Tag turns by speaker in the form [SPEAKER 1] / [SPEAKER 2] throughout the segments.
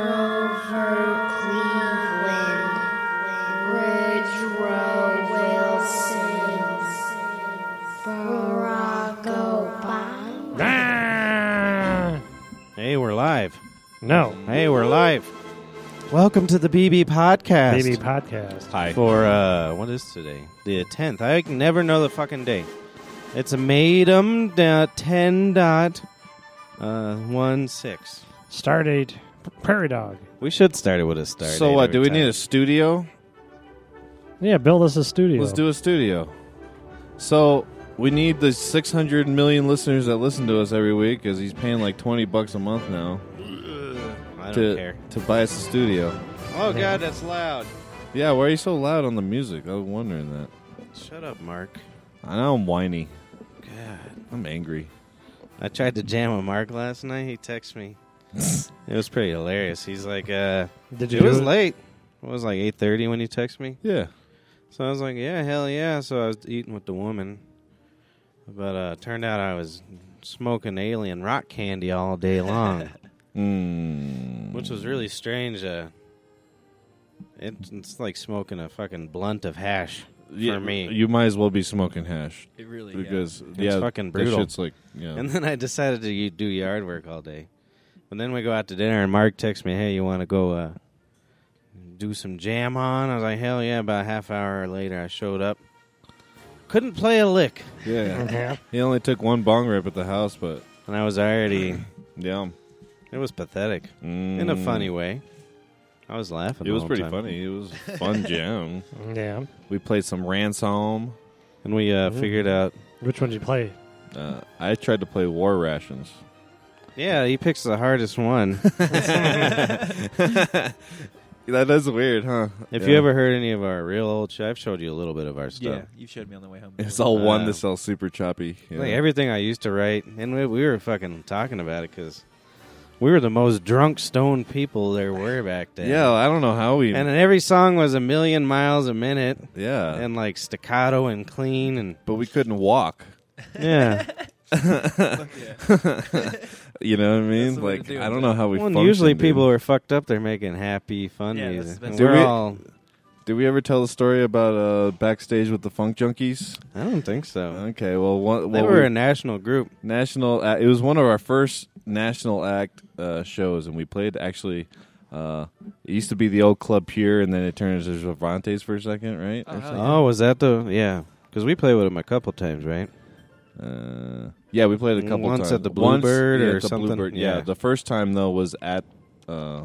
[SPEAKER 1] Grover Cleveland, Woodrow Wilson, Barack Obama.
[SPEAKER 2] Hey, we're live.
[SPEAKER 3] No.
[SPEAKER 2] Hey, we're live. Welcome to the BB podcast.
[SPEAKER 3] Baby podcast.
[SPEAKER 4] Hi.
[SPEAKER 2] For uh, what is today? The tenth. I can never know the fucking day. It's Madam da- ten dot uh, one six.
[SPEAKER 3] Stardate P- Prairie Dog.
[SPEAKER 2] We should start it with a start.
[SPEAKER 4] So what? Do we need a studio?
[SPEAKER 3] Yeah, build us a studio.
[SPEAKER 4] Let's do a studio. So we need the 600 million listeners that listen to us every week because he's paying like 20 bucks a month now
[SPEAKER 2] I don't
[SPEAKER 4] to
[SPEAKER 2] care.
[SPEAKER 4] to buy us a studio.
[SPEAKER 2] Oh god, that's loud.
[SPEAKER 4] Yeah, why are you so loud on the music? I was wondering that.
[SPEAKER 2] Shut up, Mark.
[SPEAKER 4] I know I'm whiny.
[SPEAKER 2] God,
[SPEAKER 4] I'm angry.
[SPEAKER 2] I tried to jam a Mark last night. He texted me. it was pretty hilarious. He's like, uh,
[SPEAKER 3] Did you
[SPEAKER 2] it
[SPEAKER 3] do
[SPEAKER 2] was
[SPEAKER 3] it?
[SPEAKER 2] late. It was like eight thirty when you texted me.
[SPEAKER 4] Yeah.
[SPEAKER 2] So I was like, yeah, hell yeah. So I was eating with the woman. But uh turned out I was smoking alien rock candy all day long,
[SPEAKER 4] Mm.
[SPEAKER 2] which was really strange. Uh, it, it's like smoking a fucking blunt of hash
[SPEAKER 4] Yeah,
[SPEAKER 2] for me.
[SPEAKER 4] You might as well be smoking hash
[SPEAKER 5] It really
[SPEAKER 4] because
[SPEAKER 2] It's
[SPEAKER 4] yeah,
[SPEAKER 2] fucking
[SPEAKER 4] that
[SPEAKER 2] brutal.
[SPEAKER 4] shit's like yeah.
[SPEAKER 2] and then I decided to y- do yard work all day. And then we go out to dinner, and Mark texts me, hey, you want to go uh, do some jam on? I was like, hell yeah. About a half hour later, I showed up. Couldn't play a lick.
[SPEAKER 4] yeah.
[SPEAKER 3] Yeah.
[SPEAKER 4] he only took one bong rip at the house, but
[SPEAKER 2] And I was already
[SPEAKER 4] yeah.
[SPEAKER 2] It was pathetic
[SPEAKER 4] Mm.
[SPEAKER 2] in a funny way. I was laughing.
[SPEAKER 4] It
[SPEAKER 2] the
[SPEAKER 4] was
[SPEAKER 2] whole
[SPEAKER 4] pretty
[SPEAKER 2] time.
[SPEAKER 4] funny. It was a fun jam.
[SPEAKER 3] Yeah.
[SPEAKER 4] We played some Ransom.
[SPEAKER 2] And we uh,
[SPEAKER 3] Mhm.
[SPEAKER 2] figured out.
[SPEAKER 3] Which one did you play?
[SPEAKER 4] Uh, I tried to play War Rations.
[SPEAKER 2] Yeah, he picks the hardest one.
[SPEAKER 4] that is weird, huh?
[SPEAKER 2] if
[SPEAKER 4] Yeah.
[SPEAKER 2] you ever heard any of our real old shit, I've showed you a little bit of our
[SPEAKER 5] Yeah,
[SPEAKER 2] stuff.
[SPEAKER 5] you showed me on the way home.
[SPEAKER 4] It's all one
[SPEAKER 2] Uh,
[SPEAKER 4] that's all super choppy. you
[SPEAKER 2] Like
[SPEAKER 4] know?
[SPEAKER 2] everything I used to write, and we, we were fucking talking about it because we were the most drunk, stoned people there were back then.
[SPEAKER 4] yeah, I don't know how we.
[SPEAKER 2] And every song was a million miles a minute,
[SPEAKER 4] yeah,
[SPEAKER 2] and like staccato and clean, and
[SPEAKER 4] but we couldn't walk.
[SPEAKER 2] yeah.
[SPEAKER 4] You know what I mean?
[SPEAKER 5] That's the way to
[SPEAKER 4] Like
[SPEAKER 5] do it,
[SPEAKER 4] I don't
[SPEAKER 5] dude.
[SPEAKER 4] know how we.
[SPEAKER 2] well, and
[SPEAKER 4] functioned,
[SPEAKER 2] usually
[SPEAKER 4] dude.
[SPEAKER 2] people are fucked up. They're making happy, fun
[SPEAKER 5] Yeah, that's-
[SPEAKER 2] music.
[SPEAKER 5] that's-
[SPEAKER 2] and
[SPEAKER 4] Do
[SPEAKER 2] we're
[SPEAKER 4] we-
[SPEAKER 2] all.
[SPEAKER 4] Did we ever tell the story about uh, backstage with the Funk Junkies?
[SPEAKER 2] I don't think so.
[SPEAKER 4] Okay, well, one,
[SPEAKER 2] They
[SPEAKER 4] Uh, well,
[SPEAKER 2] were
[SPEAKER 4] we-
[SPEAKER 2] a national group.
[SPEAKER 4] national act, it was one of our first national act uh, shows and we played actually uh, it used to be the old club pure and then it turned into Cervantes for a second right Or
[SPEAKER 5] Oh,
[SPEAKER 4] something.
[SPEAKER 5] hell
[SPEAKER 2] Oh, was that the yeah? Because we played with them a couple times, right?
[SPEAKER 4] uh, yeah we played a couple
[SPEAKER 2] Once
[SPEAKER 4] times
[SPEAKER 2] at the
[SPEAKER 4] Once,
[SPEAKER 2] Bluebird
[SPEAKER 4] yeah,
[SPEAKER 2] or
[SPEAKER 4] at the
[SPEAKER 2] something?
[SPEAKER 4] Bluebird, yeah.
[SPEAKER 2] Yeah.
[SPEAKER 4] the first time though was at uh,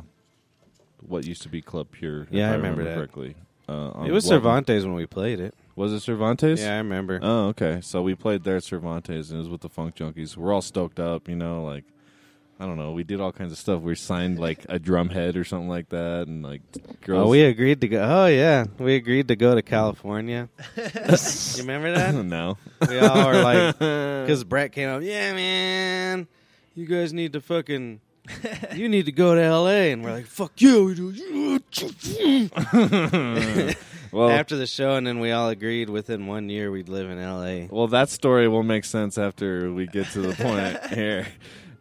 [SPEAKER 4] what used to be club pure if
[SPEAKER 2] Yeah, I remember that.
[SPEAKER 4] correctly uh, on
[SPEAKER 2] it was
[SPEAKER 4] Welcome-
[SPEAKER 2] Cervantes when we played it.
[SPEAKER 4] was it Cervantes
[SPEAKER 2] Yeah, I remember.
[SPEAKER 4] Oh, okay. So we played there at Cervantes, and it was with the Funk Junkies. We're all stoked up, you know, like I don't know. We did all kinds of stuff. We signed like a drum head or something like that, and like girls.
[SPEAKER 2] oh, we agreed to go. Oh yeah, we agreed to go to California. you remember that?
[SPEAKER 4] no.
[SPEAKER 2] we all were like, because Brett came up. Yeah, man, you guys need to fucking. You need to go to L.A. and we're like, "Fuck you!" We do.
[SPEAKER 4] Well,
[SPEAKER 2] After the show, and then we all agreed within one year we'd live in L.A.
[SPEAKER 4] well, that story will make sense after we get to the point here.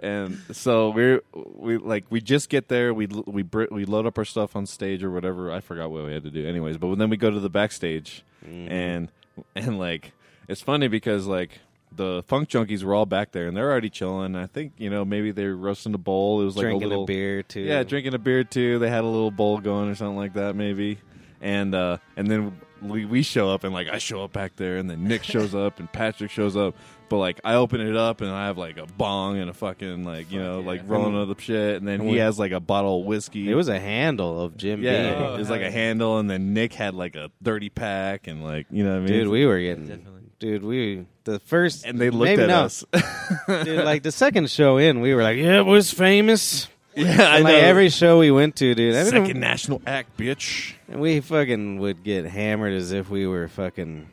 [SPEAKER 4] And so we're we like we just get there. We l- we br- we load up our stuff on stage or whatever. I forgot what we had to do, anyways. But then we go to the backstage. and and like it's funny because like the funk junkies were all back there and they're already chilling. I think you know maybe they were roasting a bowl. It was like
[SPEAKER 2] drinking
[SPEAKER 4] a little
[SPEAKER 2] a beer too.
[SPEAKER 4] yeah, drinking a beer too. They had a little bowl going or something like that maybe, and uh and then we, we show up and like I show up back there and then Nick shows up and Patrick shows up. But like I open it up and I have like a bong and a fucking like you
[SPEAKER 5] Fuck
[SPEAKER 4] know
[SPEAKER 5] yeah.
[SPEAKER 4] like rolling of the shit and then
[SPEAKER 2] And
[SPEAKER 4] he
[SPEAKER 2] we-
[SPEAKER 4] has like a bottle of whiskey.
[SPEAKER 2] It was a handle of Jim
[SPEAKER 4] yeah,
[SPEAKER 2] Beam.
[SPEAKER 5] Oh,
[SPEAKER 4] it was like a
[SPEAKER 5] hell yeah.
[SPEAKER 4] handle and then Nick had like a thirty pack and like you know what I mean
[SPEAKER 2] Dude, we were getting.
[SPEAKER 5] Definitely.
[SPEAKER 2] Dude, we the first
[SPEAKER 4] and they looked
[SPEAKER 2] maybe
[SPEAKER 4] at
[SPEAKER 2] not.
[SPEAKER 4] us.
[SPEAKER 2] dude, like the second show in, we were like, "Yeah, it was famous."
[SPEAKER 4] yeah, I
[SPEAKER 2] And, like
[SPEAKER 4] know.
[SPEAKER 2] every show we went to, dude, I
[SPEAKER 4] second
[SPEAKER 2] mean,
[SPEAKER 4] national act, bitch.
[SPEAKER 2] we fucking would get hammered as if we were fucking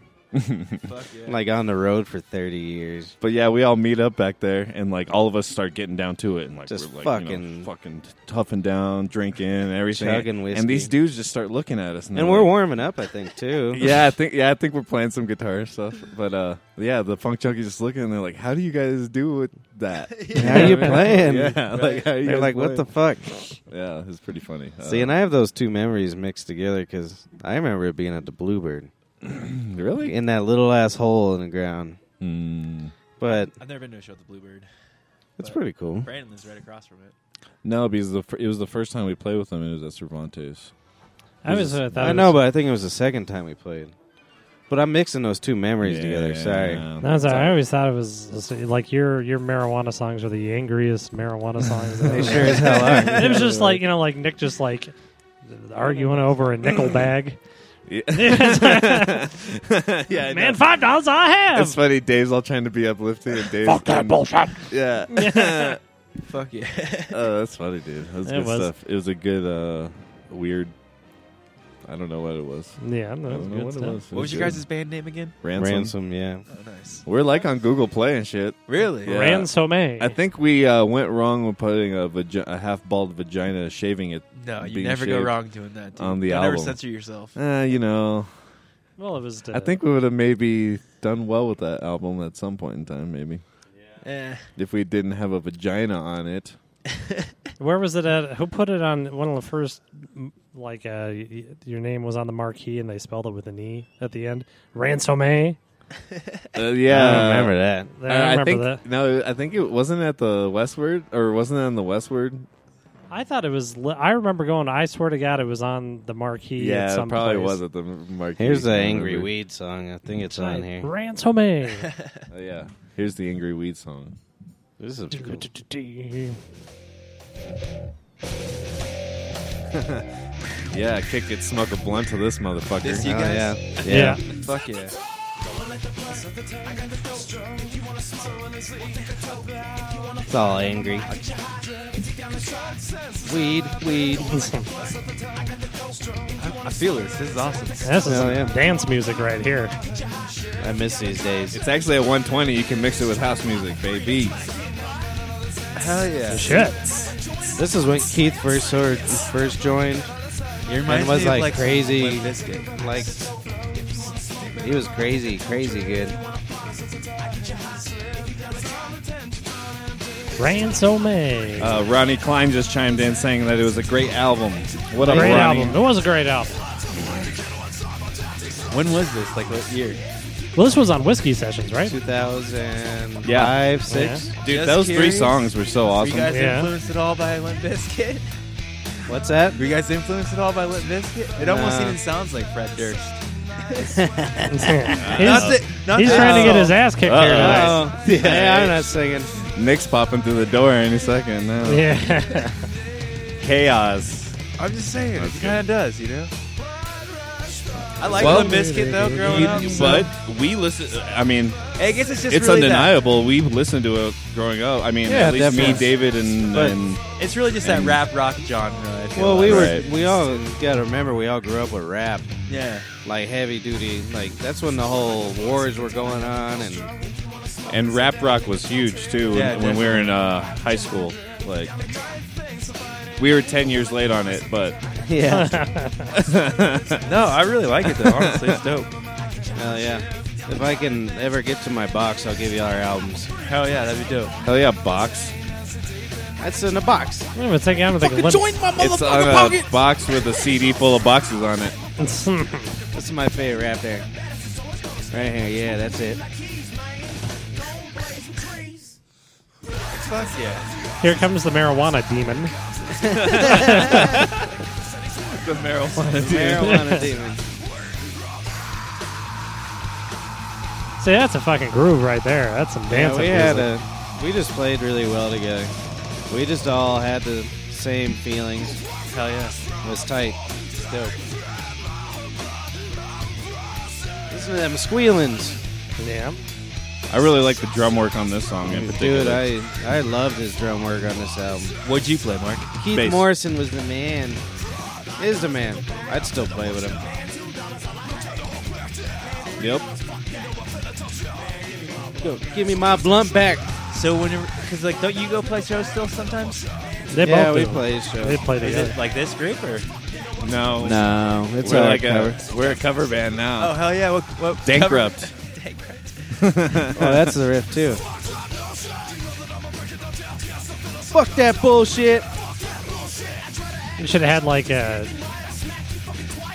[SPEAKER 2] Like on the road for 30 years.
[SPEAKER 4] But yeah, we all meet up back there, and like all of us start getting down to it, and like
[SPEAKER 2] Just
[SPEAKER 4] we're like you know,
[SPEAKER 2] fucking-
[SPEAKER 4] fucking toughing down, drinking, and everything,
[SPEAKER 2] Chugging whiskey.
[SPEAKER 4] and these dudes just start looking at us, and,
[SPEAKER 2] And
[SPEAKER 4] they're
[SPEAKER 2] we're
[SPEAKER 4] like-
[SPEAKER 2] warming up, I think, too.
[SPEAKER 4] Yeah, I think yeah, I think we're playing some guitar stuff, but uh, yeah, the funk junkies just looking, and they're like, "How do you guys do with that?
[SPEAKER 2] How you playing?
[SPEAKER 4] Yeah, like how you
[SPEAKER 2] They're
[SPEAKER 4] guys
[SPEAKER 2] like, what the fuck?
[SPEAKER 4] playing? yeah, it's pretty funny. Uh,
[SPEAKER 2] See, and I have those two memories mixed together because I remember it being at the Bluebird
[SPEAKER 4] really?
[SPEAKER 2] in that little ass hole in the ground.
[SPEAKER 4] Mm.
[SPEAKER 2] But
[SPEAKER 5] I've never been to a show at the Bluebird.
[SPEAKER 2] it's
[SPEAKER 5] But
[SPEAKER 2] pretty cool.
[SPEAKER 5] Brandon lives right across from it.
[SPEAKER 4] No, because the, fir- it was the first time we played with them. It was at Cervantes.
[SPEAKER 3] I was. Uh, thought
[SPEAKER 2] I
[SPEAKER 3] it
[SPEAKER 2] know,
[SPEAKER 3] was-
[SPEAKER 2] but I think it was the second time we played. But I'm mixing those two memories together. Sorry.
[SPEAKER 4] Yeah.
[SPEAKER 3] That's all right. I always thought it was like your your marijuana songs are the angriest marijuana songs.
[SPEAKER 2] They sure as hell are.
[SPEAKER 3] it was just like you know, like Nick just like arguing over a nickel bag.
[SPEAKER 4] yeah, I
[SPEAKER 3] Man,
[SPEAKER 4] know.
[SPEAKER 3] five dollars I have.
[SPEAKER 4] It's funny. Dave's all trying to be uplifting, and Dave's
[SPEAKER 3] Fuck that
[SPEAKER 4] trying-
[SPEAKER 3] bullshit.
[SPEAKER 4] Yeah.
[SPEAKER 5] Fuck yeah.
[SPEAKER 4] oh, that's funny, dude. That was
[SPEAKER 3] It
[SPEAKER 4] good
[SPEAKER 3] was.
[SPEAKER 4] stuff. It was a good, uh, weird. I don't know what it was.
[SPEAKER 3] Yeah, no,
[SPEAKER 4] I
[SPEAKER 3] that was
[SPEAKER 4] don't know
[SPEAKER 3] good
[SPEAKER 4] what
[SPEAKER 3] stuff.
[SPEAKER 4] it was. It
[SPEAKER 5] what was your
[SPEAKER 4] good.
[SPEAKER 5] guys' band name again?
[SPEAKER 4] ransom?
[SPEAKER 2] Ransom, yeah.
[SPEAKER 5] Oh, nice.
[SPEAKER 4] We're like on Google Play and shit.
[SPEAKER 5] Really?
[SPEAKER 4] Yeah.
[SPEAKER 3] Ransome.
[SPEAKER 4] I think we uh, went wrong with putting a, vagi- a half bald vagina, shaving it.
[SPEAKER 5] No, you
[SPEAKER 4] Being
[SPEAKER 5] never go
[SPEAKER 4] shaved
[SPEAKER 5] wrong doing that. Dude.
[SPEAKER 4] on the
[SPEAKER 5] Don't
[SPEAKER 4] album.
[SPEAKER 5] ever censor yourself.
[SPEAKER 4] Uh, you know,
[SPEAKER 3] Well, it was. uh,
[SPEAKER 4] I think we would have maybe done well with that album at some point in time, maybe.
[SPEAKER 5] Eh.
[SPEAKER 4] If we didn't have a vagina on it.
[SPEAKER 3] Where was it at? Who put it on one of the first? m- Like, uh, y- y- your name was on the marquee, and they spelled it with an e at the end. Ransome.
[SPEAKER 4] Uh, yeah.
[SPEAKER 2] I don't remember
[SPEAKER 3] I
[SPEAKER 2] that.
[SPEAKER 4] Uh,
[SPEAKER 3] remember
[SPEAKER 4] think
[SPEAKER 3] that.
[SPEAKER 4] no, I think it wasn't at the Westward or wasn't it on the Westward.
[SPEAKER 3] I thought it was. Li- I remember going. I swear to God, it was on the marquee.
[SPEAKER 4] yeah,
[SPEAKER 3] at
[SPEAKER 4] it
[SPEAKER 3] some
[SPEAKER 4] probably
[SPEAKER 3] place.
[SPEAKER 4] was at the marquee.
[SPEAKER 2] Here's the
[SPEAKER 4] I
[SPEAKER 2] Angry
[SPEAKER 4] remember.
[SPEAKER 2] Weed song. I think it's on here.
[SPEAKER 3] Ransome.
[SPEAKER 4] Uh, yeah, here's the Angry Weed song.
[SPEAKER 2] This is cool.
[SPEAKER 4] Yeah, kick it, smoke a blunt to this motherfucker.
[SPEAKER 5] This you
[SPEAKER 2] Oh,
[SPEAKER 5] guys?
[SPEAKER 3] yeah.
[SPEAKER 2] yeah.
[SPEAKER 5] Fuck yeah.
[SPEAKER 2] It's all angry. Weed, weed.
[SPEAKER 5] I feel this. This is awesome.
[SPEAKER 3] This is
[SPEAKER 2] Hell yeah.
[SPEAKER 3] dance music right here.
[SPEAKER 2] I miss these days.
[SPEAKER 4] It's actually at 120. You can mix it with house music, baby.
[SPEAKER 5] Hell yeah.
[SPEAKER 3] Shit.
[SPEAKER 2] This is when Keith first sort- first joined.
[SPEAKER 5] It reminds
[SPEAKER 2] was,
[SPEAKER 5] me of,
[SPEAKER 2] like,
[SPEAKER 5] like
[SPEAKER 2] crazy.
[SPEAKER 5] Limp Bizkit.
[SPEAKER 2] Like he was crazy, crazy good.
[SPEAKER 3] Ransome.
[SPEAKER 4] Uh, Ronnie Klein just chimed in saying that it was a great album. What up,
[SPEAKER 3] great
[SPEAKER 4] Ronnie?
[SPEAKER 3] album. It was a great album.
[SPEAKER 5] When was this? Like what year?
[SPEAKER 3] Well, this was on Whiskey Sessions, right?
[SPEAKER 2] 2005,
[SPEAKER 4] Yeah.
[SPEAKER 2] six.
[SPEAKER 4] Dude,
[SPEAKER 5] Just
[SPEAKER 4] those three
[SPEAKER 5] curious.
[SPEAKER 4] songs were
[SPEAKER 5] Were
[SPEAKER 4] so
[SPEAKER 5] you
[SPEAKER 4] awesome.
[SPEAKER 5] guys
[SPEAKER 3] Yeah.
[SPEAKER 5] influenced at all by Limp Bizkit?
[SPEAKER 2] What's that?
[SPEAKER 5] Were you guys influenced at all by Limp Bizkit? It almost
[SPEAKER 2] Nah.
[SPEAKER 5] even sounds like Fred Durst.
[SPEAKER 3] he's
[SPEAKER 5] Not that, not
[SPEAKER 3] he's
[SPEAKER 5] that-
[SPEAKER 3] trying to get
[SPEAKER 4] Oh.
[SPEAKER 3] his ass kicked here tonight.
[SPEAKER 2] Oh, yeah, I'm not singing.
[SPEAKER 4] Nick's popping through the door any second now.
[SPEAKER 3] Yeah.
[SPEAKER 4] Chaos.
[SPEAKER 5] I'm just saying, it kind of does, you know. I like
[SPEAKER 4] Well,
[SPEAKER 5] Limp Bizkit though. Growing up, so-
[SPEAKER 4] But we listen. I mean,
[SPEAKER 5] I guess it's just
[SPEAKER 4] it's
[SPEAKER 5] really
[SPEAKER 4] undeniable. We listened to it growing up. I mean,
[SPEAKER 2] Yeah,
[SPEAKER 4] at least
[SPEAKER 2] definitely.
[SPEAKER 4] me, David, and,
[SPEAKER 2] But-
[SPEAKER 4] and
[SPEAKER 5] That, it's really just that
[SPEAKER 4] And-
[SPEAKER 5] rap rock genre. I feel
[SPEAKER 2] Well, we
[SPEAKER 5] like.
[SPEAKER 2] were
[SPEAKER 4] Right.
[SPEAKER 2] we all gotta remember we all grew up with rap,
[SPEAKER 5] yeah.
[SPEAKER 2] like heavy duty. Like that's when the whole wars were going on, and
[SPEAKER 4] and rap rock was huge too
[SPEAKER 5] Yeah,
[SPEAKER 4] when, when we were in uh, high school. Like, we were ten years late on it, but
[SPEAKER 2] yeah,
[SPEAKER 5] No, I really like it though. Honestly, it's dope.
[SPEAKER 2] hell yeah. If I can ever get to my box, I'll give you all our albums.
[SPEAKER 5] Hell yeah, that'd be dope.
[SPEAKER 4] hell yeah, box.
[SPEAKER 2] That's in a box.
[SPEAKER 3] I don't even think, I don't think Limp-
[SPEAKER 5] my
[SPEAKER 4] It's on a box with a CD full of boxes on it.
[SPEAKER 2] This is my favorite rap there. Right here, yeah, that's it.
[SPEAKER 5] Fuck yeah.
[SPEAKER 3] Here comes the marijuana demon.
[SPEAKER 4] The marijuana.
[SPEAKER 2] Marijuana demon.
[SPEAKER 3] See, that's a fucking groove right there. That's some
[SPEAKER 2] Yeah,
[SPEAKER 3] dancing
[SPEAKER 2] we had
[SPEAKER 3] music.
[SPEAKER 2] a, we just played really well together. We just all had the same feelings.
[SPEAKER 5] Hell yeah.
[SPEAKER 2] It was tight. It's dope. Listen to them squealings.
[SPEAKER 3] yeah.
[SPEAKER 4] I really like the drum work on this song in particular.
[SPEAKER 2] Dude, I I loved his drum work on this album.
[SPEAKER 5] What'd you play, Mark?
[SPEAKER 2] Keith
[SPEAKER 4] Bass.
[SPEAKER 2] Morrison was the man. Is the man. I'd still play with him.
[SPEAKER 4] yep.
[SPEAKER 2] Go, give me my blunt back.
[SPEAKER 6] So whenever, because like, don't you go play shows still sometimes?
[SPEAKER 3] They
[SPEAKER 2] yeah,
[SPEAKER 3] both
[SPEAKER 2] we
[SPEAKER 3] do.
[SPEAKER 2] play show.
[SPEAKER 3] They play
[SPEAKER 6] Is
[SPEAKER 3] together.
[SPEAKER 6] it like this group or?
[SPEAKER 4] No,
[SPEAKER 2] No, it's
[SPEAKER 4] we're
[SPEAKER 2] all
[SPEAKER 4] like
[SPEAKER 2] cover.
[SPEAKER 4] a we're a cover band now.
[SPEAKER 6] Oh hell yeah! What? what
[SPEAKER 4] Bankrupt.
[SPEAKER 6] Bankrupt.
[SPEAKER 2] Oh, that's the riff too. Fuck that bullshit.
[SPEAKER 3] You should have had like uh,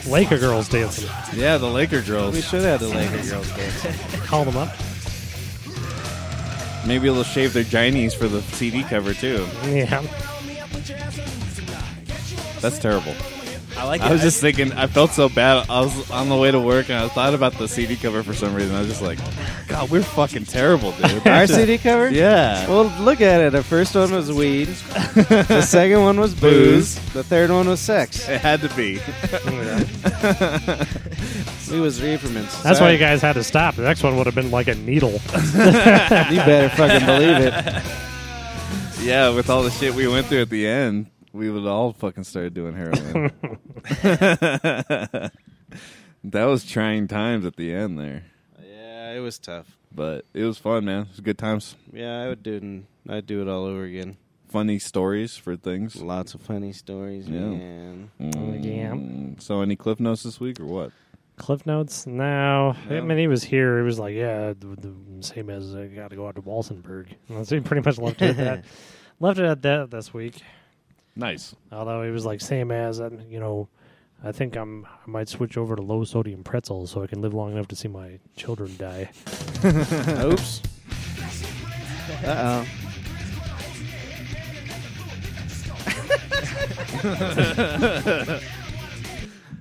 [SPEAKER 3] Laker girls dancing.
[SPEAKER 4] Yeah, the Laker
[SPEAKER 2] We
[SPEAKER 4] drills.
[SPEAKER 2] should have the Laker girls dance.
[SPEAKER 3] Call them up.
[SPEAKER 4] Maybe they'll shave their ginies for the CD cover too.
[SPEAKER 3] Yeah.
[SPEAKER 4] That's terrible.
[SPEAKER 6] I like it.
[SPEAKER 4] I was just thinking. I felt so bad. I was on the way to work and I thought about the CD cover for some reason. I was just like, God, we're fucking terrible, dude.
[SPEAKER 2] Our CD cover?
[SPEAKER 4] yeah.
[SPEAKER 2] Well, look at it. The first one was weed. the second one was booze. The third one was sex.
[SPEAKER 4] It had to be.
[SPEAKER 2] We was reeferments.
[SPEAKER 3] That's why you guys had to stop. The next one would have been like a needle.
[SPEAKER 2] got. You better fucking believe it.
[SPEAKER 4] Yeah, with all the shit we went through at the end, we would all fucking start doing heroin. that was trying times at the end there,
[SPEAKER 2] Yeah, it was tough.
[SPEAKER 4] but it was fun, man. It was good times.
[SPEAKER 2] Yeah, I would do it. I'd do it all over again.
[SPEAKER 4] Funny stories for things.
[SPEAKER 2] Lots of funny stories,
[SPEAKER 4] Yeah.
[SPEAKER 2] man.
[SPEAKER 4] Mm, So, any cliff notes this week or what?
[SPEAKER 3] Cliff Notes? No.
[SPEAKER 4] No.
[SPEAKER 3] I mean, he was here. He was like, yeah, the, the same as I got to go out to Walsenburg. And so he pretty much left it at that. Left it at that this week.
[SPEAKER 4] Nice.
[SPEAKER 3] Although he was like, same as, uh, you know, I think I'm. I might switch over to low sodium pretzels so I can live long enough to see my children die.
[SPEAKER 2] Oops. Uh oh.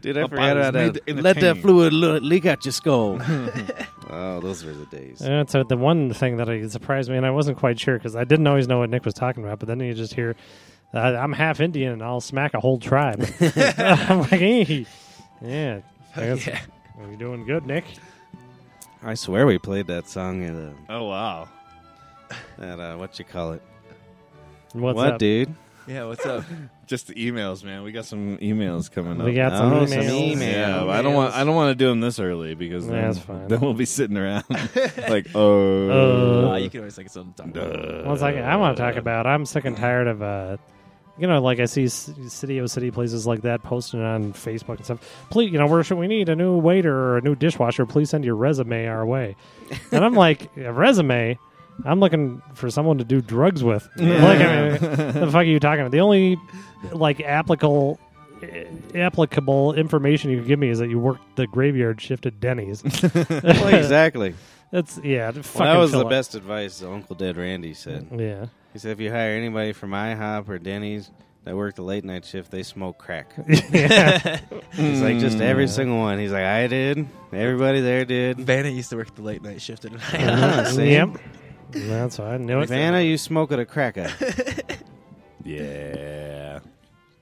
[SPEAKER 2] Dude, I
[SPEAKER 4] Up
[SPEAKER 2] forgot
[SPEAKER 4] eyes
[SPEAKER 2] about
[SPEAKER 4] made
[SPEAKER 2] that.
[SPEAKER 4] entertaining.
[SPEAKER 2] Let that fluid lo- leak out your skull. oh, those were the days.
[SPEAKER 3] And so the one thing that I, surprised me, and I wasn't quite sure because I didn't always know what Nick was talking about, but then you just hear, uh, "I'm half Indian and I'll smack a whole tribe." I'm like, "Hey, yeah, I guess-
[SPEAKER 6] yeah.
[SPEAKER 3] you're doing good, Nick."
[SPEAKER 2] I swear we played that song at, uh,
[SPEAKER 4] Oh wow.
[SPEAKER 2] at uh, what you call it?
[SPEAKER 3] What's
[SPEAKER 2] what,
[SPEAKER 3] up?
[SPEAKER 2] dude?
[SPEAKER 6] Yeah. What's up?
[SPEAKER 4] Just the emails, man. We got some emails coming up.
[SPEAKER 3] We got some
[SPEAKER 2] Oh,
[SPEAKER 3] emails.
[SPEAKER 2] some emails.
[SPEAKER 4] Yeah, but I don't want. I don't want to do them this early because then,
[SPEAKER 3] Yeah, that's fine.
[SPEAKER 4] then we'll be sitting around like, oh,
[SPEAKER 6] Uh,
[SPEAKER 3] Uh,
[SPEAKER 6] you can always like something. to talk about.
[SPEAKER 3] One second, I want to
[SPEAKER 2] Uh,
[SPEAKER 3] talk about. I'm sick and tired of, uh, you know, like I see c- city o city places like that posting on Facebook and stuff. Please, you know, where should we need a new waiter or a new dishwasher? Please send your resume our way. And I'm like, a resume. I'm looking for someone to do drugs with. Like, I mean, the fuck are you talking about? The only like applicable applicable information you can give me is that you worked the graveyard shift at Denny's.
[SPEAKER 2] Well, exactly.
[SPEAKER 3] That's yeah. Fucking
[SPEAKER 2] Well, that was
[SPEAKER 3] fill
[SPEAKER 2] the
[SPEAKER 3] up.
[SPEAKER 2] best advice that Uncle Dead Randy said.
[SPEAKER 3] Yeah.
[SPEAKER 2] He said if you hire anybody from IHOP or Denny's that worked the late night shift, they smoke crack.
[SPEAKER 3] yeah. Mm.
[SPEAKER 2] He's like just every single one. He's like, I did. Everybody there did.
[SPEAKER 6] Vanna used to work the late night shift at an
[SPEAKER 2] Uh, see?
[SPEAKER 3] Yep. That's why I knew it.
[SPEAKER 2] Vanna, you smoke at a cracker.
[SPEAKER 4] yeah.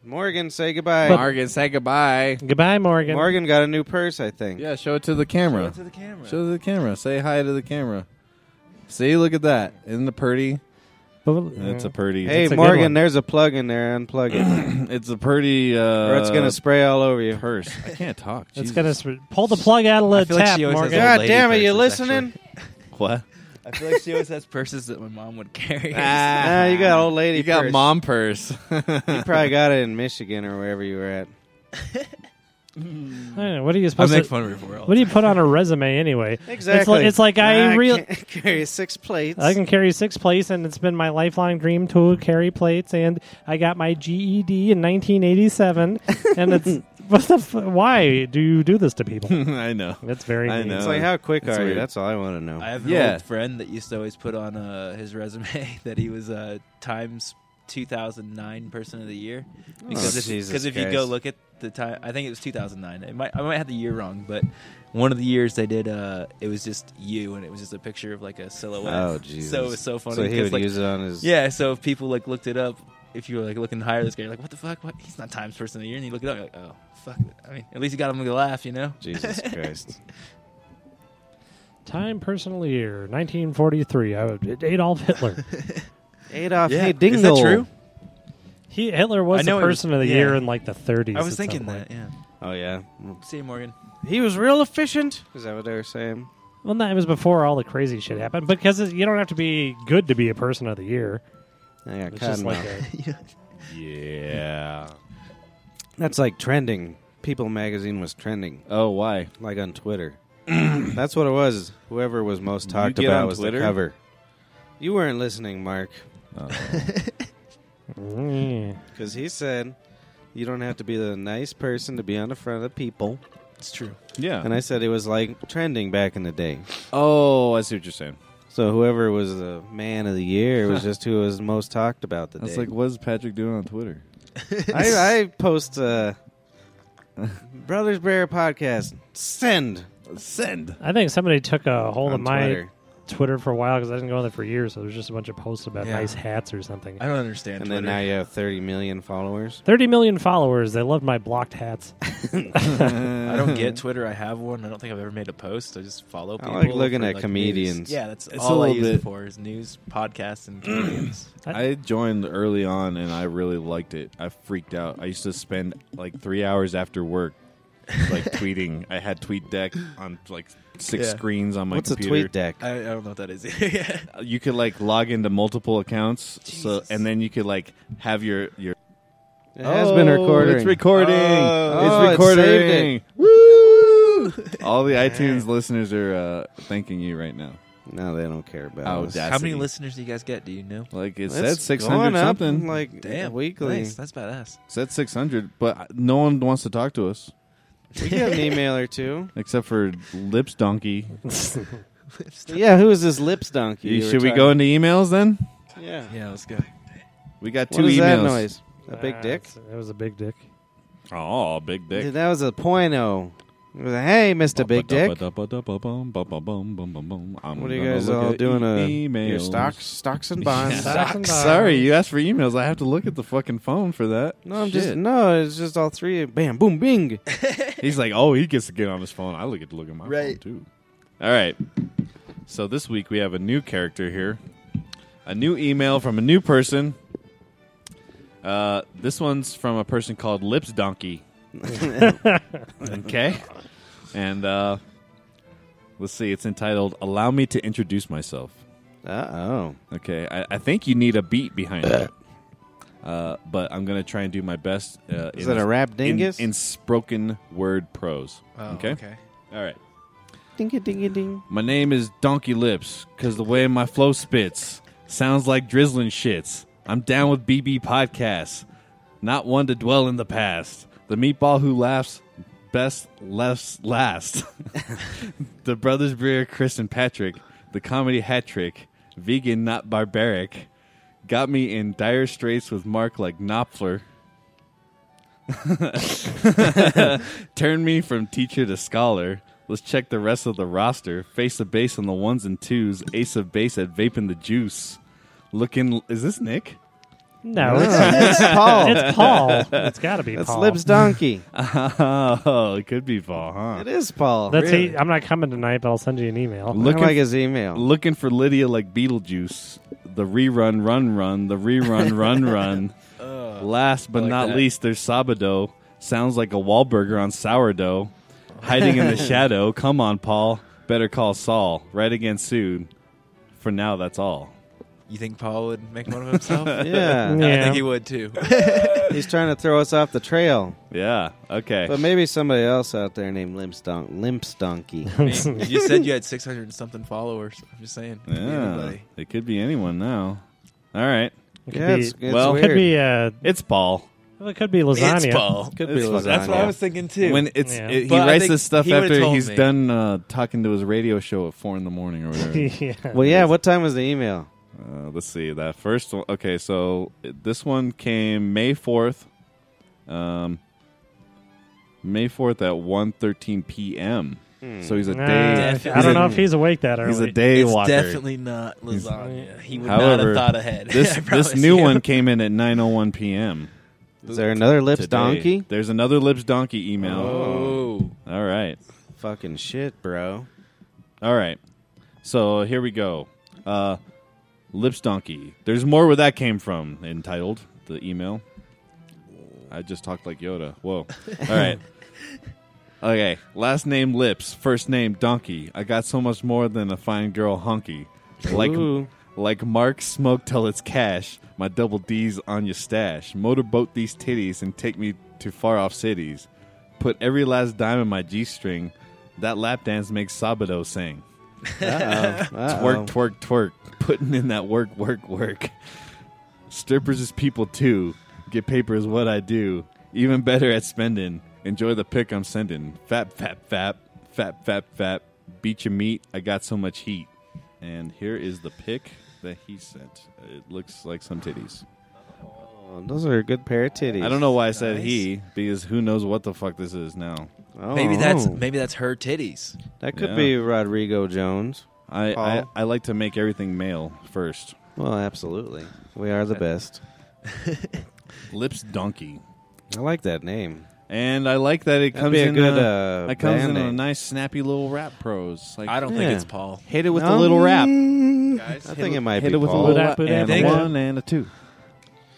[SPEAKER 2] Morgan, say goodbye.
[SPEAKER 4] Morgan, say goodbye.
[SPEAKER 3] Goodbye, Morgan.
[SPEAKER 2] Morgan got a new purse, I think.
[SPEAKER 4] Yeah, show it to the camera.
[SPEAKER 6] to the camera.
[SPEAKER 4] Show it to the camera. Say hi to the camera. See, look at that. Isn't it pretty?
[SPEAKER 3] Bu-
[SPEAKER 4] It's a pretty.
[SPEAKER 2] Hey,
[SPEAKER 3] That's a good one.
[SPEAKER 2] Morgan, there's a plug in there. Unplug it,
[SPEAKER 4] it's a pretty. Uh,
[SPEAKER 2] or it's gonna spray all over you.
[SPEAKER 4] purse. I can't talk.
[SPEAKER 3] it's
[SPEAKER 4] Jesus.
[SPEAKER 3] gonna sp- pull the plug out of
[SPEAKER 6] I
[SPEAKER 3] the
[SPEAKER 6] feel like
[SPEAKER 3] tap,
[SPEAKER 6] she always
[SPEAKER 3] Morgan.
[SPEAKER 6] has
[SPEAKER 2] God
[SPEAKER 6] Lady
[SPEAKER 2] damn it! You
[SPEAKER 6] purses,
[SPEAKER 2] listening?
[SPEAKER 4] What?
[SPEAKER 6] I feel like she always has purses that my mom would carry.
[SPEAKER 2] Ah, you got old lady.
[SPEAKER 4] You got
[SPEAKER 2] purse.
[SPEAKER 4] mom purse.
[SPEAKER 2] You probably got it in Michigan or wherever you were at.
[SPEAKER 3] I don't know, what are you
[SPEAKER 6] I
[SPEAKER 3] supposed
[SPEAKER 6] make
[SPEAKER 3] to?
[SPEAKER 6] fun of her for all.
[SPEAKER 3] What do you put on a resume anyway? It's
[SPEAKER 2] Exactly.
[SPEAKER 3] like, it's like I, real.
[SPEAKER 2] can't carry six plates.
[SPEAKER 3] I can carry six plates, and it's been my lifelong dream to carry plates. And I got my GED in 1987, and it's what the f- why do you do this to people?
[SPEAKER 4] I know.
[SPEAKER 3] That's very.
[SPEAKER 4] I
[SPEAKER 3] mean.
[SPEAKER 4] know.
[SPEAKER 2] It's like how quick
[SPEAKER 4] That's
[SPEAKER 2] are you?
[SPEAKER 4] weird.
[SPEAKER 2] That's all I want to know.
[SPEAKER 6] I have an
[SPEAKER 4] Yeah.
[SPEAKER 6] old friend that used to always put on uh, his resume that he was uh, Times 2009 Person of the Year because if,
[SPEAKER 2] Oh, Jesus
[SPEAKER 6] 'cause if you go
[SPEAKER 2] Christ.
[SPEAKER 6] look at the time, I think it was 2009. It might, I might have the year wrong, but one of the years they did, uh, it was just you, and it was just a picture of like a silhouette.
[SPEAKER 2] Oh, Jesus.
[SPEAKER 6] So it was so funny.
[SPEAKER 2] So he
[SPEAKER 6] 'cause,
[SPEAKER 2] would
[SPEAKER 6] like,
[SPEAKER 2] use it on his.
[SPEAKER 6] yeah, so if people like looked it up, if you were like looking to hire this guy, you're like, what the fuck? What? He's not Times Person of the Year, and you look it up, you're like, oh, fuck. I mean, at least you got him to laugh, you know?
[SPEAKER 2] Jesus Christ.
[SPEAKER 3] Time personal year 1943. I would, Adolf Hitler.
[SPEAKER 2] Adolf, hey, Dingle.
[SPEAKER 6] Is that true?
[SPEAKER 3] he Hitler was
[SPEAKER 6] I know
[SPEAKER 3] the
[SPEAKER 6] it was-
[SPEAKER 3] person of the
[SPEAKER 6] yeah.
[SPEAKER 3] year in like the 30s.
[SPEAKER 6] I
[SPEAKER 3] at
[SPEAKER 6] was
[SPEAKER 3] some
[SPEAKER 6] thinking
[SPEAKER 3] point.
[SPEAKER 6] that. Yeah.
[SPEAKER 2] Oh yeah,
[SPEAKER 6] See you, Morgan.
[SPEAKER 2] he was real efficient. Is that what they were saying?
[SPEAKER 3] Well, no, it was before all the crazy shit happened. Because it- you don't have to be good to be a person of the year.
[SPEAKER 2] I got
[SPEAKER 3] It's
[SPEAKER 2] cotton
[SPEAKER 3] just like
[SPEAKER 2] mouth.
[SPEAKER 3] a,
[SPEAKER 4] Yeah.
[SPEAKER 2] That's like trending. People magazine was trending,
[SPEAKER 4] Oh, why?
[SPEAKER 2] like on Twitter. That's what it was. Whoever was most
[SPEAKER 4] You
[SPEAKER 2] talked
[SPEAKER 4] get
[SPEAKER 2] about
[SPEAKER 4] on
[SPEAKER 2] was
[SPEAKER 4] Twitter?
[SPEAKER 2] the cover. You weren't listening, Mark,
[SPEAKER 3] Mm.
[SPEAKER 2] because he said you don't have to be the nice person to be on the front of the people.
[SPEAKER 6] It's true.
[SPEAKER 4] Yeah.
[SPEAKER 2] And I said it was like trending back in the day.
[SPEAKER 4] oh, I see what you're saying.
[SPEAKER 2] So whoever was the man of the year was just who was most talked about the
[SPEAKER 4] That's
[SPEAKER 2] day.
[SPEAKER 4] like, what is Patrick doing on Twitter?
[SPEAKER 2] I, I post uh, Brothers Bear podcast. Send
[SPEAKER 4] Send.
[SPEAKER 3] I think somebody took a hold
[SPEAKER 2] on
[SPEAKER 3] of my
[SPEAKER 2] Twitter,
[SPEAKER 3] Twitter for a while because I didn't go on there for years. So there's just a bunch of posts about
[SPEAKER 2] Yeah.
[SPEAKER 3] nice hats or something.
[SPEAKER 6] I don't understand.
[SPEAKER 2] and then now
[SPEAKER 6] Twitter.
[SPEAKER 2] you have 30 million followers.
[SPEAKER 3] 30 million followers. They love my blocked hats.
[SPEAKER 6] I don't get Twitter. I have one. I don't think I've ever made a post. I just follow
[SPEAKER 2] I
[SPEAKER 6] people.
[SPEAKER 2] like looking
[SPEAKER 6] for,
[SPEAKER 2] at
[SPEAKER 6] like,
[SPEAKER 2] comedians.
[SPEAKER 6] news. Yeah, that's
[SPEAKER 4] It's a
[SPEAKER 6] all I
[SPEAKER 4] little
[SPEAKER 6] use it
[SPEAKER 4] bit-
[SPEAKER 6] for is news, podcasts, and comedians.
[SPEAKER 4] I joined early on and I really liked it. I freaked out. I used to spend like three hours after work, like tweeting. I had Tweet Deck on like six
[SPEAKER 6] Yeah.
[SPEAKER 4] screens on my
[SPEAKER 2] What's
[SPEAKER 4] computer.
[SPEAKER 2] a tweet deck?
[SPEAKER 6] I, I don't know what that is. yeah.
[SPEAKER 4] You could like log into multiple accounts, so
[SPEAKER 6] Jesus.
[SPEAKER 4] and then you could like have your your.
[SPEAKER 2] It has been recorded.
[SPEAKER 4] Oh, It's recording.
[SPEAKER 2] Oh,
[SPEAKER 4] it's
[SPEAKER 2] it saved
[SPEAKER 4] recording.
[SPEAKER 2] it.
[SPEAKER 4] Woo! All the iTunes listeners are uh, thanking you right now.
[SPEAKER 2] No, they don't care about
[SPEAKER 4] Oh,
[SPEAKER 2] us.
[SPEAKER 4] damn.
[SPEAKER 6] How many
[SPEAKER 4] Audacity.
[SPEAKER 6] listeners do you guys get? Do you know?
[SPEAKER 4] Like it
[SPEAKER 2] It's
[SPEAKER 4] said, six
[SPEAKER 2] going
[SPEAKER 4] hundred
[SPEAKER 2] up,
[SPEAKER 4] something. Like
[SPEAKER 2] like
[SPEAKER 6] Damn,
[SPEAKER 2] weekly.
[SPEAKER 6] Nice. That's badass.
[SPEAKER 4] said six hundred, but no one wants to talk to us.
[SPEAKER 2] We get an email or two.
[SPEAKER 4] Except for Lips Donkey.
[SPEAKER 2] Yeah, who is this lips donkey? you were
[SPEAKER 4] Should we
[SPEAKER 2] talking-
[SPEAKER 4] go into emails then?
[SPEAKER 2] Yeah.
[SPEAKER 6] Yeah, let's go.
[SPEAKER 4] We got two
[SPEAKER 2] What is
[SPEAKER 4] emails.
[SPEAKER 2] that noise? A big
[SPEAKER 3] Uh,
[SPEAKER 2] dick?
[SPEAKER 3] it's- It was a big dick.
[SPEAKER 4] Oh, big
[SPEAKER 2] Dude,
[SPEAKER 4] dick.
[SPEAKER 2] that was a point oh. It was a, hey, Mr. Big Dick.
[SPEAKER 4] What
[SPEAKER 2] What are you guys all doing? Uh, your stocks, stocks and bonds.
[SPEAKER 3] Yeah. Stocks and bonds.
[SPEAKER 4] Sorry, you asked for emails. I have to look at the fucking phone for that.
[SPEAKER 2] No, I'm just
[SPEAKER 4] Shit.
[SPEAKER 2] no. It's just all three. Bam, boom, bing.
[SPEAKER 4] He's like, oh, he gets to get on his phone. I get to look at my
[SPEAKER 6] Right.
[SPEAKER 4] phone too. All right. So this week we have a new character here, a new email from a new person. Uh, this one's from a person called Lips Donkey. okay. And uh, let's see. It's entitled "Allow Me to Introduce Myself."
[SPEAKER 2] Uh oh.
[SPEAKER 4] Okay, I, I think you need a beat behind it. Uh, but I'm gonna try and do my best. Uh,
[SPEAKER 2] Is
[SPEAKER 4] in
[SPEAKER 2] that a rap dingus?
[SPEAKER 4] In, in spoken word prose.
[SPEAKER 6] Oh,
[SPEAKER 4] okay. All right.
[SPEAKER 2] Dingy, dingy, ding.
[SPEAKER 4] My name is Donkey Lips, because the way my flow spits sounds like drizzling shits. I'm down with BB podcasts, not one to dwell in the past. The meatball who laughs best laughs last. the brothers Breer, Chris and Patrick, the comedy hat trick, vegan not barbaric, got me in dire straits with Mark like Knopfler. Turn me from teacher to scholar. Let's check the rest of the roster. Face of base on the ones and twos. Ace of base at vaping the juice. Looking, is this Nick?
[SPEAKER 3] No,
[SPEAKER 2] Oh,
[SPEAKER 3] it's,
[SPEAKER 2] that's Paul.
[SPEAKER 3] it's Paul. It's got to be
[SPEAKER 2] That's
[SPEAKER 3] Paul.
[SPEAKER 2] Lips Donkey.
[SPEAKER 4] Oh, it could be Paul, huh?
[SPEAKER 2] it is Paul.
[SPEAKER 3] That's he, I'm not coming tonight, but I'll send you an email.
[SPEAKER 2] Look
[SPEAKER 4] Looking,
[SPEAKER 2] like his email.
[SPEAKER 4] looking for Lydia like Beetlejuice. The rerun, run, run. The rerun, run, run. Last but
[SPEAKER 6] like
[SPEAKER 4] not
[SPEAKER 6] that.
[SPEAKER 4] least, there's Sabado. Sounds like a Wahlburger on sourdough. Hiding in the shadow. Come on, Paul. Better call Saul. Right again soon. For now, that's all.
[SPEAKER 6] You think Paul would make one of himself?
[SPEAKER 2] Yeah.
[SPEAKER 6] I
[SPEAKER 3] Yeah.
[SPEAKER 6] think he would too.
[SPEAKER 2] he's trying to throw us off the trail.
[SPEAKER 4] Yeah. Okay.
[SPEAKER 2] But maybe somebody else out there named Limps, Don- Limps Donkey.
[SPEAKER 6] I mean, you said you had 600 and something followers. I'm just saying.
[SPEAKER 4] yeah.
[SPEAKER 6] Anybody.
[SPEAKER 4] It could be anyone now. All
[SPEAKER 3] It
[SPEAKER 4] right.
[SPEAKER 3] could
[SPEAKER 2] yeah,
[SPEAKER 3] be,
[SPEAKER 2] it's, it's
[SPEAKER 4] well,
[SPEAKER 2] weird.
[SPEAKER 3] could be, uh,
[SPEAKER 4] It's Paul.
[SPEAKER 3] it could be lasagna.
[SPEAKER 6] It's Paul.
[SPEAKER 2] Could be
[SPEAKER 4] it's fucking-
[SPEAKER 6] That's what
[SPEAKER 2] lasagna.
[SPEAKER 6] I was thinking too.
[SPEAKER 4] When it's
[SPEAKER 3] Yeah.
[SPEAKER 4] it, he
[SPEAKER 6] But I
[SPEAKER 4] writes
[SPEAKER 6] think
[SPEAKER 4] this stuff
[SPEAKER 6] he would've
[SPEAKER 4] after
[SPEAKER 6] told
[SPEAKER 4] he's
[SPEAKER 6] me.
[SPEAKER 4] done uh, talking to his radio show at four in the morning or whatever.
[SPEAKER 3] yeah.
[SPEAKER 2] Well, yeah. What time was the email?
[SPEAKER 4] Uh, let's see that first one. Okay, so uh, this one came May fourth, um, May fourth at 1.13 p.m. So he's a
[SPEAKER 3] Nah,
[SPEAKER 4] day.
[SPEAKER 6] Definitely.
[SPEAKER 3] I
[SPEAKER 4] he's
[SPEAKER 3] don't
[SPEAKER 4] a-
[SPEAKER 3] know if he's awake that early.
[SPEAKER 4] He's a day
[SPEAKER 6] Hmm. it's
[SPEAKER 4] walker.
[SPEAKER 6] definitely not lasagna. He would not
[SPEAKER 4] However,
[SPEAKER 6] have thought ahead.
[SPEAKER 4] this
[SPEAKER 6] I
[SPEAKER 4] this
[SPEAKER 6] promise
[SPEAKER 4] new
[SPEAKER 6] you.
[SPEAKER 4] one came in at 9:01 p.m.
[SPEAKER 2] Is there another Lips
[SPEAKER 4] today.
[SPEAKER 2] Donkey?
[SPEAKER 4] There's another Libs Donkey email.
[SPEAKER 6] Oh,
[SPEAKER 4] All right.
[SPEAKER 2] Fucking shit, bro.
[SPEAKER 4] All right. So here we go. Uh, Lips Donkey. There's more where that came from, entitled the email. I just talked like Yoda. Whoa. All right. Okay, last name Lips, first name Donkey. I got so much more than a fine girl honky. Like
[SPEAKER 2] Ooh.
[SPEAKER 4] like Mark smoke till it's cash. My double D's on your stash. Motorboat these titties and take me to far off cities. Put every last dime in my G string. That lap dance makes Sabado sing. Twerk, twerk, twerk. Putting in that work, work, work. Strippers is people too. Get paper is what I do. Even better at spending. Enjoy the pick I'm sending. Fap, fap, fap. Fap, fap, fap. Beat your meat. I got so much heat. And here is the pick that he sent. It looks like some titties.
[SPEAKER 2] Oh, those are a good pair of titties.
[SPEAKER 4] I don't know why I said
[SPEAKER 6] Nice.
[SPEAKER 4] he, because who knows what the fuck this is now.
[SPEAKER 2] Oh.
[SPEAKER 6] Maybe that's maybe that's her titties.
[SPEAKER 2] that could
[SPEAKER 4] Yeah.
[SPEAKER 2] be Rodrigo Jones.
[SPEAKER 4] I, I,
[SPEAKER 2] Paul?
[SPEAKER 4] I like to make everything male first.
[SPEAKER 2] Well, absolutely. We are the best.
[SPEAKER 4] Lips donkey.
[SPEAKER 2] I like that name.
[SPEAKER 4] And I like that it
[SPEAKER 2] That'd
[SPEAKER 4] comes
[SPEAKER 2] be a
[SPEAKER 4] in
[SPEAKER 2] good
[SPEAKER 4] a,
[SPEAKER 2] uh,
[SPEAKER 4] it comes
[SPEAKER 2] band
[SPEAKER 4] in a
[SPEAKER 2] name.
[SPEAKER 4] nice snappy little rap prose. Like
[SPEAKER 6] I don't think
[SPEAKER 2] Yeah.
[SPEAKER 6] it's Paul.
[SPEAKER 4] hit it with
[SPEAKER 2] No.
[SPEAKER 4] a little rap.
[SPEAKER 6] Guys,
[SPEAKER 2] I think it might
[SPEAKER 4] Hit
[SPEAKER 2] be
[SPEAKER 4] it with
[SPEAKER 2] Paul.
[SPEAKER 4] a little
[SPEAKER 3] Boot
[SPEAKER 4] rap
[SPEAKER 3] app, boot
[SPEAKER 4] and
[SPEAKER 3] app,
[SPEAKER 4] a
[SPEAKER 3] boot app.
[SPEAKER 4] one and a two.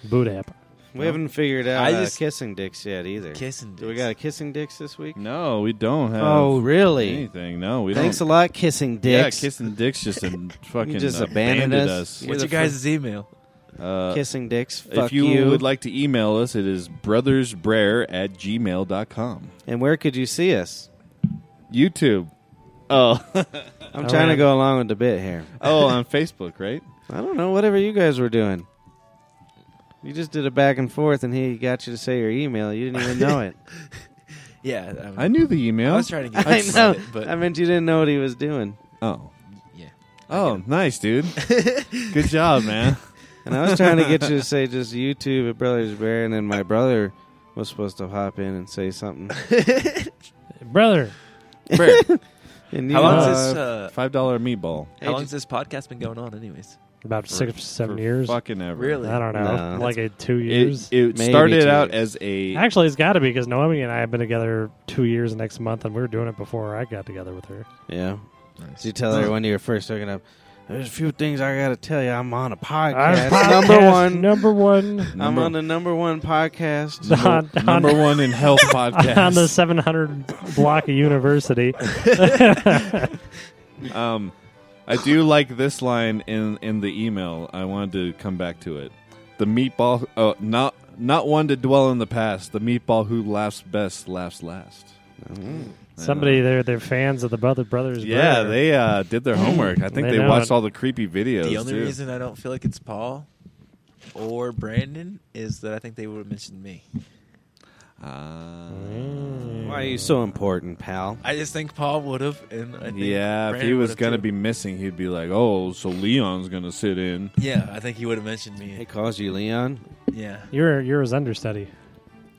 [SPEAKER 3] Boot app.
[SPEAKER 2] We haven't figured out
[SPEAKER 6] I
[SPEAKER 2] uh,
[SPEAKER 6] just-
[SPEAKER 2] kissing dicks yet either.
[SPEAKER 6] Kissing
[SPEAKER 2] Do we
[SPEAKER 6] dicks.
[SPEAKER 2] got a kissing dicks this week?
[SPEAKER 4] No, we don't have
[SPEAKER 2] Oh, really?
[SPEAKER 4] anything. No, we
[SPEAKER 2] Thanks a
[SPEAKER 4] don't.
[SPEAKER 2] lot, kissing dicks.
[SPEAKER 4] Yeah, kissing dicks just in fucking uh,
[SPEAKER 2] just
[SPEAKER 4] abandoned,
[SPEAKER 2] abandoned us.
[SPEAKER 4] us.
[SPEAKER 2] You're
[SPEAKER 6] What's
[SPEAKER 2] the
[SPEAKER 6] your guys' email?
[SPEAKER 4] Uh,
[SPEAKER 2] kissing dicks. Fuck
[SPEAKER 4] if you, would like to email us, it is brothersbrer at gmail.com.
[SPEAKER 2] and where could you see us?
[SPEAKER 4] YouTube. Oh,
[SPEAKER 3] All
[SPEAKER 2] I'm trying to
[SPEAKER 3] right.
[SPEAKER 2] go along with the bit here.
[SPEAKER 4] oh, on Facebook, right?
[SPEAKER 2] I don't know. Whatever you guys were doing, you just did a back and forth, and he got you to say your email. You didn't even know it.
[SPEAKER 6] Yeah, mean,
[SPEAKER 4] I knew the
[SPEAKER 6] I
[SPEAKER 4] email.
[SPEAKER 6] was trying to get.
[SPEAKER 2] I
[SPEAKER 6] you to
[SPEAKER 2] know.
[SPEAKER 6] say it, but
[SPEAKER 2] I meant you didn't know what he was doing,
[SPEAKER 4] Oh,
[SPEAKER 6] yeah.
[SPEAKER 4] oh, nice, dude. Good job, man.
[SPEAKER 2] and I was trying to get you to say just YouTube at Brothers Bear, and then my brother was supposed to hop in and say something.
[SPEAKER 3] Brother,
[SPEAKER 2] And you,
[SPEAKER 6] How long's
[SPEAKER 2] uh,
[SPEAKER 6] this? Uh,
[SPEAKER 4] Five dollar meatball.
[SPEAKER 2] hey,
[SPEAKER 6] how long's
[SPEAKER 2] j-
[SPEAKER 6] this podcast been going on, anyways?
[SPEAKER 3] about
[SPEAKER 4] For-
[SPEAKER 3] six, seven
[SPEAKER 4] for
[SPEAKER 3] years. I
[SPEAKER 4] Fucking ever.
[SPEAKER 6] Really?
[SPEAKER 3] don't know.
[SPEAKER 2] No.
[SPEAKER 3] like a two years.
[SPEAKER 4] It, it
[SPEAKER 2] Maybe
[SPEAKER 4] started
[SPEAKER 2] two
[SPEAKER 4] out
[SPEAKER 2] years.
[SPEAKER 4] as a
[SPEAKER 3] Actually, it's got to be because Naomi and I have been together two years next month, and we were doing it before I got together with her.
[SPEAKER 2] Yeah.
[SPEAKER 6] Nice.
[SPEAKER 2] So you tell her when you were first hooking up. There's a few things I got to tell you. I'm on a podcast.
[SPEAKER 3] Podcast
[SPEAKER 2] number one.
[SPEAKER 3] number one
[SPEAKER 2] I'm on the number one podcast.
[SPEAKER 3] on, on,
[SPEAKER 4] number one in health podcast.
[SPEAKER 3] on the 700 block of university.
[SPEAKER 4] Um, I do like this line in in the email. I wanted to come back to it. The meatball, oh, not not one to dwell in the past. The meatball who laughs best laughs last.
[SPEAKER 6] Mm-hmm.
[SPEAKER 3] Somebody, they're they're fans of the Brother Brothers.
[SPEAKER 4] Yeah,
[SPEAKER 3] Brother.
[SPEAKER 4] they uh, did their homework. I think
[SPEAKER 3] They
[SPEAKER 4] they,
[SPEAKER 3] know
[SPEAKER 4] watched
[SPEAKER 3] it.
[SPEAKER 4] all the creepy videos.
[SPEAKER 6] The only
[SPEAKER 4] too.
[SPEAKER 6] reason I don't feel like it's Paul or Brandon is that I think they would have mentioned me.
[SPEAKER 4] Ah.
[SPEAKER 2] Why are you so important, pal?
[SPEAKER 6] I just think Paul would have, and I think
[SPEAKER 4] yeah, if
[SPEAKER 6] Brandon
[SPEAKER 4] he was
[SPEAKER 6] would've
[SPEAKER 4] gonna
[SPEAKER 6] too.
[SPEAKER 4] be missing, he'd be like, "Oh, so Leon's gonna sit in."
[SPEAKER 6] yeah, I think he would have mentioned
[SPEAKER 2] He
[SPEAKER 6] me.
[SPEAKER 2] calls you Leon.
[SPEAKER 6] Yeah,
[SPEAKER 3] You're you're his understudy.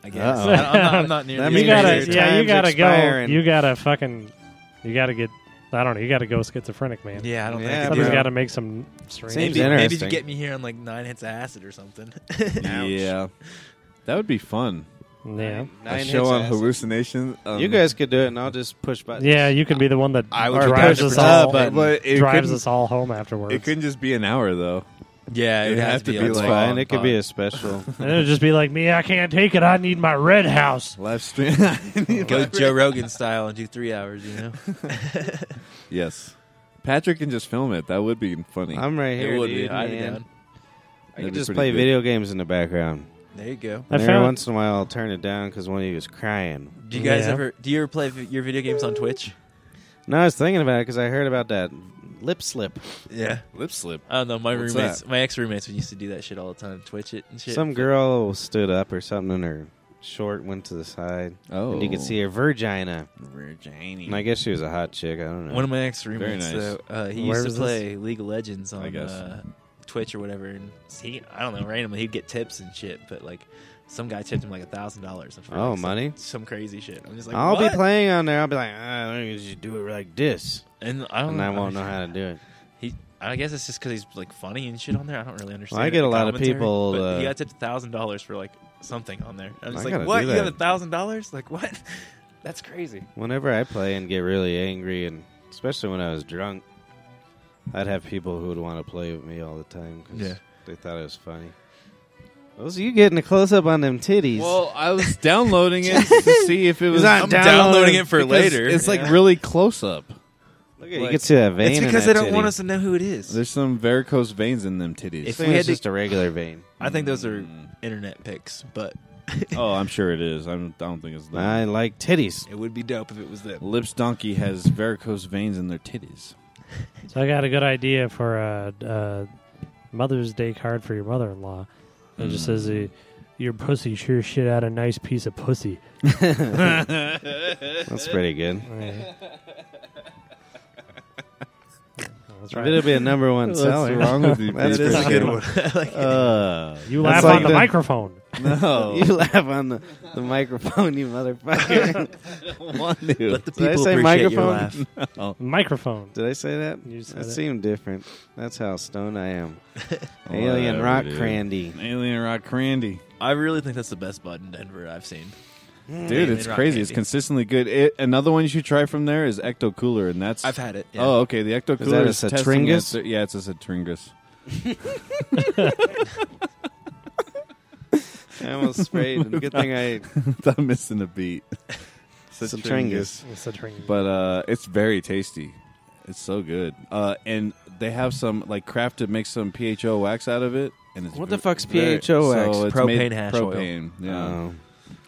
[SPEAKER 6] I guess
[SPEAKER 2] Uh-oh.
[SPEAKER 6] I, am not, I'm not near.
[SPEAKER 2] That
[SPEAKER 6] the
[SPEAKER 2] means
[SPEAKER 3] you
[SPEAKER 6] age
[SPEAKER 3] gotta,
[SPEAKER 2] your
[SPEAKER 6] yet.
[SPEAKER 3] yeah, you
[SPEAKER 2] time's
[SPEAKER 3] gotta
[SPEAKER 2] expiring.
[SPEAKER 3] go. You gotta fucking, you gotta get. I don't know. You gotta go schizophrenic, man.
[SPEAKER 6] Yeah, I don't
[SPEAKER 2] Yeah,
[SPEAKER 6] think. I
[SPEAKER 3] Somebody's
[SPEAKER 6] do.
[SPEAKER 2] bro.
[SPEAKER 3] got to make some strange.
[SPEAKER 2] Seems
[SPEAKER 6] Maybe, maybe
[SPEAKER 2] interesting.
[SPEAKER 6] you get me here on like nine hits of acid or something.
[SPEAKER 4] Yeah, that would be fun.
[SPEAKER 3] Yeah,
[SPEAKER 4] A
[SPEAKER 2] Nine
[SPEAKER 4] show
[SPEAKER 2] hits
[SPEAKER 4] on
[SPEAKER 2] ass.
[SPEAKER 4] hallucination. um,
[SPEAKER 2] You guys could do it, and I'll just push buttons.
[SPEAKER 3] yeah. You can be the one that
[SPEAKER 4] I would
[SPEAKER 3] or
[SPEAKER 4] be down
[SPEAKER 3] drives
[SPEAKER 4] to
[SPEAKER 3] us
[SPEAKER 4] pretend,
[SPEAKER 3] all
[SPEAKER 4] but, but it
[SPEAKER 3] drives
[SPEAKER 4] couldn't-
[SPEAKER 3] us all home afterwards.
[SPEAKER 4] It couldn't just be an hour though.
[SPEAKER 6] yeah,
[SPEAKER 4] It'd
[SPEAKER 6] it
[SPEAKER 4] have
[SPEAKER 6] has
[SPEAKER 4] to
[SPEAKER 6] to
[SPEAKER 4] be
[SPEAKER 6] be
[SPEAKER 2] It's
[SPEAKER 4] like-
[SPEAKER 2] fine. It could be "Oh, a special.
[SPEAKER 3] and it'd just be like me. I can't take it. I need my red house.
[SPEAKER 4] Live stream.
[SPEAKER 6] go Joe Rogan style and do three hours. You know,
[SPEAKER 4] yes. Patrick can just film it. That would be funny.
[SPEAKER 2] I'm right here.
[SPEAKER 6] it would
[SPEAKER 2] dude,
[SPEAKER 6] be. I'd be
[SPEAKER 2] man.
[SPEAKER 6] down.
[SPEAKER 2] I
[SPEAKER 4] That'd
[SPEAKER 2] could
[SPEAKER 4] be
[SPEAKER 2] just
[SPEAKER 4] pretty
[SPEAKER 2] play
[SPEAKER 4] good.
[SPEAKER 2] video games in the background.
[SPEAKER 6] There you go.
[SPEAKER 3] I
[SPEAKER 2] And every
[SPEAKER 3] found-
[SPEAKER 2] once in a while, I'll turn it down because one of you is crying.
[SPEAKER 6] Do you guys
[SPEAKER 3] Yeah.
[SPEAKER 6] ever? Do you ever play vi- your video games on Twitch?
[SPEAKER 2] No, I was thinking about it because I heard about that lip slip.
[SPEAKER 6] Yeah.
[SPEAKER 4] Lip slip.
[SPEAKER 6] I don't know. My
[SPEAKER 4] What's
[SPEAKER 6] roommates,
[SPEAKER 4] that?
[SPEAKER 6] my ex roommates, used to do that shit all the time. Twitch it and shit.
[SPEAKER 2] Some girl stood up or something, and her short went to the side,
[SPEAKER 4] Oh,
[SPEAKER 2] and you could see her vagina.
[SPEAKER 4] Virginie.
[SPEAKER 2] And I guess she was a hot chick. I don't know.
[SPEAKER 6] One of my ex roommates,
[SPEAKER 4] nice.
[SPEAKER 6] though, uh, he
[SPEAKER 3] Where
[SPEAKER 6] used to
[SPEAKER 3] was
[SPEAKER 6] play League of Legends on
[SPEAKER 4] guess.
[SPEAKER 6] Uh, Twitch or whatever, and he, I don't know, randomly he'd get tips and shit. But like, some guy tipped him like a thousand dollars.
[SPEAKER 2] Oh, money?
[SPEAKER 6] Some crazy shit. I'm just like,
[SPEAKER 2] I'll
[SPEAKER 6] "What?"
[SPEAKER 2] be playing on there. I'll be like, ah, why don't you just do it like this,
[SPEAKER 6] and I don't.
[SPEAKER 2] and I
[SPEAKER 6] know,
[SPEAKER 2] won't know how to do it.
[SPEAKER 6] He, I guess it's just because he's like funny and shit on there. I don't really understand.
[SPEAKER 2] I get a
[SPEAKER 6] the
[SPEAKER 2] lot of
[SPEAKER 6] commentary,
[SPEAKER 2] people,
[SPEAKER 6] But
[SPEAKER 2] uh,
[SPEAKER 6] he got tipped a thousand dollars for like something on there. I'm just
[SPEAKER 2] I gotta
[SPEAKER 6] like, what?
[SPEAKER 2] do
[SPEAKER 6] You got a
[SPEAKER 2] that.
[SPEAKER 6] thousand dollars? Like what? That's crazy.
[SPEAKER 2] Whenever I play and get really angry, and especially when I was drunk, I'd have people who would want to play with me all the time because
[SPEAKER 6] Yeah.
[SPEAKER 2] they thought it was funny. Those you getting a close up on them titties?
[SPEAKER 4] Well, I was downloading it to see if it was.
[SPEAKER 2] not
[SPEAKER 6] I'm downloading it for
[SPEAKER 4] because
[SPEAKER 6] later.
[SPEAKER 4] It's like
[SPEAKER 2] Yeah.
[SPEAKER 4] really close up.
[SPEAKER 2] Look at, you
[SPEAKER 6] like-
[SPEAKER 2] can see that vein.
[SPEAKER 6] it's
[SPEAKER 2] in
[SPEAKER 6] because
[SPEAKER 2] that
[SPEAKER 6] they don't
[SPEAKER 2] titty.
[SPEAKER 6] want us to know who it is.
[SPEAKER 4] There's some varicose veins in them titties.
[SPEAKER 6] If
[SPEAKER 2] I
[SPEAKER 6] we
[SPEAKER 2] think
[SPEAKER 6] had
[SPEAKER 2] it's
[SPEAKER 6] to-
[SPEAKER 2] just a regular vein.
[SPEAKER 6] I think those are internet pics, but
[SPEAKER 4] oh, I'm sure it is. I don't, I don't think it's. them.
[SPEAKER 2] I like titties.
[SPEAKER 6] it would be dope if it was them.
[SPEAKER 4] Lips Donkey has varicose veins in their titties.
[SPEAKER 3] So I got a good idea for a, a Mother's Day card for your mother-in-law. It just says, uh, "Your pussy sure shit out a nice piece of pussy."
[SPEAKER 2] That's pretty good.
[SPEAKER 3] That's
[SPEAKER 2] It'll be a number one seller.
[SPEAKER 4] wrong with you?
[SPEAKER 2] That's
[SPEAKER 4] people?
[SPEAKER 2] pretty good.
[SPEAKER 4] Uh,
[SPEAKER 3] You laugh
[SPEAKER 4] that's
[SPEAKER 3] on
[SPEAKER 4] like
[SPEAKER 3] the, microphone.
[SPEAKER 4] No,
[SPEAKER 2] You laugh on the, the microphone, you motherfucker.
[SPEAKER 4] want to.
[SPEAKER 6] Let the
[SPEAKER 2] Did I
[SPEAKER 6] people
[SPEAKER 2] say
[SPEAKER 6] appreciate your
[SPEAKER 2] microphone?
[SPEAKER 6] laugh.
[SPEAKER 4] Oh.
[SPEAKER 3] Microphone.
[SPEAKER 2] Did I say that?
[SPEAKER 3] You said
[SPEAKER 2] that
[SPEAKER 3] it.
[SPEAKER 2] seemed different. That's how stoned I am.
[SPEAKER 4] Whatever,
[SPEAKER 2] Alien rock
[SPEAKER 4] dude.
[SPEAKER 2] crandy.
[SPEAKER 4] Alien Rock Crandy.
[SPEAKER 6] I really think that's the best bud in Denver I've seen.
[SPEAKER 4] Dude,
[SPEAKER 6] Alien
[SPEAKER 4] it's
[SPEAKER 6] Rock
[SPEAKER 4] crazy. It's
[SPEAKER 6] Candy.
[SPEAKER 4] consistently good. It, another one you should try from there is Ecto Cooler, and that's
[SPEAKER 6] I've had it. yeah.
[SPEAKER 4] Oh, okay. The
[SPEAKER 2] that
[SPEAKER 4] Ecto Cooler
[SPEAKER 2] a
[SPEAKER 4] is, testing
[SPEAKER 2] Satringus?
[SPEAKER 4] it. Yeah, it's a Satringus.
[SPEAKER 2] I almost sprayed. And good thing I
[SPEAKER 4] I'm missing a beat.
[SPEAKER 2] Satringus.
[SPEAKER 3] It's a train.
[SPEAKER 4] But uh, it's very tasty. It's so good. Uh, and they have some like Kraft to make some PHO wax out of it. And it's
[SPEAKER 2] What the
[SPEAKER 4] ve-
[SPEAKER 2] fuck's
[SPEAKER 4] very-
[SPEAKER 2] PHO wax?
[SPEAKER 4] So it's
[SPEAKER 6] Propane
[SPEAKER 4] made-
[SPEAKER 6] hash oil.
[SPEAKER 4] propane. Yeah.
[SPEAKER 2] Oh.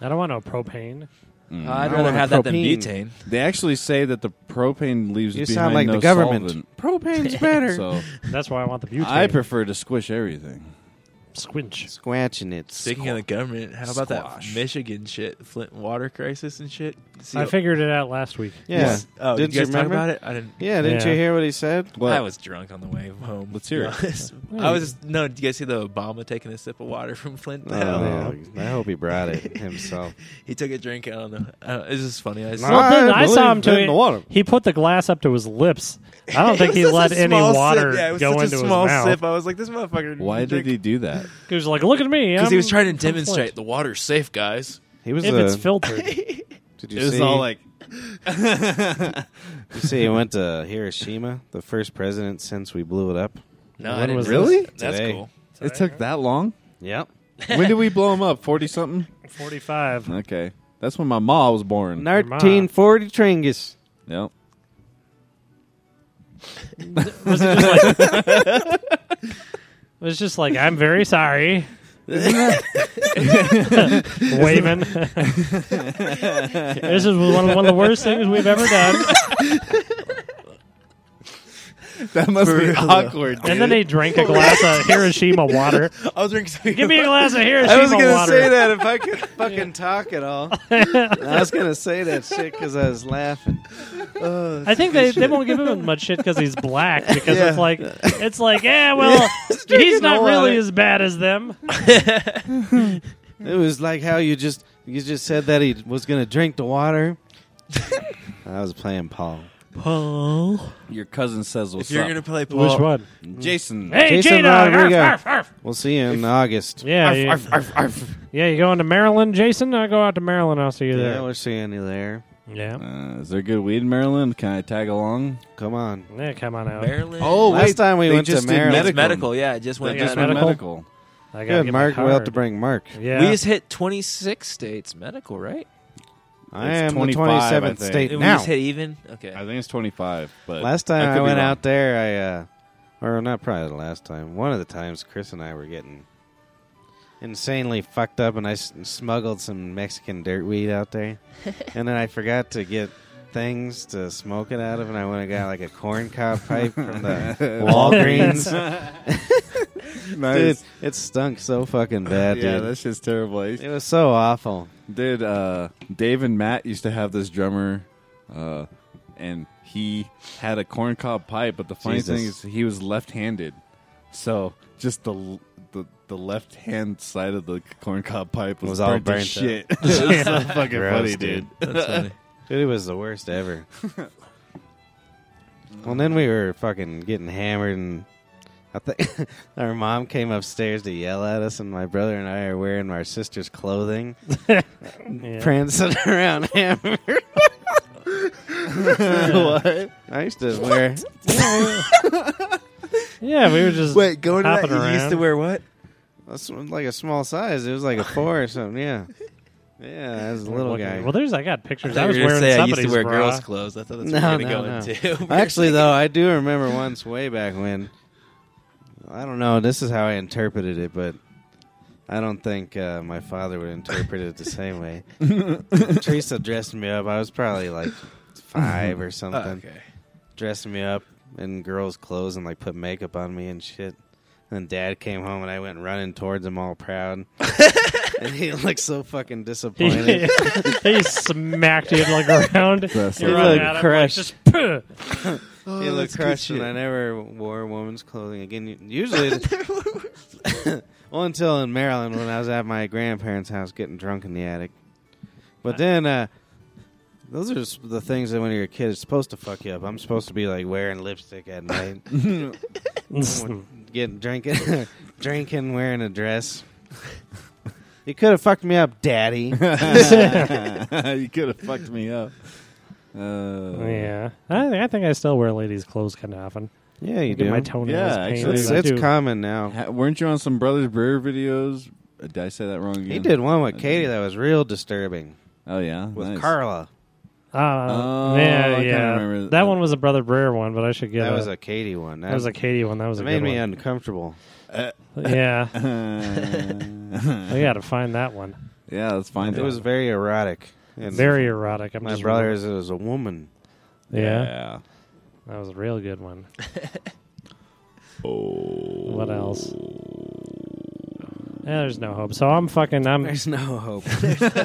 [SPEAKER 3] I don't want no propane.
[SPEAKER 4] Mm.
[SPEAKER 6] Uh, I'd
[SPEAKER 2] I
[SPEAKER 6] rather
[SPEAKER 2] want
[SPEAKER 6] have that than
[SPEAKER 2] propane.
[SPEAKER 6] butane.
[SPEAKER 4] They actually say that the propane leaves
[SPEAKER 2] You
[SPEAKER 4] behind
[SPEAKER 2] sound like
[SPEAKER 4] no
[SPEAKER 2] the government.
[SPEAKER 4] solvent.
[SPEAKER 2] Propane's better.
[SPEAKER 4] So
[SPEAKER 3] That's why I want the butane.
[SPEAKER 4] I prefer to squish everything.
[SPEAKER 3] squinch.
[SPEAKER 2] Squatching it.
[SPEAKER 6] Speaking of the government, how about
[SPEAKER 4] Squash.
[SPEAKER 6] that Michigan shit, Flint water crisis and shit? See,
[SPEAKER 3] I figured it out last week.
[SPEAKER 2] yeah.
[SPEAKER 6] Oh,
[SPEAKER 2] didn't
[SPEAKER 6] did you guys
[SPEAKER 2] you
[SPEAKER 6] talk
[SPEAKER 2] remember?
[SPEAKER 6] about it? I didn't.
[SPEAKER 2] Yeah, didn't
[SPEAKER 3] Yeah.
[SPEAKER 2] you hear what he said?
[SPEAKER 4] What?
[SPEAKER 6] I was drunk on the way home.
[SPEAKER 4] Let's hear it.
[SPEAKER 6] it. I was just, no. Did you guys see the Obama taking a sip of water from Flint?
[SPEAKER 2] Oh,
[SPEAKER 6] No.
[SPEAKER 2] yeah. I hope he brought it himself.
[SPEAKER 6] He took a drink. I don't know. I don't, it's just funny. I just,
[SPEAKER 2] No.
[SPEAKER 3] Well, then I, saw him
[SPEAKER 2] believe in
[SPEAKER 3] doing.
[SPEAKER 2] the water.
[SPEAKER 3] He put the glass up to his lips. I don't think
[SPEAKER 6] It
[SPEAKER 3] he
[SPEAKER 6] was such
[SPEAKER 3] let
[SPEAKER 6] a
[SPEAKER 3] any
[SPEAKER 6] small
[SPEAKER 3] water
[SPEAKER 6] sip. Yeah, it was
[SPEAKER 3] go
[SPEAKER 6] such
[SPEAKER 3] into
[SPEAKER 6] a
[SPEAKER 3] his
[SPEAKER 6] small
[SPEAKER 3] mouth.
[SPEAKER 6] sip. I was like, this motherfucker.
[SPEAKER 4] Why did he do that?
[SPEAKER 3] He was like, "Look at me,"
[SPEAKER 6] Because he was
[SPEAKER 3] I'm-
[SPEAKER 6] trying to
[SPEAKER 3] I'm Flint."
[SPEAKER 6] demonstrate the water's safe, guys.
[SPEAKER 2] He was
[SPEAKER 3] If
[SPEAKER 2] a,
[SPEAKER 3] it's filtered,
[SPEAKER 2] did you
[SPEAKER 4] It was
[SPEAKER 2] see?
[SPEAKER 4] all like
[SPEAKER 2] you see, he went to Hiroshima, the first president since we blew it up.
[SPEAKER 6] No,
[SPEAKER 3] When
[SPEAKER 6] I didn't
[SPEAKER 3] was
[SPEAKER 6] really.
[SPEAKER 3] this?
[SPEAKER 6] That's
[SPEAKER 2] Today.
[SPEAKER 6] cool.
[SPEAKER 4] it took that long.
[SPEAKER 2] Yep.
[SPEAKER 4] When did we blow him up? Forty something.
[SPEAKER 3] forty-five.
[SPEAKER 4] Okay, that's when my ma was born.
[SPEAKER 2] 1940 Tringus.
[SPEAKER 4] Yep.
[SPEAKER 3] Was it just like? it was just like, "I'm very sorry." Waving. this is one of, one of the worst things we've ever done.
[SPEAKER 4] That must be awkward.
[SPEAKER 3] And then they drank a glass of Hiroshima water.
[SPEAKER 6] I was drinking.
[SPEAKER 3] Give me a glass of Hiroshima
[SPEAKER 2] I was gonna
[SPEAKER 3] water.
[SPEAKER 2] say that if I could fucking talk at all. I was gonna say that shit because I was laughing.
[SPEAKER 3] I think they, they won't give him much shit because he's black. Because it's like it's like yeah, well, he's not
[SPEAKER 2] water.
[SPEAKER 3] really as bad as them.
[SPEAKER 2] It was like how you just you just said that he was gonna drink the water. I was playing Paul.
[SPEAKER 3] Oh,
[SPEAKER 4] Your cousin says what's
[SPEAKER 6] If you're
[SPEAKER 4] up. Mm.
[SPEAKER 6] gonna play pool,
[SPEAKER 3] which one?
[SPEAKER 4] Jason.
[SPEAKER 3] Hey,
[SPEAKER 2] Jason
[SPEAKER 3] J Dog.
[SPEAKER 2] Rodriguez.
[SPEAKER 3] Arf, arf, arf.
[SPEAKER 2] We'll see you in August.
[SPEAKER 3] Yeah, you, yeah. You going to Maryland, Jason? I go out to Maryland. I'll see you
[SPEAKER 2] Yeah,
[SPEAKER 3] there.
[SPEAKER 2] we're seeing you there.
[SPEAKER 3] Yeah,
[SPEAKER 4] Uh, is there good weed in Maryland? Can I tag along?
[SPEAKER 2] Come on.
[SPEAKER 3] yeah. Come on out.
[SPEAKER 6] Maryland.
[SPEAKER 3] Oh,
[SPEAKER 2] Last time we
[SPEAKER 4] they
[SPEAKER 2] went to
[SPEAKER 4] just did
[SPEAKER 2] Maryland-
[SPEAKER 6] it's Oh, medical. Yeah, it just went.
[SPEAKER 3] Yeah,
[SPEAKER 4] Just
[SPEAKER 6] down.
[SPEAKER 4] went
[SPEAKER 3] medical.
[SPEAKER 4] medical.
[SPEAKER 3] I gotta
[SPEAKER 2] Good,
[SPEAKER 3] get my
[SPEAKER 2] Mark. We'll have to
[SPEAKER 3] card.
[SPEAKER 2] bring Mark.
[SPEAKER 3] Yeah,
[SPEAKER 6] We just hit 26 states medical, right?
[SPEAKER 2] I
[SPEAKER 4] It's
[SPEAKER 2] am the
[SPEAKER 4] 25, I
[SPEAKER 2] 27th
[SPEAKER 4] think.
[SPEAKER 2] state
[SPEAKER 6] We
[SPEAKER 2] now.
[SPEAKER 6] just hit even. Okay.
[SPEAKER 4] I think it's 25. But
[SPEAKER 2] Last time
[SPEAKER 4] Uh, could
[SPEAKER 2] I
[SPEAKER 4] be
[SPEAKER 2] went
[SPEAKER 4] wrong.
[SPEAKER 2] out there, I uh, or not probably the last time. One of the times Chris and I were getting insanely fucked up, and I s- smuggled some Mexican dirt weed out there, and then I forgot to get things to smoke it out of, and I went and got like a corn cob pipe from the Walgreens. Dude,
[SPEAKER 4] nice.
[SPEAKER 2] it stunk so fucking bad,
[SPEAKER 4] yeah,
[SPEAKER 2] dude.
[SPEAKER 4] that shit's terrible. I used-
[SPEAKER 2] it was so awful.
[SPEAKER 4] Dude, uh, Dave and Matt used to have this drummer, uh, and he had a corncob pipe. But the funny
[SPEAKER 2] Jesus.
[SPEAKER 4] thing is, he was left-handed, so just the l- the, the left-hand side of the corncob pipe was,
[SPEAKER 2] Was all
[SPEAKER 4] burnt to
[SPEAKER 2] burnt up.
[SPEAKER 4] shit. it was so fucking
[SPEAKER 2] Gross,
[SPEAKER 4] funny, dude.
[SPEAKER 2] dude.
[SPEAKER 6] That's funny.
[SPEAKER 2] Dude, it was the worst ever. well, then we were fucking getting hammered, and I think our mom came upstairs to yell at us, and my brother and I are wearing our sister's clothing,
[SPEAKER 3] yeah.
[SPEAKER 2] prancing around hammered. what? I used to wear.
[SPEAKER 3] Yeah, we were just
[SPEAKER 6] Wait, going to
[SPEAKER 3] hopping
[SPEAKER 6] that, you
[SPEAKER 3] around.
[SPEAKER 6] used to wear what?
[SPEAKER 2] That's like a small size. It was like a four or something. Yeah, yeah, that was a little guy.
[SPEAKER 3] Well, there's I got pictures. I,
[SPEAKER 6] thought
[SPEAKER 3] was
[SPEAKER 6] you were gonna
[SPEAKER 3] wearing
[SPEAKER 6] say I
[SPEAKER 3] somebody's
[SPEAKER 6] used to wear
[SPEAKER 3] bra.
[SPEAKER 6] girls' clothes. I thought that's
[SPEAKER 2] No,
[SPEAKER 6] what you were
[SPEAKER 2] no,
[SPEAKER 6] going
[SPEAKER 2] no.
[SPEAKER 6] into.
[SPEAKER 2] Actually, though, I do remember once way back when. I don't know. This is how I interpreted it, but I don't think uh, my father would interpret it the same way. Teresa dressed me up. I was probably like five or
[SPEAKER 6] Oh,
[SPEAKER 2] something.
[SPEAKER 6] okay.
[SPEAKER 2] Dressed me up in girls' clothes and like put makeup on me and shit. And Dad came home and I went running towards him all proud. and he looked so fucking disappointed.
[SPEAKER 3] he, he smacked you like around.
[SPEAKER 4] That's
[SPEAKER 3] You're
[SPEAKER 4] it.
[SPEAKER 3] running
[SPEAKER 2] Look,
[SPEAKER 3] at him, like,
[SPEAKER 2] crushed.
[SPEAKER 3] just, "Puh."
[SPEAKER 2] He looked
[SPEAKER 6] Oh, that's good
[SPEAKER 2] crushed, and
[SPEAKER 6] shit.
[SPEAKER 2] I never wore woman's clothing again. Usually, well, until in Maryland when I was at my grandparents' house getting drunk in the attic. But then, uh, those are s- the things that when you're a kid, it's supposed to fuck you up. I'm supposed to be like wearing lipstick at night,
[SPEAKER 6] Mm.
[SPEAKER 2] getting drinking, drinking, wearing a dress. You could have fucked me up, Daddy.
[SPEAKER 4] you could have fucked me up. Uh,
[SPEAKER 2] Oh,
[SPEAKER 3] yeah, I, I think I still wear ladies' clothes kind of often.
[SPEAKER 2] yeah, you
[SPEAKER 3] Get
[SPEAKER 2] do.
[SPEAKER 3] my toenails
[SPEAKER 4] Yeah,
[SPEAKER 3] painted.
[SPEAKER 4] actually,
[SPEAKER 2] It's,
[SPEAKER 3] I
[SPEAKER 4] that
[SPEAKER 3] do.
[SPEAKER 2] it's common now.
[SPEAKER 4] Ha- weren't you on some Brothers Brewer videos? Uh, Did I say that wrong again?
[SPEAKER 2] He did one with
[SPEAKER 4] I
[SPEAKER 2] Katie
[SPEAKER 4] did.
[SPEAKER 2] that was real disturbing
[SPEAKER 4] Oh yeah,
[SPEAKER 2] with
[SPEAKER 4] nice.
[SPEAKER 2] Carla.
[SPEAKER 3] Uh,
[SPEAKER 4] Oh, I
[SPEAKER 3] yeah,
[SPEAKER 4] kinda
[SPEAKER 3] yeah.
[SPEAKER 4] remember
[SPEAKER 3] That,
[SPEAKER 4] that.
[SPEAKER 3] one was a Brother Brer one, but I should get
[SPEAKER 2] that
[SPEAKER 3] a,
[SPEAKER 2] was a Katie one.
[SPEAKER 3] that was a Katie one. That was
[SPEAKER 2] It
[SPEAKER 3] a
[SPEAKER 2] made
[SPEAKER 3] good
[SPEAKER 2] me
[SPEAKER 3] one.
[SPEAKER 2] uncomfortable.
[SPEAKER 3] yeah, I
[SPEAKER 4] yeah,
[SPEAKER 3] got to find that one.
[SPEAKER 4] let's find
[SPEAKER 2] It was very erotic. And
[SPEAKER 3] Very erotic. I'm
[SPEAKER 2] My
[SPEAKER 3] just
[SPEAKER 2] brother is is a woman.
[SPEAKER 3] Yeah, that was a real good one.
[SPEAKER 4] Oh.
[SPEAKER 3] What else?
[SPEAKER 2] Oh.
[SPEAKER 3] Yeah, there's no hope. So I'm fucking. I'm.
[SPEAKER 2] There's no hope.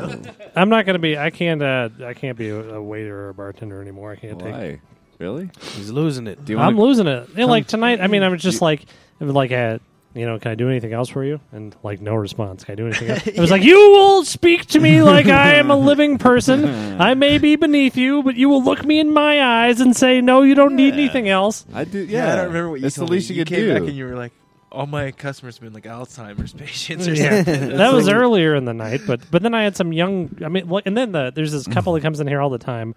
[SPEAKER 3] I'm not gonna be. I can't. Uh, I can't be a, a waiter or a bartender anymore. I can't take
[SPEAKER 4] Why? Really?
[SPEAKER 2] He's losing it.
[SPEAKER 4] Do you
[SPEAKER 3] I'm
[SPEAKER 4] want?
[SPEAKER 3] losing it. Yeah, like tonight, I mean, I'm just like, it was like, uh, you know, can I do anything else for you? And like, no response. Can I do anything else? It was like, you will speak to me like I am a living person. I may be beneath you, but you will look me in my eyes and say, no, you don't need anything else.
[SPEAKER 4] I do. Yeah,
[SPEAKER 6] Yeah, I don't remember what you
[SPEAKER 4] That's the
[SPEAKER 6] told
[SPEAKER 4] least
[SPEAKER 6] me.
[SPEAKER 4] you could
[SPEAKER 6] came
[SPEAKER 4] do.
[SPEAKER 6] back and you were like, all my customers have been like Alzheimer's patients or
[SPEAKER 3] Yeah,
[SPEAKER 6] something.
[SPEAKER 3] that was earlier in the night, but but then I had some young. I mean, well, and then the, there's this couple that comes in here all the time,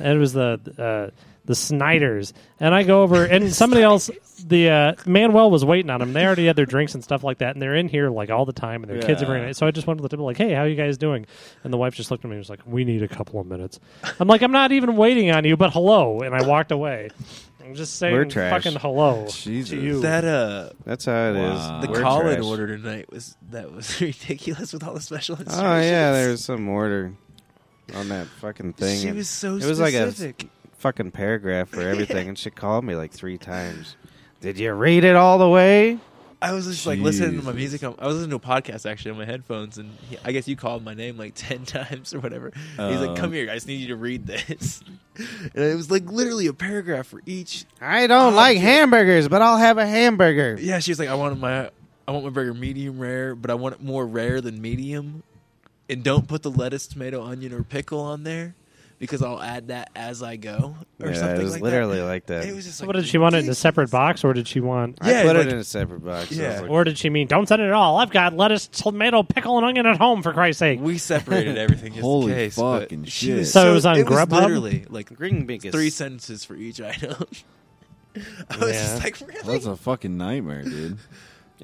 [SPEAKER 3] and it was the uh, the Snyders, and I go over and somebody else, the uh, Manuel was waiting on them. They already had their drinks and stuff like that, and they're in here like all the time, and their kids are
[SPEAKER 4] Yeah.
[SPEAKER 3] bringing it. So I just went to the table like, "Hey, how you guys doing?" And the wife just looked at me and was like, "We need a couple of minutes." I'm like, "I'm not even waiting on you, but hello," and I walked away. I'm just
[SPEAKER 2] We're
[SPEAKER 3] saying,
[SPEAKER 2] trash.
[SPEAKER 3] fucking hello.
[SPEAKER 4] Jesus.
[SPEAKER 3] you.
[SPEAKER 6] That uh,
[SPEAKER 2] That's how it is.
[SPEAKER 4] Wow.
[SPEAKER 6] the
[SPEAKER 2] Uh, We're
[SPEAKER 6] call in
[SPEAKER 2] trash.
[SPEAKER 6] order tonight was that was ridiculous with all the special instructions.
[SPEAKER 2] Oh yeah, there was some order on that fucking thing.
[SPEAKER 6] She
[SPEAKER 2] and
[SPEAKER 6] was so
[SPEAKER 2] it was like a
[SPEAKER 6] specific.
[SPEAKER 2] fucking paragraph for everything, and she called me like three times. Did you read it all the way?
[SPEAKER 6] I was just like listening to my
[SPEAKER 4] Jesus.
[SPEAKER 6] music. on- I was listening to a podcast actually on my headphones, and he, I guess you called my name like ten times or whatever. He's
[SPEAKER 4] Oh.
[SPEAKER 6] like, "Come here, I just need you to read this," and it was like literally a paragraph for each.
[SPEAKER 2] I don't
[SPEAKER 6] Oh,
[SPEAKER 2] like
[SPEAKER 6] dude.
[SPEAKER 2] hamburgers, but I'll have a hamburger.
[SPEAKER 6] Yeah, she was like, "I want my, I want my burger medium rare, but I want it more rare than medium, and don't put the lettuce, tomato, onion, or pickle on there." Because I'll add that as I go, or
[SPEAKER 2] Yeah,
[SPEAKER 6] something
[SPEAKER 2] it was
[SPEAKER 6] like
[SPEAKER 2] literally
[SPEAKER 6] that.
[SPEAKER 2] like that.
[SPEAKER 6] It was just
[SPEAKER 3] So
[SPEAKER 6] like
[SPEAKER 3] what did she want it in a
[SPEAKER 6] ridiculous.
[SPEAKER 3] separate box, or did she want?
[SPEAKER 2] I
[SPEAKER 6] Yeah,
[SPEAKER 2] put
[SPEAKER 6] like-
[SPEAKER 2] it in a separate box. I was
[SPEAKER 6] Yeah.
[SPEAKER 2] like,
[SPEAKER 3] Or did she mean don't send it at all? I've got lettuce, tomato, pickle, and onion at home for Christ's sake.
[SPEAKER 6] We separated everything. Just
[SPEAKER 4] Holy
[SPEAKER 6] in case,
[SPEAKER 4] fucking
[SPEAKER 6] but she
[SPEAKER 4] shit.
[SPEAKER 6] Was
[SPEAKER 3] So it was on Grubhub?
[SPEAKER 6] Literally, like
[SPEAKER 2] green beak is
[SPEAKER 6] three sentences for each item. I was
[SPEAKER 3] Yeah.
[SPEAKER 6] just like, really?
[SPEAKER 4] That's a fucking nightmare, dude.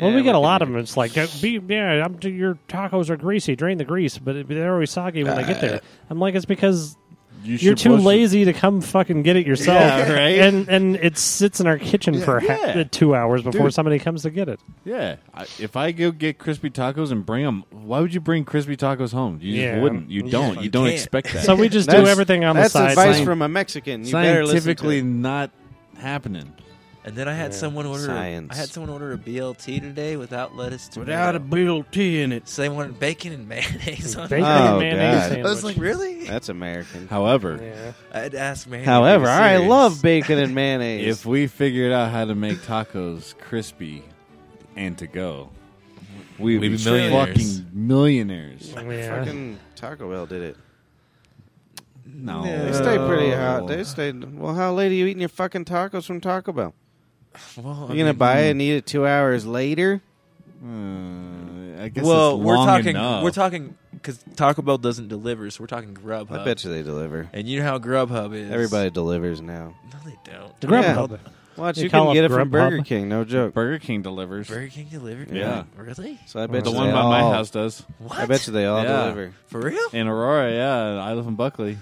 [SPEAKER 3] well,
[SPEAKER 2] Yeah,
[SPEAKER 3] we get a
[SPEAKER 2] can
[SPEAKER 3] lot of
[SPEAKER 2] make-
[SPEAKER 3] them. It's like, uh, be, yeah, I'm, your tacos are greasy. Drain the grease, but it- they're always soggy when I get there. I'm like, it's because
[SPEAKER 4] You
[SPEAKER 3] you're
[SPEAKER 4] should
[SPEAKER 3] too
[SPEAKER 4] blush it.
[SPEAKER 3] lazy to come fucking get it yourself.
[SPEAKER 4] Yeah, right?
[SPEAKER 3] And and it sits in our kitchen for ha- uh,
[SPEAKER 4] Yeah.
[SPEAKER 3] two hours before
[SPEAKER 4] Dude.
[SPEAKER 3] somebody comes to get it.
[SPEAKER 4] Yeah, I, if I go get crispy tacos and bring them, why would you bring crispy tacos home? You
[SPEAKER 3] Yeah.
[SPEAKER 4] just wouldn't. You don't.
[SPEAKER 6] you
[SPEAKER 4] you don't
[SPEAKER 6] can't.
[SPEAKER 4] expect that.
[SPEAKER 3] So we just do
[SPEAKER 2] That's-
[SPEAKER 3] everything on
[SPEAKER 2] That's
[SPEAKER 3] the side.
[SPEAKER 2] advice
[SPEAKER 3] Sci-
[SPEAKER 2] from a Mexican. You better listen to
[SPEAKER 4] scientifically
[SPEAKER 2] it.
[SPEAKER 4] not happening.
[SPEAKER 6] And then I had someone order.
[SPEAKER 2] Science.
[SPEAKER 6] I had someone order a BLT today without lettuce. Tomato.
[SPEAKER 2] BLT in it.
[SPEAKER 6] So they wanted bacon and mayonnaise on
[SPEAKER 3] Bacon
[SPEAKER 6] it.
[SPEAKER 3] and
[SPEAKER 2] Oh,
[SPEAKER 3] mayonnaise
[SPEAKER 2] God.
[SPEAKER 6] I
[SPEAKER 3] sandwich.
[SPEAKER 6] was like, really?
[SPEAKER 2] That's American.
[SPEAKER 4] However,
[SPEAKER 3] yeah.
[SPEAKER 6] I had to ask man.
[SPEAKER 2] However, I love bacon and mayonnaise.
[SPEAKER 4] if we figured out how to make tacos crispy and to go, we'd,
[SPEAKER 6] We'd
[SPEAKER 4] be,
[SPEAKER 6] be millionaires.
[SPEAKER 4] fucking millionaires.
[SPEAKER 3] Yeah.
[SPEAKER 2] fucking Taco Bell did it.
[SPEAKER 4] No,
[SPEAKER 2] They stay pretty hot.
[SPEAKER 4] Oh.
[SPEAKER 2] They stayed. Well, how late are you eating your fucking tacos from Taco Bell?
[SPEAKER 6] Well, I
[SPEAKER 2] You gonna
[SPEAKER 6] mean,
[SPEAKER 2] buy it and eat it two hours later?
[SPEAKER 4] Uh, I guess
[SPEAKER 6] well,
[SPEAKER 4] it's
[SPEAKER 6] we're
[SPEAKER 4] long
[SPEAKER 6] talking.
[SPEAKER 4] enough.
[SPEAKER 6] We're talking because Taco Bell doesn't deliver, so we're talking Grubhub.
[SPEAKER 2] I bet you they deliver.
[SPEAKER 6] And you know how Grubhub is.
[SPEAKER 2] Everybody delivers now.
[SPEAKER 6] No, they don't.
[SPEAKER 3] Grubhub.
[SPEAKER 6] Well,
[SPEAKER 2] Watch,
[SPEAKER 3] You
[SPEAKER 2] you
[SPEAKER 3] call
[SPEAKER 2] can
[SPEAKER 3] up
[SPEAKER 2] get it from
[SPEAKER 3] Grubhub?
[SPEAKER 2] Burger King, no joke.
[SPEAKER 4] Burger King delivers.
[SPEAKER 6] Burger King delivered?
[SPEAKER 4] Yeah.
[SPEAKER 6] Really?
[SPEAKER 2] So I bet
[SPEAKER 4] the
[SPEAKER 2] you
[SPEAKER 4] one
[SPEAKER 2] they
[SPEAKER 4] by my
[SPEAKER 2] all-
[SPEAKER 4] house does.
[SPEAKER 6] What?
[SPEAKER 2] I bet you they all
[SPEAKER 4] Yeah.
[SPEAKER 2] deliver.
[SPEAKER 6] For real?
[SPEAKER 4] In Aurora, yeah. I live in Buckley.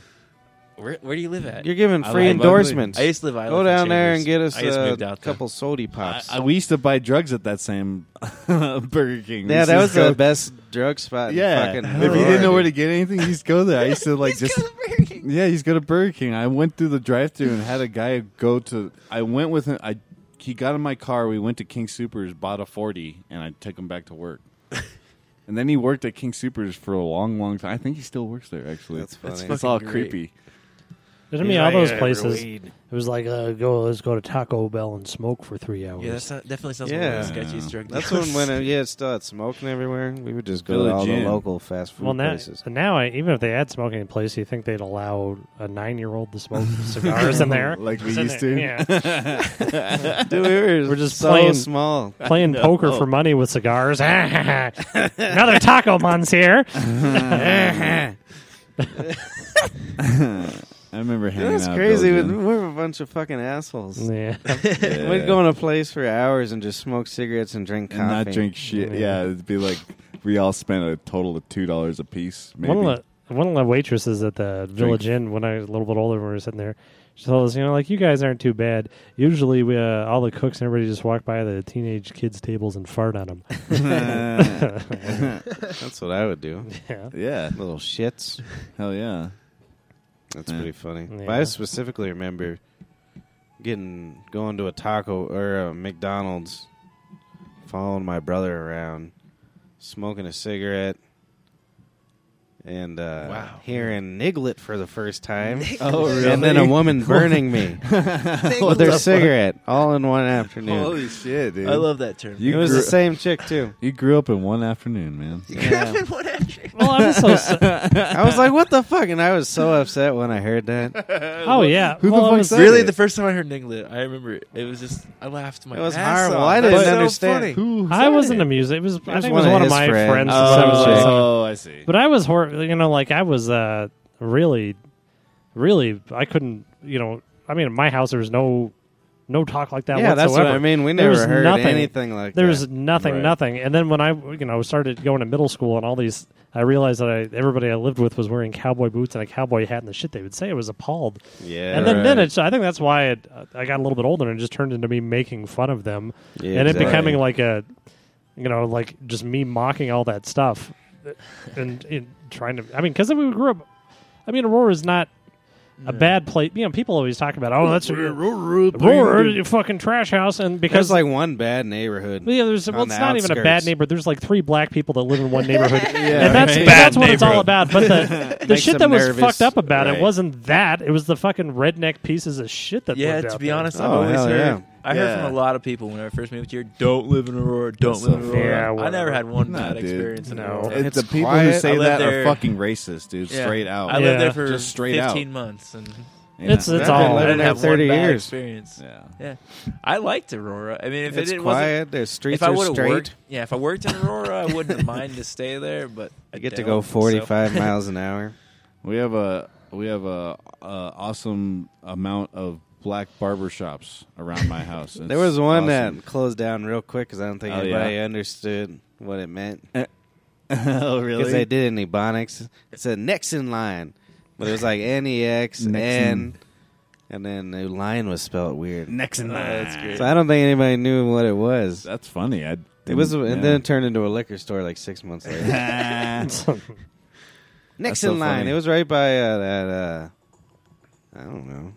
[SPEAKER 6] Where, where do you live at?
[SPEAKER 2] You're giving
[SPEAKER 4] I
[SPEAKER 2] free
[SPEAKER 4] like-
[SPEAKER 2] endorsements.
[SPEAKER 6] I used to live out
[SPEAKER 2] Go down there and get us
[SPEAKER 6] I just
[SPEAKER 2] a
[SPEAKER 6] moved out there.
[SPEAKER 2] couple sody pops.
[SPEAKER 4] I, I- we used to buy drugs at that same Burger King. We
[SPEAKER 2] yeah,
[SPEAKER 4] used
[SPEAKER 2] that
[SPEAKER 4] to
[SPEAKER 2] was
[SPEAKER 4] go-
[SPEAKER 2] the best drug spot. in
[SPEAKER 4] Yeah,
[SPEAKER 2] fucking
[SPEAKER 4] if you
[SPEAKER 2] Aurora,
[SPEAKER 4] didn't know where to
[SPEAKER 2] dude.
[SPEAKER 4] get anything, you just go there. I used to like just. Yeah, he's go to Burger King. I went through the drive-through and had a guy go to. I went with him. I he got in my car. We went to King Supers, bought a forty, and I took him back to work. and then he worked at King Supers for a long, long time. I think he still works there. Actually,
[SPEAKER 2] That's funny.
[SPEAKER 4] It's all
[SPEAKER 6] fucking great.
[SPEAKER 4] creepy.
[SPEAKER 3] I mean, all those places. It was like, uh, go, let's go to Taco Bell and smoke for three hours.
[SPEAKER 6] Yeah, that sound- definitely sounds
[SPEAKER 2] Yeah.
[SPEAKER 6] like one of the sketchiest drug
[SPEAKER 2] That's
[SPEAKER 6] deals.
[SPEAKER 2] when, when uh, yeah, it still had smoking everywhere. We would just go
[SPEAKER 4] Village
[SPEAKER 2] to all
[SPEAKER 4] Inn.
[SPEAKER 2] the local fast food
[SPEAKER 3] well, now,
[SPEAKER 2] places.
[SPEAKER 3] and now I, even if they had smoking in place, you think they'd allow a nine-year-old to smoke cigars in there?
[SPEAKER 4] Like we
[SPEAKER 3] Just in
[SPEAKER 4] used
[SPEAKER 3] there,
[SPEAKER 4] to.
[SPEAKER 3] yeah.
[SPEAKER 2] Dude, we were,
[SPEAKER 3] We're just
[SPEAKER 2] so
[SPEAKER 3] playing-
[SPEAKER 2] small.
[SPEAKER 3] playing poker for money with cigars. Another taco mon's here.
[SPEAKER 4] I remember hanging
[SPEAKER 2] That's
[SPEAKER 4] out. at
[SPEAKER 2] crazy.
[SPEAKER 4] Village
[SPEAKER 2] We-
[SPEAKER 4] Inn.
[SPEAKER 2] We're a bunch of fucking assholes.
[SPEAKER 3] yeah.
[SPEAKER 4] Yeah.
[SPEAKER 2] We'd go in a place for hours and just smoke cigarettes and drink coffee.
[SPEAKER 4] and not drink shit.
[SPEAKER 3] Yeah.
[SPEAKER 4] Yeah. it'd be like we all spent a total of two dollars a piece. Maybe.
[SPEAKER 3] One of the one of the waitresses at the Village Inn when I was a little bit older, when we were sitting there, she told us, you know, like you guys aren't too bad. Usually, we uh, all the cooks and everybody just walk by the teenage kids' tables and fart on them.
[SPEAKER 2] That's what I would do.
[SPEAKER 3] yeah.
[SPEAKER 4] yeah,
[SPEAKER 2] Little shits.
[SPEAKER 4] hell yeah.
[SPEAKER 2] That's
[SPEAKER 4] Yeah.
[SPEAKER 2] pretty funny.
[SPEAKER 3] Yeah.
[SPEAKER 2] But I specifically remember getting going to a taco or a McDonald's, following my brother around, smoking a cigarette, and uh,
[SPEAKER 6] Wow.
[SPEAKER 2] hearing Niglet for the first time.
[SPEAKER 4] Oh,
[SPEAKER 2] And then a woman burning me with her cigarette all in one afternoon.
[SPEAKER 4] Holy shit, dude!
[SPEAKER 6] I love that term.
[SPEAKER 4] You
[SPEAKER 2] it was
[SPEAKER 4] grew-
[SPEAKER 2] the same chick too.
[SPEAKER 4] You grew up in one afternoon, man.
[SPEAKER 2] Yeah.
[SPEAKER 6] what actually?
[SPEAKER 3] Well, I'm so. s-
[SPEAKER 2] I was like, "What the fuck?" And I was so upset when I heard that.
[SPEAKER 3] oh yeah.
[SPEAKER 4] Who the
[SPEAKER 3] well, it
[SPEAKER 4] fuck
[SPEAKER 3] was-
[SPEAKER 4] said
[SPEAKER 6] Really,
[SPEAKER 4] it?
[SPEAKER 6] the first time I heard Ninglet, I remember it, it was just I laughed my
[SPEAKER 2] It was
[SPEAKER 6] ass
[SPEAKER 2] horrible.
[SPEAKER 6] off.
[SPEAKER 2] I
[SPEAKER 6] That
[SPEAKER 2] didn't
[SPEAKER 6] was so
[SPEAKER 2] understand.
[SPEAKER 6] funny.
[SPEAKER 4] Who?
[SPEAKER 3] I wasn't amused. It was. I
[SPEAKER 2] was
[SPEAKER 3] think it was one of
[SPEAKER 2] his
[SPEAKER 3] my
[SPEAKER 2] friends.
[SPEAKER 3] friends. or some shit.
[SPEAKER 4] Oh, I see.
[SPEAKER 3] But I was hor- you know, like I was uh really really I couldn't, you know, I mean, at my house there was no no talk like that
[SPEAKER 2] yeah,
[SPEAKER 3] whatsoever.
[SPEAKER 2] that's what I mean. We
[SPEAKER 3] There
[SPEAKER 2] never
[SPEAKER 3] was
[SPEAKER 2] heard
[SPEAKER 3] nothing.
[SPEAKER 2] anything like
[SPEAKER 3] There was
[SPEAKER 2] that.
[SPEAKER 3] nothing,
[SPEAKER 4] Right.
[SPEAKER 3] nothing. And then when I, you know, started going to middle school and all these I realized that I, everybody I lived with was wearing cowboy boots and a cowboy hat, and the shit they would say I was appalled.
[SPEAKER 2] Yeah,
[SPEAKER 3] and then,
[SPEAKER 4] right.
[SPEAKER 3] then it's, I think that's why it, I got a little bit older and it just turned into me making fun of them
[SPEAKER 2] Yeah,
[SPEAKER 3] and
[SPEAKER 2] exactly.
[SPEAKER 3] it becoming like a you know like just me mocking all that stuff and, and trying to i mean because we grew up i mean aurora is not a bad place you know people always talk about oh that's aurora you fucking trash house and because
[SPEAKER 2] There's like one bad neighborhood.
[SPEAKER 3] yeah, there's well,
[SPEAKER 2] on
[SPEAKER 3] it's
[SPEAKER 2] the
[SPEAKER 3] not even a bad
[SPEAKER 2] outskirts.
[SPEAKER 3] neighbor. There's like three black people that live in one neighborhood, and that's
[SPEAKER 4] right.
[SPEAKER 3] that's
[SPEAKER 4] Bad
[SPEAKER 3] what it's all
[SPEAKER 4] neighborhood.
[SPEAKER 3] about. But the, the
[SPEAKER 2] Makes
[SPEAKER 3] shit that
[SPEAKER 2] them
[SPEAKER 3] was
[SPEAKER 2] nervous.
[SPEAKER 3] fucked up about it
[SPEAKER 2] Right.
[SPEAKER 3] wasn't that. It was the fucking redneck pieces of shit that.
[SPEAKER 6] Yeah,
[SPEAKER 3] lived
[SPEAKER 6] to
[SPEAKER 3] out
[SPEAKER 6] be
[SPEAKER 3] there.
[SPEAKER 6] honest, I've
[SPEAKER 2] Oh,
[SPEAKER 6] always
[SPEAKER 2] hell
[SPEAKER 6] heard.
[SPEAKER 2] yeah.
[SPEAKER 6] I heard
[SPEAKER 4] Yeah.
[SPEAKER 6] from a lot of people when I first moved here, "Don't live in Aurora. Don't live in
[SPEAKER 4] so-
[SPEAKER 3] Yeah,
[SPEAKER 6] Aurora." I
[SPEAKER 3] whatever.
[SPEAKER 6] never had one
[SPEAKER 4] Nah,
[SPEAKER 6] bad
[SPEAKER 4] dude.
[SPEAKER 6] experience in
[SPEAKER 3] No.
[SPEAKER 6] Aurora.
[SPEAKER 4] It's the people who
[SPEAKER 2] quiet.
[SPEAKER 6] I
[SPEAKER 4] say
[SPEAKER 6] lived
[SPEAKER 4] that
[SPEAKER 6] there.
[SPEAKER 4] are fucking racist, dude.
[SPEAKER 6] Yeah.
[SPEAKER 4] Straight out.
[SPEAKER 6] I lived there for
[SPEAKER 4] Just straight out.
[SPEAKER 6] 15 months, and
[SPEAKER 4] Yeah.
[SPEAKER 3] It's it's
[SPEAKER 2] I've been
[SPEAKER 3] all
[SPEAKER 6] I
[SPEAKER 2] living
[SPEAKER 6] didn't
[SPEAKER 2] there
[SPEAKER 6] have
[SPEAKER 2] 30
[SPEAKER 6] one bad
[SPEAKER 2] years.
[SPEAKER 6] experience.
[SPEAKER 4] yeah.
[SPEAKER 6] Yeah, I liked Aurora. I mean, if
[SPEAKER 2] it's
[SPEAKER 6] it, it wasn't,
[SPEAKER 2] quiet. Their streets
[SPEAKER 6] if I
[SPEAKER 2] are
[SPEAKER 6] would have
[SPEAKER 2] straight.
[SPEAKER 6] worked, yeah, if I worked in Aurora, I wouldn't mind to stay there. But
[SPEAKER 2] I get to
[SPEAKER 6] don't,
[SPEAKER 2] go
[SPEAKER 6] so-
[SPEAKER 2] 45 miles an hour.
[SPEAKER 4] We have a we have a, a awesome amount of black barber shops around my house.
[SPEAKER 2] There was one that closed down real quick because I don't think
[SPEAKER 4] Oh,
[SPEAKER 2] anybody
[SPEAKER 4] yeah?
[SPEAKER 2] understood what it meant.
[SPEAKER 4] that. oh
[SPEAKER 2] Because they did in Ebonics. It's a next in line. But it was like N-E-X,
[SPEAKER 4] Next
[SPEAKER 2] N, and then the line was spelled weird.
[SPEAKER 4] Next in line.
[SPEAKER 6] that's great.
[SPEAKER 2] So I don't think anybody knew what it was.
[SPEAKER 4] That's funny. I
[SPEAKER 2] It was,
[SPEAKER 4] didn't-
[SPEAKER 2] and
[SPEAKER 4] yeah.
[SPEAKER 2] then it turned into a liquor store like six months later. Next
[SPEAKER 4] so
[SPEAKER 2] in line.
[SPEAKER 4] funny.
[SPEAKER 2] It was right by uh, that. Uh, I don't know.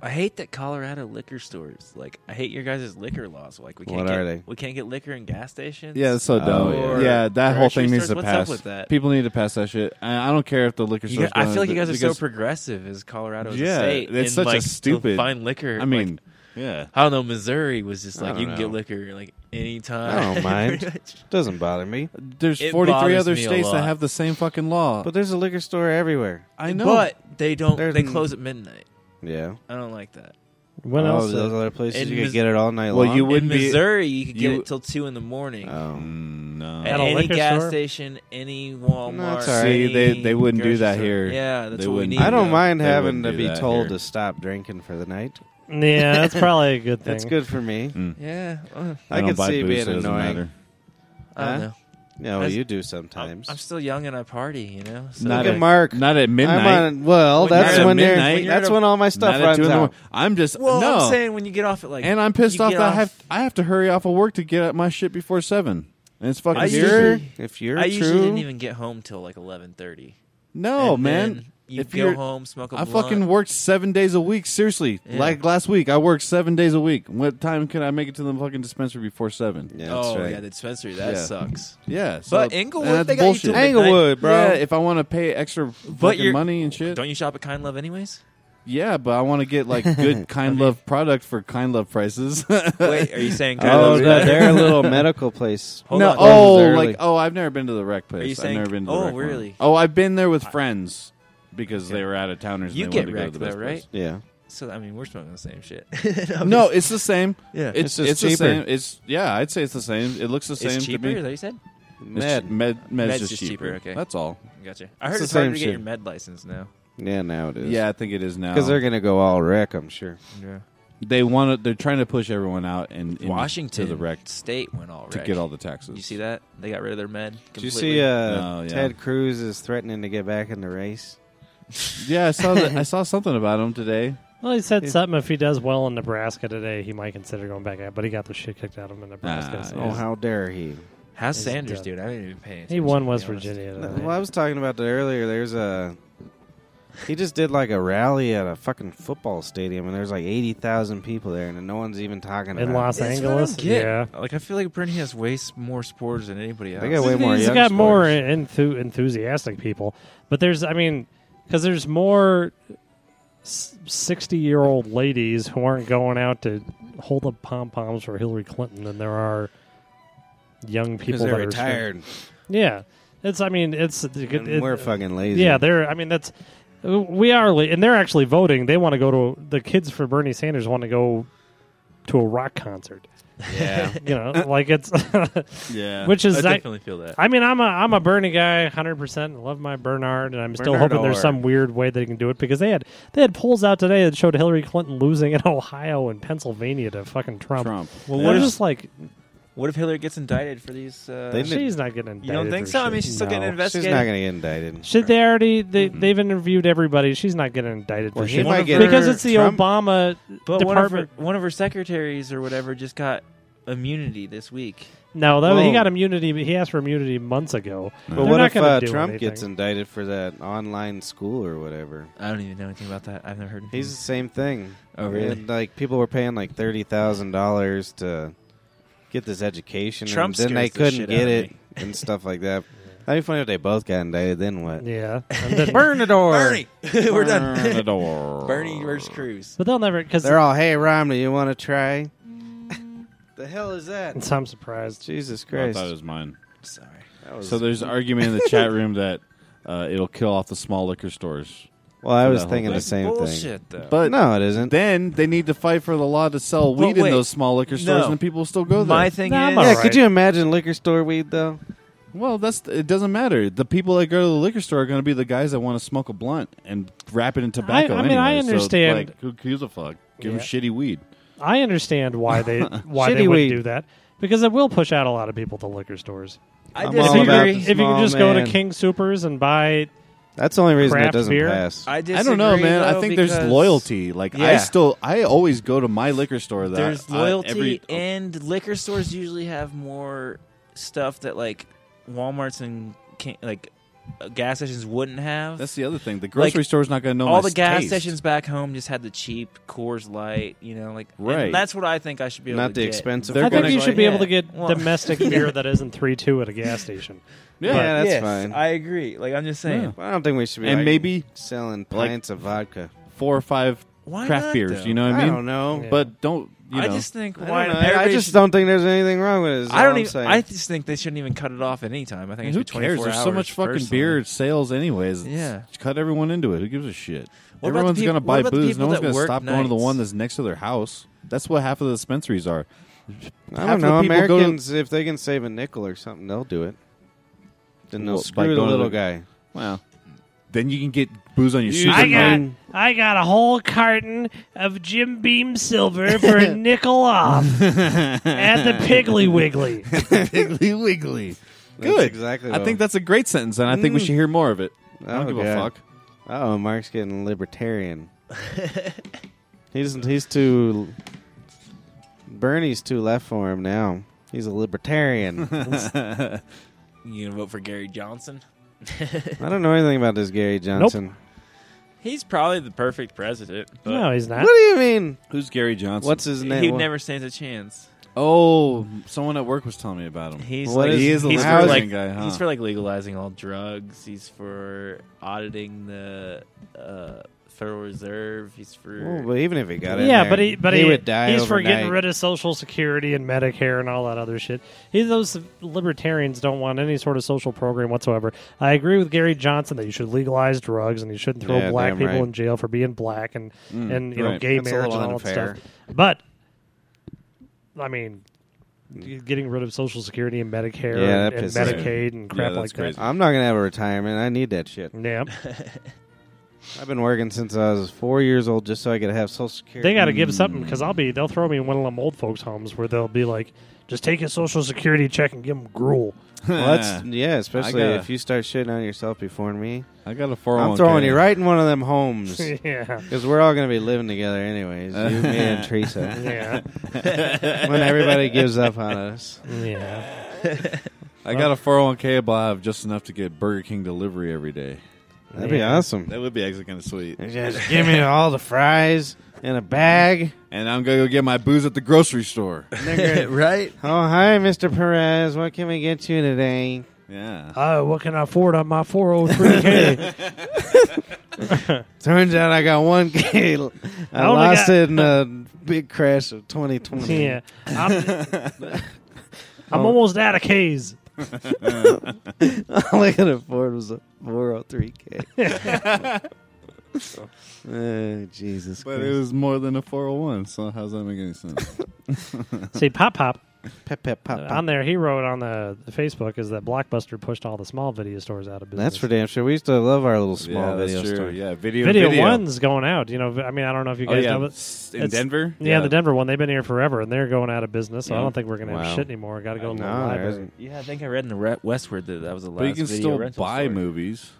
[SPEAKER 6] I hate that Colorado liquor stores. Like, I hate your guys' liquor laws. Like, we can't
[SPEAKER 2] What
[SPEAKER 6] get,
[SPEAKER 2] are they?
[SPEAKER 6] We can't get liquor in gas stations.
[SPEAKER 4] Yeah, that's so dumb.
[SPEAKER 6] Or
[SPEAKER 4] yeah, that whole
[SPEAKER 6] grocery
[SPEAKER 4] thing needs
[SPEAKER 6] stores?
[SPEAKER 4] to
[SPEAKER 6] What's up
[SPEAKER 4] pass.
[SPEAKER 6] with that?
[SPEAKER 4] People need to pass that shit. I, I don't care if the liquor
[SPEAKER 6] You
[SPEAKER 4] stores.
[SPEAKER 6] guys- I
[SPEAKER 4] don't,
[SPEAKER 6] feel like you guys are so
[SPEAKER 4] because-
[SPEAKER 6] progressive as Colorado as a
[SPEAKER 4] Yeah,
[SPEAKER 6] state.
[SPEAKER 4] it's
[SPEAKER 6] and,
[SPEAKER 4] such a
[SPEAKER 6] like,
[SPEAKER 4] stupid-
[SPEAKER 6] Fine liquor.
[SPEAKER 4] I
[SPEAKER 6] like,
[SPEAKER 4] mean, yeah.
[SPEAKER 6] I don't know. Missouri was just
[SPEAKER 2] I
[SPEAKER 6] like you can
[SPEAKER 2] don't
[SPEAKER 6] get
[SPEAKER 2] know.
[SPEAKER 6] liquor like anytime.
[SPEAKER 2] I don't mind.
[SPEAKER 6] pretty much.
[SPEAKER 2] Doesn't bother me.
[SPEAKER 4] There's
[SPEAKER 6] It
[SPEAKER 4] 43
[SPEAKER 6] bothers
[SPEAKER 4] other
[SPEAKER 6] me a
[SPEAKER 4] states that
[SPEAKER 6] lot.
[SPEAKER 4] have the same fucking law.
[SPEAKER 2] But there's a liquor store everywhere.
[SPEAKER 4] I know.
[SPEAKER 6] But they don't.
[SPEAKER 2] There's
[SPEAKER 6] they
[SPEAKER 2] n-
[SPEAKER 6] close at midnight.
[SPEAKER 2] Yeah.
[SPEAKER 6] I don't like that.
[SPEAKER 3] When
[SPEAKER 2] oh,
[SPEAKER 3] else?
[SPEAKER 2] those other places
[SPEAKER 6] In
[SPEAKER 2] you could
[SPEAKER 6] Mis-
[SPEAKER 2] get it all night
[SPEAKER 4] Well,
[SPEAKER 2] long.
[SPEAKER 4] you would-
[SPEAKER 6] in
[SPEAKER 4] Wouldn't be-
[SPEAKER 6] Missouri, you could get
[SPEAKER 4] you-
[SPEAKER 6] it till two in the morning
[SPEAKER 2] Oh.
[SPEAKER 4] Mm,
[SPEAKER 6] at
[SPEAKER 3] At a
[SPEAKER 4] no.
[SPEAKER 6] any
[SPEAKER 3] liquor
[SPEAKER 6] gas
[SPEAKER 3] store?
[SPEAKER 6] station, any
[SPEAKER 2] No,
[SPEAKER 6] Walmart.
[SPEAKER 2] it's all right.
[SPEAKER 4] See, they-
[SPEAKER 6] any
[SPEAKER 4] they wouldn't do
[SPEAKER 6] grocery
[SPEAKER 4] that
[SPEAKER 6] store.
[SPEAKER 4] here.
[SPEAKER 6] Yeah, that's
[SPEAKER 4] They
[SPEAKER 6] what we
[SPEAKER 4] wouldn't.
[SPEAKER 6] need.
[SPEAKER 2] I don't
[SPEAKER 6] though.
[SPEAKER 2] mind
[SPEAKER 4] They
[SPEAKER 2] having
[SPEAKER 4] wouldn't
[SPEAKER 2] to
[SPEAKER 4] do
[SPEAKER 2] be
[SPEAKER 4] that
[SPEAKER 2] told
[SPEAKER 4] here.
[SPEAKER 2] to stop drinking for the night.
[SPEAKER 3] Yeah, that's probably a good thing.
[SPEAKER 2] That's good for me.
[SPEAKER 6] Yeah. well,
[SPEAKER 2] I
[SPEAKER 4] don't
[SPEAKER 2] could
[SPEAKER 4] buy
[SPEAKER 2] see it
[SPEAKER 4] booze,
[SPEAKER 2] being
[SPEAKER 4] so it doesn't
[SPEAKER 2] annoying.
[SPEAKER 4] matter.
[SPEAKER 6] I
[SPEAKER 2] Huh?
[SPEAKER 6] don't know.
[SPEAKER 2] No,
[SPEAKER 6] As-
[SPEAKER 2] you do
[SPEAKER 6] I'm-
[SPEAKER 2] sometimes.
[SPEAKER 6] I'm, still young and I party, you know. So
[SPEAKER 4] Not
[SPEAKER 2] Look
[SPEAKER 4] a-
[SPEAKER 2] at Mark.
[SPEAKER 4] Not at
[SPEAKER 2] I'm
[SPEAKER 4] midnight.
[SPEAKER 2] on- well,
[SPEAKER 6] When
[SPEAKER 2] that's
[SPEAKER 6] you're at
[SPEAKER 2] when you're-
[SPEAKER 4] midnight,
[SPEAKER 6] you're
[SPEAKER 2] that's
[SPEAKER 6] at a-
[SPEAKER 2] when all my stuff
[SPEAKER 4] Not at
[SPEAKER 2] runs
[SPEAKER 4] two in the
[SPEAKER 2] out.
[SPEAKER 4] morning. I'm just
[SPEAKER 6] well,
[SPEAKER 4] no,
[SPEAKER 6] I'm saying when you get off at like,
[SPEAKER 4] and I'm pissed
[SPEAKER 6] you
[SPEAKER 4] off
[SPEAKER 6] get
[SPEAKER 4] that I have I have to hurry off of work to get at my shit before seven. And it's fucking
[SPEAKER 6] I
[SPEAKER 2] If
[SPEAKER 6] usually-
[SPEAKER 2] you're,
[SPEAKER 4] stupid.
[SPEAKER 2] if you're
[SPEAKER 6] I
[SPEAKER 2] true,
[SPEAKER 6] usually didn't even get home till like eleven thirty.
[SPEAKER 4] No, man.
[SPEAKER 6] you
[SPEAKER 4] if
[SPEAKER 6] go
[SPEAKER 4] you're,
[SPEAKER 6] home, smoke a
[SPEAKER 4] I
[SPEAKER 6] blunt.
[SPEAKER 4] fucking worked seven days a week. Seriously,
[SPEAKER 6] Yeah.
[SPEAKER 4] like last week, I worked seven days a week. What time can I make it to the fucking dispensary before seven?
[SPEAKER 2] yeah, that's
[SPEAKER 6] Oh
[SPEAKER 2] right.
[SPEAKER 6] yeah, the dispensary that
[SPEAKER 4] Yeah.
[SPEAKER 6] suckles.
[SPEAKER 4] Yeah, so
[SPEAKER 6] But
[SPEAKER 4] and
[SPEAKER 6] Inglewood,
[SPEAKER 4] that's
[SPEAKER 6] they got
[SPEAKER 4] bullshit.
[SPEAKER 6] you till
[SPEAKER 2] Hey,
[SPEAKER 6] midnight.
[SPEAKER 2] Inglewood, bro.
[SPEAKER 4] Yeah, if I want to pay extra fucking
[SPEAKER 6] you're-
[SPEAKER 4] money and shit,
[SPEAKER 6] Don't you shop at Kind Love anyways?
[SPEAKER 4] yeah, but I want to get like good kind love product for kind love prices.
[SPEAKER 6] Wait, are you saying Kind
[SPEAKER 2] Oh,
[SPEAKER 6] Love's
[SPEAKER 2] no,
[SPEAKER 6] better?
[SPEAKER 2] they're a little medical place.
[SPEAKER 6] Hold
[SPEAKER 4] no,
[SPEAKER 6] on.
[SPEAKER 4] oh,
[SPEAKER 2] Closes early.
[SPEAKER 4] like oh, I've never been to the rec place.
[SPEAKER 6] you saying-
[SPEAKER 4] I've never been to the
[SPEAKER 6] oh,
[SPEAKER 4] rec one.
[SPEAKER 6] really?
[SPEAKER 4] Oh, I've been there with friends because they were out of towners.
[SPEAKER 6] You
[SPEAKER 4] and they wanted
[SPEAKER 6] get
[SPEAKER 4] to go to
[SPEAKER 6] wrecked,
[SPEAKER 4] the best
[SPEAKER 6] though, right?
[SPEAKER 4] place.
[SPEAKER 2] Yeah,
[SPEAKER 6] So I mean, we're smoking the same shit.
[SPEAKER 4] No, it's the same.
[SPEAKER 6] Yeah.
[SPEAKER 2] It's
[SPEAKER 4] it's
[SPEAKER 2] just
[SPEAKER 4] it's the
[SPEAKER 2] cheaper.
[SPEAKER 4] same. It's yeah, I'd say it's the same. It looks the same
[SPEAKER 6] it's cheaper.
[SPEAKER 4] to
[SPEAKER 6] Is
[SPEAKER 4] me.
[SPEAKER 6] that you said?
[SPEAKER 4] It's
[SPEAKER 2] med.
[SPEAKER 4] ch- med med's,
[SPEAKER 6] Med's
[SPEAKER 4] just,
[SPEAKER 6] just
[SPEAKER 4] cheaper.
[SPEAKER 6] cheaper, okay.
[SPEAKER 4] That's all.
[SPEAKER 6] Gotcha. I
[SPEAKER 2] It's
[SPEAKER 6] heard
[SPEAKER 2] the
[SPEAKER 6] it's, harder
[SPEAKER 2] same
[SPEAKER 6] to get your
[SPEAKER 2] shit.
[SPEAKER 6] med license now.
[SPEAKER 2] Yeah, now it is.
[SPEAKER 4] Yeah, I think it is now
[SPEAKER 2] because they're gonna go all wreck. I'm sure.
[SPEAKER 6] Yeah.
[SPEAKER 4] they want to. They're trying to push everyone out and and
[SPEAKER 6] Washington
[SPEAKER 4] to the rec
[SPEAKER 6] State went all
[SPEAKER 4] to
[SPEAKER 6] wreck.
[SPEAKER 4] get all the taxes.
[SPEAKER 6] You see that? They got rid of their med.
[SPEAKER 2] Did you
[SPEAKER 6] completely.
[SPEAKER 2] see uh,
[SPEAKER 3] Oh,
[SPEAKER 4] No, yeah.
[SPEAKER 2] Ted Cruz is threatening to get back in the race?
[SPEAKER 4] Yeah, I saw that. I saw something about him today.
[SPEAKER 3] Well, he said something. If he does well in Nebraska today, he might consider going back out. But he got the shit kicked out of him in Nebraska.
[SPEAKER 4] Ah,
[SPEAKER 3] so-
[SPEAKER 2] Oh, how dare he!
[SPEAKER 6] How's
[SPEAKER 3] It's
[SPEAKER 6] Sanders
[SPEAKER 3] dumb.
[SPEAKER 6] doing? I didn't even pay attention.
[SPEAKER 3] He won
[SPEAKER 6] to be
[SPEAKER 3] West
[SPEAKER 6] honest.
[SPEAKER 3] Virginia. Today.
[SPEAKER 2] Uh, Well, I was talking about that earlier. There's a he just did like a rally at a fucking football stadium, and there's like eighty thousand people there, and no one's even talking
[SPEAKER 3] in
[SPEAKER 2] about.
[SPEAKER 3] Los
[SPEAKER 2] it.
[SPEAKER 6] That's what I
[SPEAKER 3] Angeles.
[SPEAKER 6] don't get.
[SPEAKER 3] Yeah,
[SPEAKER 6] Like I feel like Brittany has way s- more supporters than anybody else.
[SPEAKER 2] They got way more.
[SPEAKER 3] he's
[SPEAKER 2] young
[SPEAKER 3] got more
[SPEAKER 2] scorers.
[SPEAKER 3] enthu- enthusiastic people. But there's, I mean, because there's more sixty-year-old ladies who aren't going out to hold up pom poms for Hillary Clinton than there are young people
[SPEAKER 2] they're
[SPEAKER 3] that are
[SPEAKER 2] retired.
[SPEAKER 3] Yeah, it's. I mean, it's.
[SPEAKER 2] And
[SPEAKER 3] it-
[SPEAKER 2] we're fucking lazy.
[SPEAKER 3] Yeah, they're. I mean, that's. We are, la- and they're actually voting. They want to go to the kids for Bernie Sanders. Want to go to a rock concert.
[SPEAKER 2] yeah.
[SPEAKER 3] You know, like it's.
[SPEAKER 4] Yeah,
[SPEAKER 3] which
[SPEAKER 6] I
[SPEAKER 3] is. I,
[SPEAKER 6] definitely feel that.
[SPEAKER 3] I mean, I'm a I'm a Bernie guy, hundred percent. Love my Bernard, and I'm still hoping
[SPEAKER 2] Bernard.
[SPEAKER 3] there's some weird way they can do it because they had they had polls out today that showed Hillary Clinton losing in Ohio and Pennsylvania to fucking Trump.
[SPEAKER 4] Trump.
[SPEAKER 3] Well,
[SPEAKER 6] what
[SPEAKER 3] we're
[SPEAKER 6] is-
[SPEAKER 3] just like
[SPEAKER 6] What if Hillary gets indicted for these? Uh,
[SPEAKER 2] They didn't-
[SPEAKER 3] she's not getting indicted.
[SPEAKER 6] you don't think
[SPEAKER 3] for
[SPEAKER 6] so? I
[SPEAKER 3] shit.
[SPEAKER 6] mean, she's still getting
[SPEAKER 3] No.
[SPEAKER 2] She's
[SPEAKER 6] investigated.
[SPEAKER 2] not gonna get indicted.
[SPEAKER 3] Shit, they already they they've interviewed everybody. She's not getting indicted
[SPEAKER 2] Well,
[SPEAKER 3] for
[SPEAKER 2] he
[SPEAKER 3] shit
[SPEAKER 2] might
[SPEAKER 6] get-
[SPEAKER 3] because it's the
[SPEAKER 2] Trump-
[SPEAKER 3] Obama
[SPEAKER 6] but one
[SPEAKER 3] department.
[SPEAKER 6] of her one of her secretaries or whatever just got immunity this week.
[SPEAKER 3] No, that, he
[SPEAKER 2] Whoa.
[SPEAKER 3] got immunity. but He asked for immunity months ago.
[SPEAKER 2] But
[SPEAKER 3] They're
[SPEAKER 2] what
[SPEAKER 3] not
[SPEAKER 2] if
[SPEAKER 3] gonna
[SPEAKER 2] uh,
[SPEAKER 3] do
[SPEAKER 2] Trump
[SPEAKER 3] anything.
[SPEAKER 2] gets indicted for that online school or whatever?
[SPEAKER 6] I don't even know anything about that. I've never heard. of
[SPEAKER 2] He's the same thing.
[SPEAKER 6] Oh, really?
[SPEAKER 2] And, like people were paying like thirty thousand dollars to get this education,
[SPEAKER 6] Trump
[SPEAKER 2] and then they
[SPEAKER 6] scares the
[SPEAKER 2] couldn't
[SPEAKER 6] shit
[SPEAKER 2] get
[SPEAKER 6] out of
[SPEAKER 2] it and stuff like that. That'd be funny if they both got indicted. Then what?
[SPEAKER 3] Yeah, And then-
[SPEAKER 2] Burn the door.
[SPEAKER 6] Bernie. We're
[SPEAKER 4] Burn the
[SPEAKER 6] done.
[SPEAKER 4] door.
[SPEAKER 6] Bernie versus Cruz.
[SPEAKER 3] but they'll never because
[SPEAKER 2] They're all, hey Romney, you want to try? the hell is that?
[SPEAKER 3] I'm surprised.
[SPEAKER 2] Jesus
[SPEAKER 4] I
[SPEAKER 2] Christ!
[SPEAKER 4] thought it was mine.
[SPEAKER 6] Sorry.
[SPEAKER 2] That was-
[SPEAKER 4] So there's an argument in the chat room that uh, it'll kill off the small liquor stores.
[SPEAKER 2] well, I
[SPEAKER 4] for
[SPEAKER 2] was
[SPEAKER 4] that whole
[SPEAKER 2] thinking
[SPEAKER 4] thing.
[SPEAKER 2] the
[SPEAKER 6] That's
[SPEAKER 2] same thing.
[SPEAKER 6] bullshit, though.
[SPEAKER 4] But
[SPEAKER 2] no, it isn't.
[SPEAKER 4] then they need to fight for the law to sell
[SPEAKER 6] But
[SPEAKER 4] weed in
[SPEAKER 6] wait.
[SPEAKER 4] those small liquor stores,
[SPEAKER 6] No.
[SPEAKER 4] and people still go there.
[SPEAKER 6] My thing
[SPEAKER 3] Nah,
[SPEAKER 6] is,
[SPEAKER 3] I'm
[SPEAKER 2] yeah,
[SPEAKER 3] alright.
[SPEAKER 2] could you imagine liquor store weed though?
[SPEAKER 4] well, that's it. Doesn't matter. The people that go to the liquor store are going to be the guys that want to smoke a blunt and wrap it in tobacco.
[SPEAKER 3] I mean, I
[SPEAKER 4] anyway. So,
[SPEAKER 3] understand.
[SPEAKER 4] like, who gives a fuck? Give
[SPEAKER 3] Yeah.
[SPEAKER 4] them shitty weed.
[SPEAKER 3] I understand why they why they
[SPEAKER 2] Shitty
[SPEAKER 3] would
[SPEAKER 2] weed.
[SPEAKER 3] do that because it will push out a lot of people to liquor stores.
[SPEAKER 6] I
[SPEAKER 2] I'm
[SPEAKER 3] If
[SPEAKER 2] all
[SPEAKER 3] you,
[SPEAKER 2] about
[SPEAKER 6] disagree.
[SPEAKER 2] the
[SPEAKER 3] if you
[SPEAKER 2] small
[SPEAKER 3] can just go
[SPEAKER 2] man.
[SPEAKER 3] to King Supers and buy,
[SPEAKER 2] That's the only reason it
[SPEAKER 3] Craft
[SPEAKER 2] doesn't
[SPEAKER 3] beer?
[SPEAKER 2] pass.
[SPEAKER 6] I disagree.
[SPEAKER 4] I don't know, man. I
[SPEAKER 6] though,
[SPEAKER 4] think
[SPEAKER 6] because
[SPEAKER 4] there's loyalty. Like I
[SPEAKER 6] Yeah.
[SPEAKER 4] still, I always go to my liquor store. That
[SPEAKER 6] There's
[SPEAKER 4] I-
[SPEAKER 6] loyalty,
[SPEAKER 4] every, uh, oh,
[SPEAKER 6] and liquor stores usually have more stuff that like Walmart's and can, like uh, gas stations wouldn't have.
[SPEAKER 4] that's the other thing. The grocery
[SPEAKER 6] Like,
[SPEAKER 4] store's not going to know
[SPEAKER 6] all
[SPEAKER 4] my
[SPEAKER 6] the gas
[SPEAKER 4] taste.
[SPEAKER 6] stations back home just had the cheap Coors Light, you know, like and
[SPEAKER 4] Right.
[SPEAKER 6] that's what I think I should be able
[SPEAKER 2] Not
[SPEAKER 6] to
[SPEAKER 2] the
[SPEAKER 6] get.
[SPEAKER 2] expensive.
[SPEAKER 4] They're
[SPEAKER 3] I think
[SPEAKER 4] gonna-
[SPEAKER 3] you should be
[SPEAKER 6] Yeah.
[SPEAKER 3] able to get
[SPEAKER 6] Well,
[SPEAKER 3] domestic
[SPEAKER 6] yeah.
[SPEAKER 3] beer that isn't three two at a gas station.
[SPEAKER 2] yeah, that's fine.
[SPEAKER 6] I agree. Like I'm just saying,
[SPEAKER 4] Yeah.
[SPEAKER 2] I don't think we should be
[SPEAKER 4] And
[SPEAKER 2] like,
[SPEAKER 4] maybe,
[SPEAKER 2] selling
[SPEAKER 4] like-
[SPEAKER 2] pints of vodka.
[SPEAKER 4] four or five
[SPEAKER 6] Why
[SPEAKER 4] craft
[SPEAKER 6] not,
[SPEAKER 4] beers.
[SPEAKER 6] though?
[SPEAKER 4] You know what I
[SPEAKER 2] I
[SPEAKER 4] mean?
[SPEAKER 2] don't know.
[SPEAKER 3] Yeah.
[SPEAKER 4] But don't you
[SPEAKER 6] I
[SPEAKER 4] know?
[SPEAKER 6] just think
[SPEAKER 2] I,
[SPEAKER 6] why
[SPEAKER 2] don't know. I- I
[SPEAKER 6] everybody
[SPEAKER 2] just
[SPEAKER 6] should-
[SPEAKER 2] don't think there's anything wrong with it. is
[SPEAKER 6] I
[SPEAKER 2] all
[SPEAKER 6] don't
[SPEAKER 2] I'm
[SPEAKER 6] even.
[SPEAKER 2] saying.
[SPEAKER 6] I just think they shouldn't even cut it off at any time. I think it
[SPEAKER 4] who
[SPEAKER 6] should be 24
[SPEAKER 4] cares? There's so
[SPEAKER 6] hours,
[SPEAKER 4] much fucking
[SPEAKER 6] personally.
[SPEAKER 4] beer sales, anyways.
[SPEAKER 6] Yeah.
[SPEAKER 4] Just cut everyone into it. Who gives a shit?
[SPEAKER 6] What about
[SPEAKER 4] Everyone's
[SPEAKER 6] the peop-
[SPEAKER 4] gonna
[SPEAKER 6] what
[SPEAKER 4] buy
[SPEAKER 6] about the
[SPEAKER 4] booze.
[SPEAKER 6] people
[SPEAKER 4] No one's
[SPEAKER 6] that
[SPEAKER 4] gonna
[SPEAKER 6] work
[SPEAKER 4] stop going to the
[SPEAKER 6] nights?
[SPEAKER 4] one that's next to their house. That's what half of the dispensaries are.
[SPEAKER 2] I
[SPEAKER 4] half
[SPEAKER 2] don't
[SPEAKER 4] of the
[SPEAKER 2] know.
[SPEAKER 4] people go to-
[SPEAKER 2] Americans, if they can save a nickel or something, they'll do it. Then they'll
[SPEAKER 4] Well, by
[SPEAKER 2] screw the
[SPEAKER 4] going to
[SPEAKER 2] little
[SPEAKER 4] the-
[SPEAKER 2] guy.
[SPEAKER 4] Well, Then you can get booze on your
[SPEAKER 2] You-
[SPEAKER 4] super.
[SPEAKER 3] I got
[SPEAKER 2] Mm.
[SPEAKER 3] I got a whole carton of Jim Beam Silver for a nickel off at the Piggly Wiggly.
[SPEAKER 4] Piggly Wiggly.
[SPEAKER 2] That's
[SPEAKER 4] Good.
[SPEAKER 2] exactly.
[SPEAKER 4] I think that's a great sentence, and I think we should hear more of it. I don't
[SPEAKER 2] Oh,
[SPEAKER 4] give a
[SPEAKER 2] God.
[SPEAKER 4] fuck.
[SPEAKER 2] Oh, Mark's getting libertarian. he doesn't. He's too. Bernie's too left for him now. He's a libertarian.
[SPEAKER 6] You gonna vote for Gary Johnson?
[SPEAKER 2] I don't know anything about this Gary Johnson.
[SPEAKER 7] He's probably the perfect president. But
[SPEAKER 3] No, he's not.
[SPEAKER 2] What do you mean?
[SPEAKER 4] Who's Gary Johnson?
[SPEAKER 2] What's his name?
[SPEAKER 7] he
[SPEAKER 2] What-
[SPEAKER 7] never stands a chance.
[SPEAKER 4] Oh, someone at work was telling me about him.
[SPEAKER 7] He's
[SPEAKER 2] What
[SPEAKER 7] like,
[SPEAKER 2] is- He is a
[SPEAKER 7] he's for
[SPEAKER 2] lousy
[SPEAKER 7] like
[SPEAKER 4] guy, huh?
[SPEAKER 7] he's for like legalizing all drugs. He's for auditing the uh, Federal Reserve. He's
[SPEAKER 2] Well,
[SPEAKER 7] for
[SPEAKER 2] but even if he got in
[SPEAKER 3] Yeah,
[SPEAKER 2] there,
[SPEAKER 3] but he but he,
[SPEAKER 2] would die.
[SPEAKER 3] He's for getting
[SPEAKER 2] overnight.
[SPEAKER 3] rid of Social Security and Medicare and all that other shit. He, those libertarians don't want any sort of social program whatsoever. I agree with Gary Johnson that you should legalize drugs and you shouldn't throw
[SPEAKER 2] Yeah,
[SPEAKER 3] black
[SPEAKER 2] damn
[SPEAKER 3] people
[SPEAKER 2] right. Mm,
[SPEAKER 3] in jail for being black and and you know
[SPEAKER 4] right.
[SPEAKER 3] gay
[SPEAKER 2] That's a
[SPEAKER 3] marriage and
[SPEAKER 2] little
[SPEAKER 3] all
[SPEAKER 2] unfair.
[SPEAKER 3] that stuff. But I mean. Getting rid of Social Security and Medicare
[SPEAKER 2] Yeah, that
[SPEAKER 3] and, and
[SPEAKER 2] pisses me.
[SPEAKER 3] Medicaid and crap
[SPEAKER 4] that's
[SPEAKER 3] like
[SPEAKER 4] crazy.
[SPEAKER 2] I'm not gonna have a retirement. I need that shit.
[SPEAKER 3] that. Yeah,
[SPEAKER 2] I've been working since I was four years old just so I could have Social Security.
[SPEAKER 3] they got to give something because I'll be. They'll throw me in one of them old folks' homes where they'll be like, "Just take a Social Security check and give them gruel."
[SPEAKER 2] Well, that's- yeah, especially
[SPEAKER 4] gotta-
[SPEAKER 2] if you start shitting on yourself before me.
[SPEAKER 4] I got a 401
[SPEAKER 2] I'm throwing you right in one of them homes
[SPEAKER 3] yeah.
[SPEAKER 2] because we're all gonna be living together anyways. You, me, and Teresa.
[SPEAKER 3] Yeah.
[SPEAKER 2] When everybody gives up on us.
[SPEAKER 3] Yeah.
[SPEAKER 4] I got a 401k, but I have just enough to get Burger King delivery every day.
[SPEAKER 2] That'd be
[SPEAKER 3] Yeah.
[SPEAKER 2] awesome.
[SPEAKER 4] That would be actually kind of sweet.
[SPEAKER 2] Just give me all the fries in a bag.
[SPEAKER 4] And I'm gonna go get my booze at the grocery store.
[SPEAKER 6] right?
[SPEAKER 2] Oh, hi, Mr. Perez. What can we get you today?
[SPEAKER 4] yeah.
[SPEAKER 3] Oh, what can I afford on my 403k?
[SPEAKER 2] Turns out I got one K. I,
[SPEAKER 3] I only
[SPEAKER 2] lost
[SPEAKER 3] got-
[SPEAKER 2] it in a big crash of 2020.
[SPEAKER 3] yeah. I'm, I'm almost out of K's.
[SPEAKER 2] All I could afford was a 403K. oh, Jesus
[SPEAKER 4] But it
[SPEAKER 2] Christ.
[SPEAKER 4] was more than a 401, so how's that make any sense?
[SPEAKER 3] See, Pop Pop,
[SPEAKER 2] Pep, pep, pop, pop.
[SPEAKER 3] on there, he wrote on the, the Facebook is that Blockbuster pushed all the small video stores out of business.
[SPEAKER 2] That's for damn sure. We used to love our little small
[SPEAKER 4] yeah,
[SPEAKER 2] video
[SPEAKER 4] that's true.
[SPEAKER 2] store.
[SPEAKER 4] Yeah, video
[SPEAKER 3] Video, One's going out. You know, I mean, I don't know if you
[SPEAKER 4] Oh
[SPEAKER 3] guys
[SPEAKER 4] yeah,
[SPEAKER 3] know, but
[SPEAKER 4] s- in
[SPEAKER 3] it's-
[SPEAKER 4] Denver.
[SPEAKER 3] yeah, the Denver one, they've been here forever, and they're going out of business. So I don't think we're going to
[SPEAKER 2] Wow.
[SPEAKER 3] have shit anymore. Got to go to the
[SPEAKER 2] No, there
[SPEAKER 3] library.
[SPEAKER 2] isn't.
[SPEAKER 7] yeah. I think I read in the Re- Westward that that was the last.
[SPEAKER 4] But you can
[SPEAKER 7] video
[SPEAKER 4] still
[SPEAKER 7] rental
[SPEAKER 4] buy
[SPEAKER 7] store.
[SPEAKER 4] movies.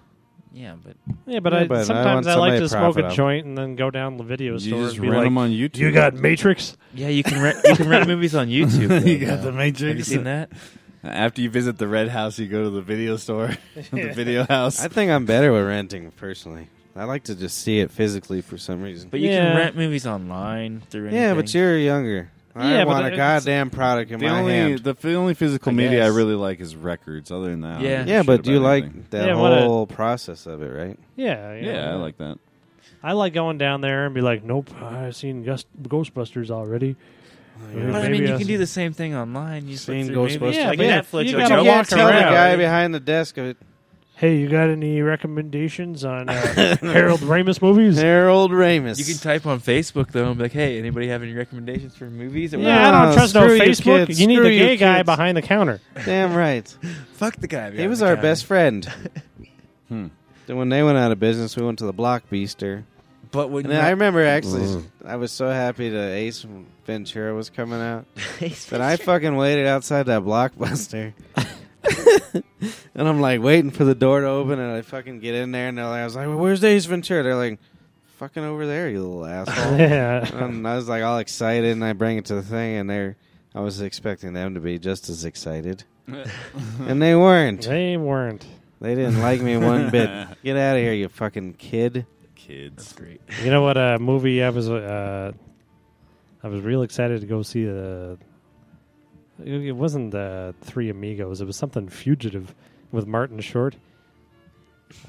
[SPEAKER 7] Yeah, but
[SPEAKER 3] Yeah, but,
[SPEAKER 2] Yeah,
[SPEAKER 3] I,
[SPEAKER 2] but I want
[SPEAKER 3] sometimes I, like
[SPEAKER 2] somebody
[SPEAKER 3] to smoke
[SPEAKER 2] profit
[SPEAKER 3] a
[SPEAKER 2] off.
[SPEAKER 3] joint and then go down to the video
[SPEAKER 4] You
[SPEAKER 3] store
[SPEAKER 4] just
[SPEAKER 3] and be
[SPEAKER 4] rent
[SPEAKER 3] like,
[SPEAKER 4] them on YouTube.
[SPEAKER 3] "You got Matrix."
[SPEAKER 7] yeah, you can rent you can rent movies on YouTube. though,
[SPEAKER 4] You got
[SPEAKER 7] now.
[SPEAKER 4] the
[SPEAKER 7] Have you
[SPEAKER 4] Matrix.
[SPEAKER 7] seen that?
[SPEAKER 4] After you visit the Red House, you go to the video store, the video house.
[SPEAKER 2] I think I'm better with renting, personally. I like to just see it physically for some reason.
[SPEAKER 7] But you
[SPEAKER 3] Yeah.
[SPEAKER 7] can rent movies online through. Anything.
[SPEAKER 2] yeah, but you're younger. I
[SPEAKER 3] Yeah, but
[SPEAKER 2] want a
[SPEAKER 3] it's-
[SPEAKER 2] goddamn product in
[SPEAKER 4] the
[SPEAKER 2] my
[SPEAKER 4] only
[SPEAKER 2] hand.
[SPEAKER 4] the f- only physical
[SPEAKER 7] I
[SPEAKER 4] media I
[SPEAKER 7] guess.
[SPEAKER 4] really like is records. Other than that, I don't
[SPEAKER 7] Yeah.
[SPEAKER 4] give a
[SPEAKER 2] Yeah,
[SPEAKER 4] shit
[SPEAKER 2] but do you
[SPEAKER 4] about
[SPEAKER 2] like
[SPEAKER 4] anything.
[SPEAKER 2] that
[SPEAKER 3] Yeah, what a-
[SPEAKER 2] whole process of it, right?
[SPEAKER 3] Yeah, you
[SPEAKER 4] Yeah, I
[SPEAKER 3] know.
[SPEAKER 4] like that.
[SPEAKER 3] I like going down there and be like, "Nope, I've seen Ghost- Ghostbusters already."
[SPEAKER 4] Oh,
[SPEAKER 7] But I mean, you can do the same thing online. You
[SPEAKER 2] Seen
[SPEAKER 7] seen Ghostbusters,
[SPEAKER 2] Ghostbusters.
[SPEAKER 7] like
[SPEAKER 3] Yeah, but
[SPEAKER 7] Netflix.
[SPEAKER 3] you
[SPEAKER 7] or
[SPEAKER 3] gotta
[SPEAKER 2] You
[SPEAKER 7] something.
[SPEAKER 3] walk
[SPEAKER 2] can't tell the
[SPEAKER 3] around.
[SPEAKER 2] guy behind the desk of it.
[SPEAKER 3] Hey, you got any recommendations on uh, Harold Ramis movies?
[SPEAKER 2] Harold Ramis.
[SPEAKER 7] You can type on Facebook though and be like, "Hey, anybody have any recommendations for movies?" that we-
[SPEAKER 3] Yeah, I
[SPEAKER 2] No,
[SPEAKER 3] don't trust no
[SPEAKER 2] screw you
[SPEAKER 3] Facebook.
[SPEAKER 2] kids,
[SPEAKER 3] You need
[SPEAKER 2] screw
[SPEAKER 3] the
[SPEAKER 2] you
[SPEAKER 3] gay guy
[SPEAKER 2] kids.
[SPEAKER 3] behind the counter.
[SPEAKER 2] Damn right.
[SPEAKER 6] Fuck the guy. Hmm.
[SPEAKER 2] He
[SPEAKER 6] behind
[SPEAKER 2] was
[SPEAKER 6] the
[SPEAKER 2] our
[SPEAKER 6] counter.
[SPEAKER 2] best friend. Then when they went out of business, we went to the Block Beaster.
[SPEAKER 6] But when
[SPEAKER 2] And I remember
[SPEAKER 6] Mm.
[SPEAKER 2] actually, I was so happy that Ace Ventura was coming out that I fucking waited outside that Blockbuster. and I'm like waiting for the door to open, and I fucking get in there, and they're like, I was like, well, "Where's Ace Ventura?" They're like, "Fucking over there, you little asshole."
[SPEAKER 3] yeah,
[SPEAKER 2] and I was like all excited, and I bring it to the thing, and they're. I was expecting them to be just as excited, and they weren't.
[SPEAKER 3] they weren't.
[SPEAKER 2] They didn't like me one bit. Get out of here, you fucking kid.
[SPEAKER 4] Kids.
[SPEAKER 6] great.
[SPEAKER 3] You know what? Uh, movie I was uh, I was real excited to go see. Uh, it it wasn't uh, Three Amigos. It was something fugitive with Martin Short.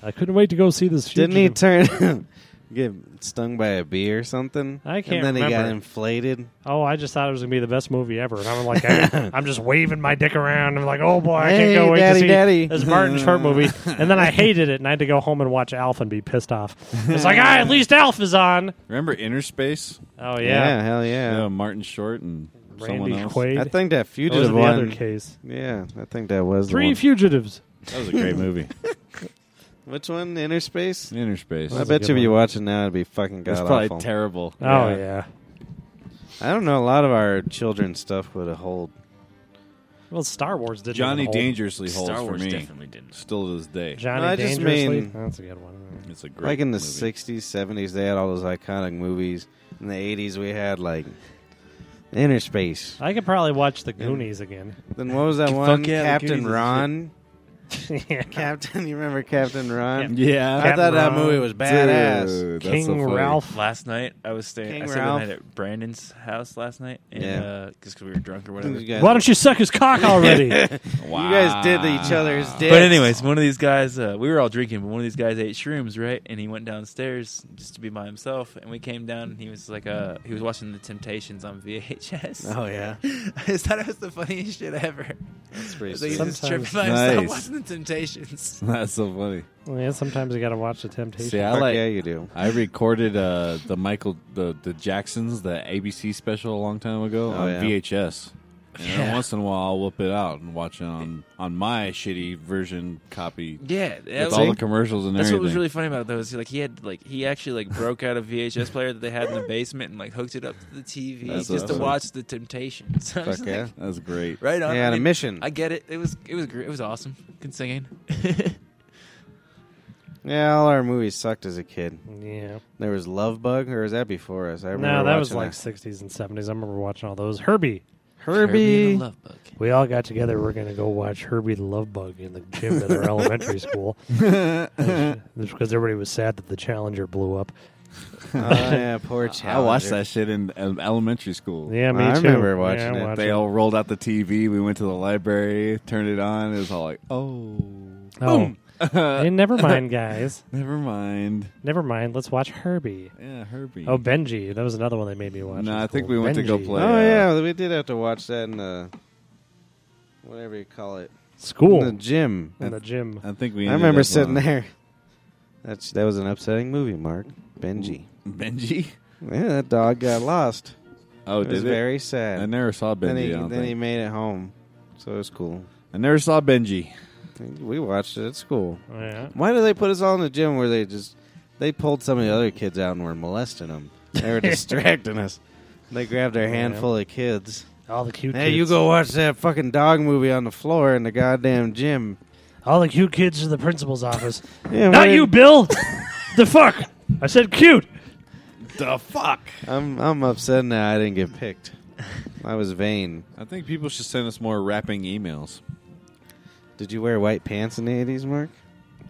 [SPEAKER 3] I couldn't wait to go see this. Fugitive.
[SPEAKER 2] Didn't he turn get stung by a bee or something?
[SPEAKER 3] I can't
[SPEAKER 2] And then he got
[SPEAKER 3] remember.
[SPEAKER 2] inflated.
[SPEAKER 3] Oh, I just thought it was gonna be the best movie ever, and I'm like, I, I'm just waving my dick around. I'm like, oh boy, I can't
[SPEAKER 2] Hey,
[SPEAKER 3] go wait
[SPEAKER 2] daddy,
[SPEAKER 3] to see
[SPEAKER 2] daddy.
[SPEAKER 3] this Martin Short movie. And then I hated it, and I had to go home and watch Alf and be pissed off. It's like, ah, at least Alf is on.
[SPEAKER 4] Remember Inner Space?
[SPEAKER 3] Oh
[SPEAKER 2] Yeah,
[SPEAKER 3] yeah,
[SPEAKER 2] hell
[SPEAKER 4] Yeah,
[SPEAKER 2] yeah.
[SPEAKER 4] Martin Short and someone
[SPEAKER 3] Randy
[SPEAKER 4] else.
[SPEAKER 3] Quaid.
[SPEAKER 2] I think that
[SPEAKER 3] That was
[SPEAKER 2] fugitive
[SPEAKER 3] the other
[SPEAKER 2] one.
[SPEAKER 3] case.
[SPEAKER 2] Yeah, I think that was the
[SPEAKER 3] Three
[SPEAKER 2] one.
[SPEAKER 3] fugitives.
[SPEAKER 4] That was a great movie.
[SPEAKER 2] Which one? Inner Space?
[SPEAKER 4] Inner space.
[SPEAKER 2] I bet
[SPEAKER 3] good
[SPEAKER 2] you if you
[SPEAKER 3] one.
[SPEAKER 2] watch it now, it'd be fucking god
[SPEAKER 4] That's
[SPEAKER 2] awful.
[SPEAKER 4] probably terrible.
[SPEAKER 3] Oh
[SPEAKER 2] Yeah.
[SPEAKER 3] yeah.
[SPEAKER 2] I don't know. A lot of our children's stuff would hold.
[SPEAKER 3] Well, Star Wars did.
[SPEAKER 4] Johnny Dangerously holds
[SPEAKER 7] Star
[SPEAKER 4] for
[SPEAKER 7] Wars
[SPEAKER 4] me.
[SPEAKER 7] definitely didn't.
[SPEAKER 4] Still to this day.
[SPEAKER 3] Johnny
[SPEAKER 2] No, I just
[SPEAKER 3] Dangerously. Oh,
[SPEAKER 2] mean-
[SPEAKER 3] That's a good one.
[SPEAKER 4] It's a great
[SPEAKER 2] Like in the
[SPEAKER 4] movie.
[SPEAKER 2] '60s, '70s, they had all those iconic movies. In the '80s, we had like Inner Space.
[SPEAKER 3] I could probably watch the Goonies again.
[SPEAKER 2] Then what was that
[SPEAKER 6] Fuck
[SPEAKER 2] one?
[SPEAKER 6] yeah, the Goonies
[SPEAKER 2] Captain
[SPEAKER 6] is the
[SPEAKER 2] Ron.
[SPEAKER 3] yeah.
[SPEAKER 2] Captain, you remember Captain Ron?
[SPEAKER 4] Yeah.
[SPEAKER 2] I
[SPEAKER 3] Captain
[SPEAKER 2] thought that
[SPEAKER 3] Ron.
[SPEAKER 2] movie was badass.
[SPEAKER 4] Dude, that's so
[SPEAKER 3] King
[SPEAKER 4] funny.
[SPEAKER 3] Ralph.
[SPEAKER 7] Last night I was staying.
[SPEAKER 2] King
[SPEAKER 7] I stayed
[SPEAKER 2] Ralph.
[SPEAKER 7] the night at Brandon's house last night, and
[SPEAKER 2] Yeah.
[SPEAKER 7] uh, just because we were drunk or whatever.
[SPEAKER 2] You guys,
[SPEAKER 3] Why don't you suck his cock already?
[SPEAKER 4] Wow.
[SPEAKER 2] you guys did to each other's dicks.
[SPEAKER 7] But anyways, one of these guys, uh, we were all drinking, but one of these guys ate shrooms, right? And he went downstairs just to be by himself. And we came down, and he was like, uh, he was watching The Temptations on VHS.
[SPEAKER 2] Oh yeah,
[SPEAKER 7] I just thought it was the funniest shit ever.
[SPEAKER 2] that's
[SPEAKER 7] I
[SPEAKER 2] pretty.
[SPEAKER 7] was like,
[SPEAKER 2] sweet.
[SPEAKER 7] he's just
[SPEAKER 3] Sometimes-
[SPEAKER 7] tripping by himself
[SPEAKER 4] Nice.
[SPEAKER 7] watching The Temptations.
[SPEAKER 4] That's so funny.
[SPEAKER 3] Well, yeah, sometimes you got to watch the Temptations.
[SPEAKER 4] See, I
[SPEAKER 2] Fuck
[SPEAKER 4] like.
[SPEAKER 2] yeah, you do.
[SPEAKER 4] I recorded uh, the Michael the the Jacksons the ABC special a long time ago
[SPEAKER 2] Oh,
[SPEAKER 4] on
[SPEAKER 2] yeah.
[SPEAKER 4] VHS. And every once in a while, I'll whip it out and watch it on on my shitty version copy
[SPEAKER 7] Yeah, that
[SPEAKER 4] with
[SPEAKER 7] was,
[SPEAKER 4] all the commercials and
[SPEAKER 7] that's
[SPEAKER 4] everything.
[SPEAKER 7] what was really funny about it. Though, is like he had like he actually like broke out a VHS player that they had in the basement and like hooked it up to the TV
[SPEAKER 4] That's
[SPEAKER 7] just
[SPEAKER 4] awesome.
[SPEAKER 7] to watch The Temptations. I was like,
[SPEAKER 2] Fuck yeah.
[SPEAKER 4] That's great.
[SPEAKER 7] Right on.
[SPEAKER 2] They
[SPEAKER 7] I
[SPEAKER 2] had a
[SPEAKER 7] mean,
[SPEAKER 2] mission.
[SPEAKER 7] I get it. It was it was great. It was awesome. Good singing.
[SPEAKER 2] Yeah, all our movies sucked as a kid.
[SPEAKER 3] Yeah.
[SPEAKER 2] There was Love Bug, or was that before us? I
[SPEAKER 3] No,
[SPEAKER 2] remember
[SPEAKER 3] that was
[SPEAKER 2] watching
[SPEAKER 3] like 60s and 70s. I remember watching all those. Herbie.
[SPEAKER 7] Herbie and the Love Bug.
[SPEAKER 3] We all got together. We're going to go watch Herbie the Love Bug in the gym at our elementary school. Because everybody was sad that the Challenger blew up.
[SPEAKER 2] Oh yeah, poor
[SPEAKER 4] I
[SPEAKER 2] Challenger.
[SPEAKER 4] watched that shit in, in elementary school.
[SPEAKER 3] Yeah, me
[SPEAKER 2] I
[SPEAKER 3] too.
[SPEAKER 2] remember
[SPEAKER 3] Yeah,
[SPEAKER 2] watching
[SPEAKER 3] I
[SPEAKER 2] it.
[SPEAKER 3] watched
[SPEAKER 4] They all rolled out the TV. We went to the library, turned it on. It was all like, oh,
[SPEAKER 3] Oh. hey, never mind, guys.
[SPEAKER 4] never mind.
[SPEAKER 3] Never mind. Let's watch Herbie.
[SPEAKER 4] Yeah, Herbie.
[SPEAKER 3] Oh, Benji. That was another one they made me watch.
[SPEAKER 4] No,
[SPEAKER 3] in
[SPEAKER 4] I think
[SPEAKER 3] school.
[SPEAKER 4] we went to go
[SPEAKER 3] Benji.
[SPEAKER 4] play.
[SPEAKER 2] Oh
[SPEAKER 4] uh,
[SPEAKER 2] yeah, we did have to watch that in the whatever you call it,
[SPEAKER 3] School.
[SPEAKER 2] in the gym.
[SPEAKER 3] in the gym.
[SPEAKER 4] I think we.
[SPEAKER 2] I
[SPEAKER 4] ended
[SPEAKER 2] remember
[SPEAKER 4] up
[SPEAKER 2] sitting
[SPEAKER 4] on
[SPEAKER 2] there. That's that was an upsetting movie, Mark. Benji.
[SPEAKER 4] Benji.
[SPEAKER 2] Yeah, that dog got lost.
[SPEAKER 4] Oh,
[SPEAKER 2] it
[SPEAKER 4] did
[SPEAKER 2] was
[SPEAKER 4] it?
[SPEAKER 2] very
[SPEAKER 4] I
[SPEAKER 2] sad.
[SPEAKER 4] never saw Benji.
[SPEAKER 2] then he,
[SPEAKER 4] I, don't
[SPEAKER 2] then he
[SPEAKER 4] think.
[SPEAKER 2] made it home, so it was cool.
[SPEAKER 4] I never saw Benji.
[SPEAKER 2] We watched it at school.
[SPEAKER 3] Oh, Yeah.
[SPEAKER 2] Why did they put us all in the gym where they just they pulled some of the other kids out and were molesting them? They were distracting us. They grabbed their handful of kids.
[SPEAKER 3] All the cute
[SPEAKER 2] Hey,
[SPEAKER 3] kids.
[SPEAKER 2] you go watch that fucking dog movie on the floor in the goddamn gym.
[SPEAKER 3] All the cute kids in the principal's office.
[SPEAKER 2] Yeah,
[SPEAKER 3] Not
[SPEAKER 2] why-
[SPEAKER 3] you, Bill. the fuck? I said cute.
[SPEAKER 4] The fuck!
[SPEAKER 2] I'm I'm upset now. I didn't get picked. I was vain.
[SPEAKER 4] I think people should send us more rapping emails.
[SPEAKER 2] Did you wear white pants in the '80s, Mark?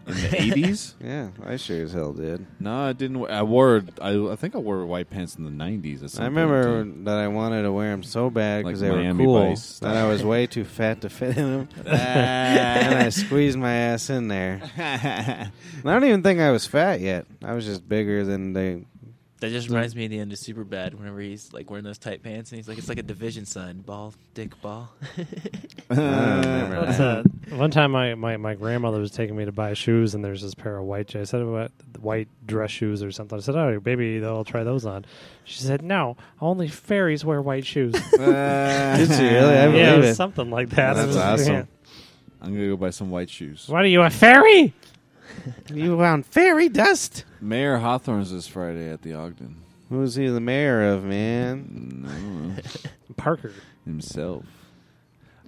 [SPEAKER 4] In the eighties?
[SPEAKER 2] Yeah, I sure as hell did.
[SPEAKER 4] No, I didn't. wear- I wore. I, I think I wore white pants in the nineties.
[SPEAKER 2] I remember that I wanted to wear them so bad because
[SPEAKER 4] Like
[SPEAKER 2] they
[SPEAKER 4] Miami
[SPEAKER 2] were cool.
[SPEAKER 4] Vice.
[SPEAKER 2] That I was way too fat to fit in them, and I squeezed my ass in there. And I don't even think I was fat yet. I was just bigger than they.
[SPEAKER 7] That just reminds me of the end of Super Bad whenever he's like wearing those tight pants and he's like it's like a division sign. Ball, dick, ball.
[SPEAKER 4] Oh,
[SPEAKER 2] remember
[SPEAKER 3] That's, uh, one time, my, my, my grandmother was taking me to buy shoes, and there's this pair of white. I said about white dress shoes or something. I said, "Oh, baby, I'll try those on." She said, "No, only fairies wear white shoes."
[SPEAKER 2] Did you really? I believe
[SPEAKER 3] yeah, it was
[SPEAKER 2] it.
[SPEAKER 3] something like that.
[SPEAKER 2] That's
[SPEAKER 3] It was-
[SPEAKER 2] awesome.
[SPEAKER 3] yeah.
[SPEAKER 4] I'm gonna go buy some white shoes.
[SPEAKER 3] What are you, a fairy?
[SPEAKER 2] You found fairy dust.
[SPEAKER 4] Mayor Hawthorne's this Friday at the Ogden.
[SPEAKER 2] Who's he the mayor of, man?
[SPEAKER 4] Mm, I don't know.
[SPEAKER 3] Parker.
[SPEAKER 4] Himself.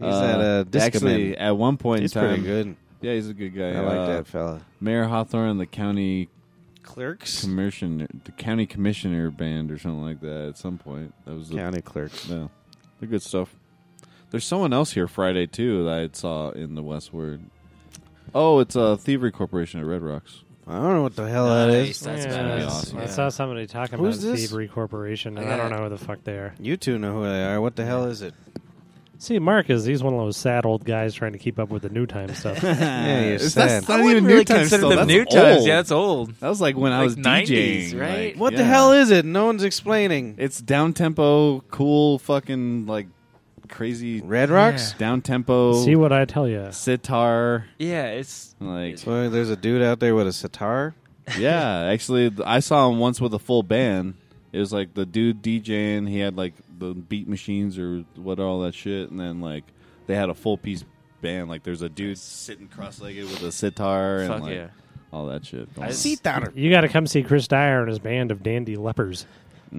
[SPEAKER 4] Uh,
[SPEAKER 2] He's at a disco
[SPEAKER 4] actually
[SPEAKER 2] man.
[SPEAKER 4] at one point
[SPEAKER 2] He's
[SPEAKER 4] in time.
[SPEAKER 2] pretty good.
[SPEAKER 4] Yeah, he's a good guy.
[SPEAKER 2] I like
[SPEAKER 4] Uh,
[SPEAKER 2] that fella.
[SPEAKER 4] Mayor Hawthorne, the county
[SPEAKER 2] Clerks?
[SPEAKER 4] commissioner, the county commissioner band or something like that. At some point, that was the
[SPEAKER 2] County clerks.
[SPEAKER 4] No, they're good stuff. There's someone else here Friday too that I saw in the Westward. Oh, it's a thievery corporation at Red Rocks.
[SPEAKER 2] I don't know what the hell that
[SPEAKER 7] Nice.
[SPEAKER 2] is.
[SPEAKER 7] That's
[SPEAKER 3] Yeah,
[SPEAKER 7] badass.
[SPEAKER 4] awesome.
[SPEAKER 3] I
[SPEAKER 7] Yeah.
[SPEAKER 3] saw somebody talking
[SPEAKER 2] Who's
[SPEAKER 3] about
[SPEAKER 2] this?
[SPEAKER 3] thievery corporation, and
[SPEAKER 7] I
[SPEAKER 3] I don't
[SPEAKER 7] got-
[SPEAKER 3] know who the fuck they are.
[SPEAKER 2] You two know who they are. What the hell is it?
[SPEAKER 3] See, Mark is he's one of those sad old guys trying to keep up with the new time stuff.
[SPEAKER 2] Yeah, you're
[SPEAKER 4] It's-
[SPEAKER 2] sad.
[SPEAKER 4] That's not even new times.
[SPEAKER 7] consider
[SPEAKER 4] Still.
[SPEAKER 7] them
[SPEAKER 4] That's
[SPEAKER 7] new
[SPEAKER 4] old.
[SPEAKER 7] times. Yeah, that's old.
[SPEAKER 4] that was like when I
[SPEAKER 7] like
[SPEAKER 4] was
[SPEAKER 7] 90s,
[SPEAKER 4] DJing,
[SPEAKER 7] right?
[SPEAKER 4] like,
[SPEAKER 2] What the
[SPEAKER 4] yeah.
[SPEAKER 2] hell is it? No one's explaining.
[SPEAKER 4] It's down tempo, cool, fucking like crazy
[SPEAKER 2] Red Rocks?
[SPEAKER 4] down
[SPEAKER 2] Oh.
[SPEAKER 4] tempo
[SPEAKER 3] See what I tell you.
[SPEAKER 4] sitar.
[SPEAKER 7] Yeah, it's
[SPEAKER 4] Like,
[SPEAKER 2] So there's a dude out there with a sitar.
[SPEAKER 4] yeah, actually, th- I saw him once with a full band. It was like the dude DJing. He had like the beat machines or what all that shit, and then like they had a full piece band. Like there's a dude sitting cross legged with a sitar, and
[SPEAKER 7] fuck
[SPEAKER 4] like
[SPEAKER 7] yeah.
[SPEAKER 4] all that shit.
[SPEAKER 7] I just-
[SPEAKER 2] downer.
[SPEAKER 3] You got to come see Chris Dyer and his band of dandy lepers.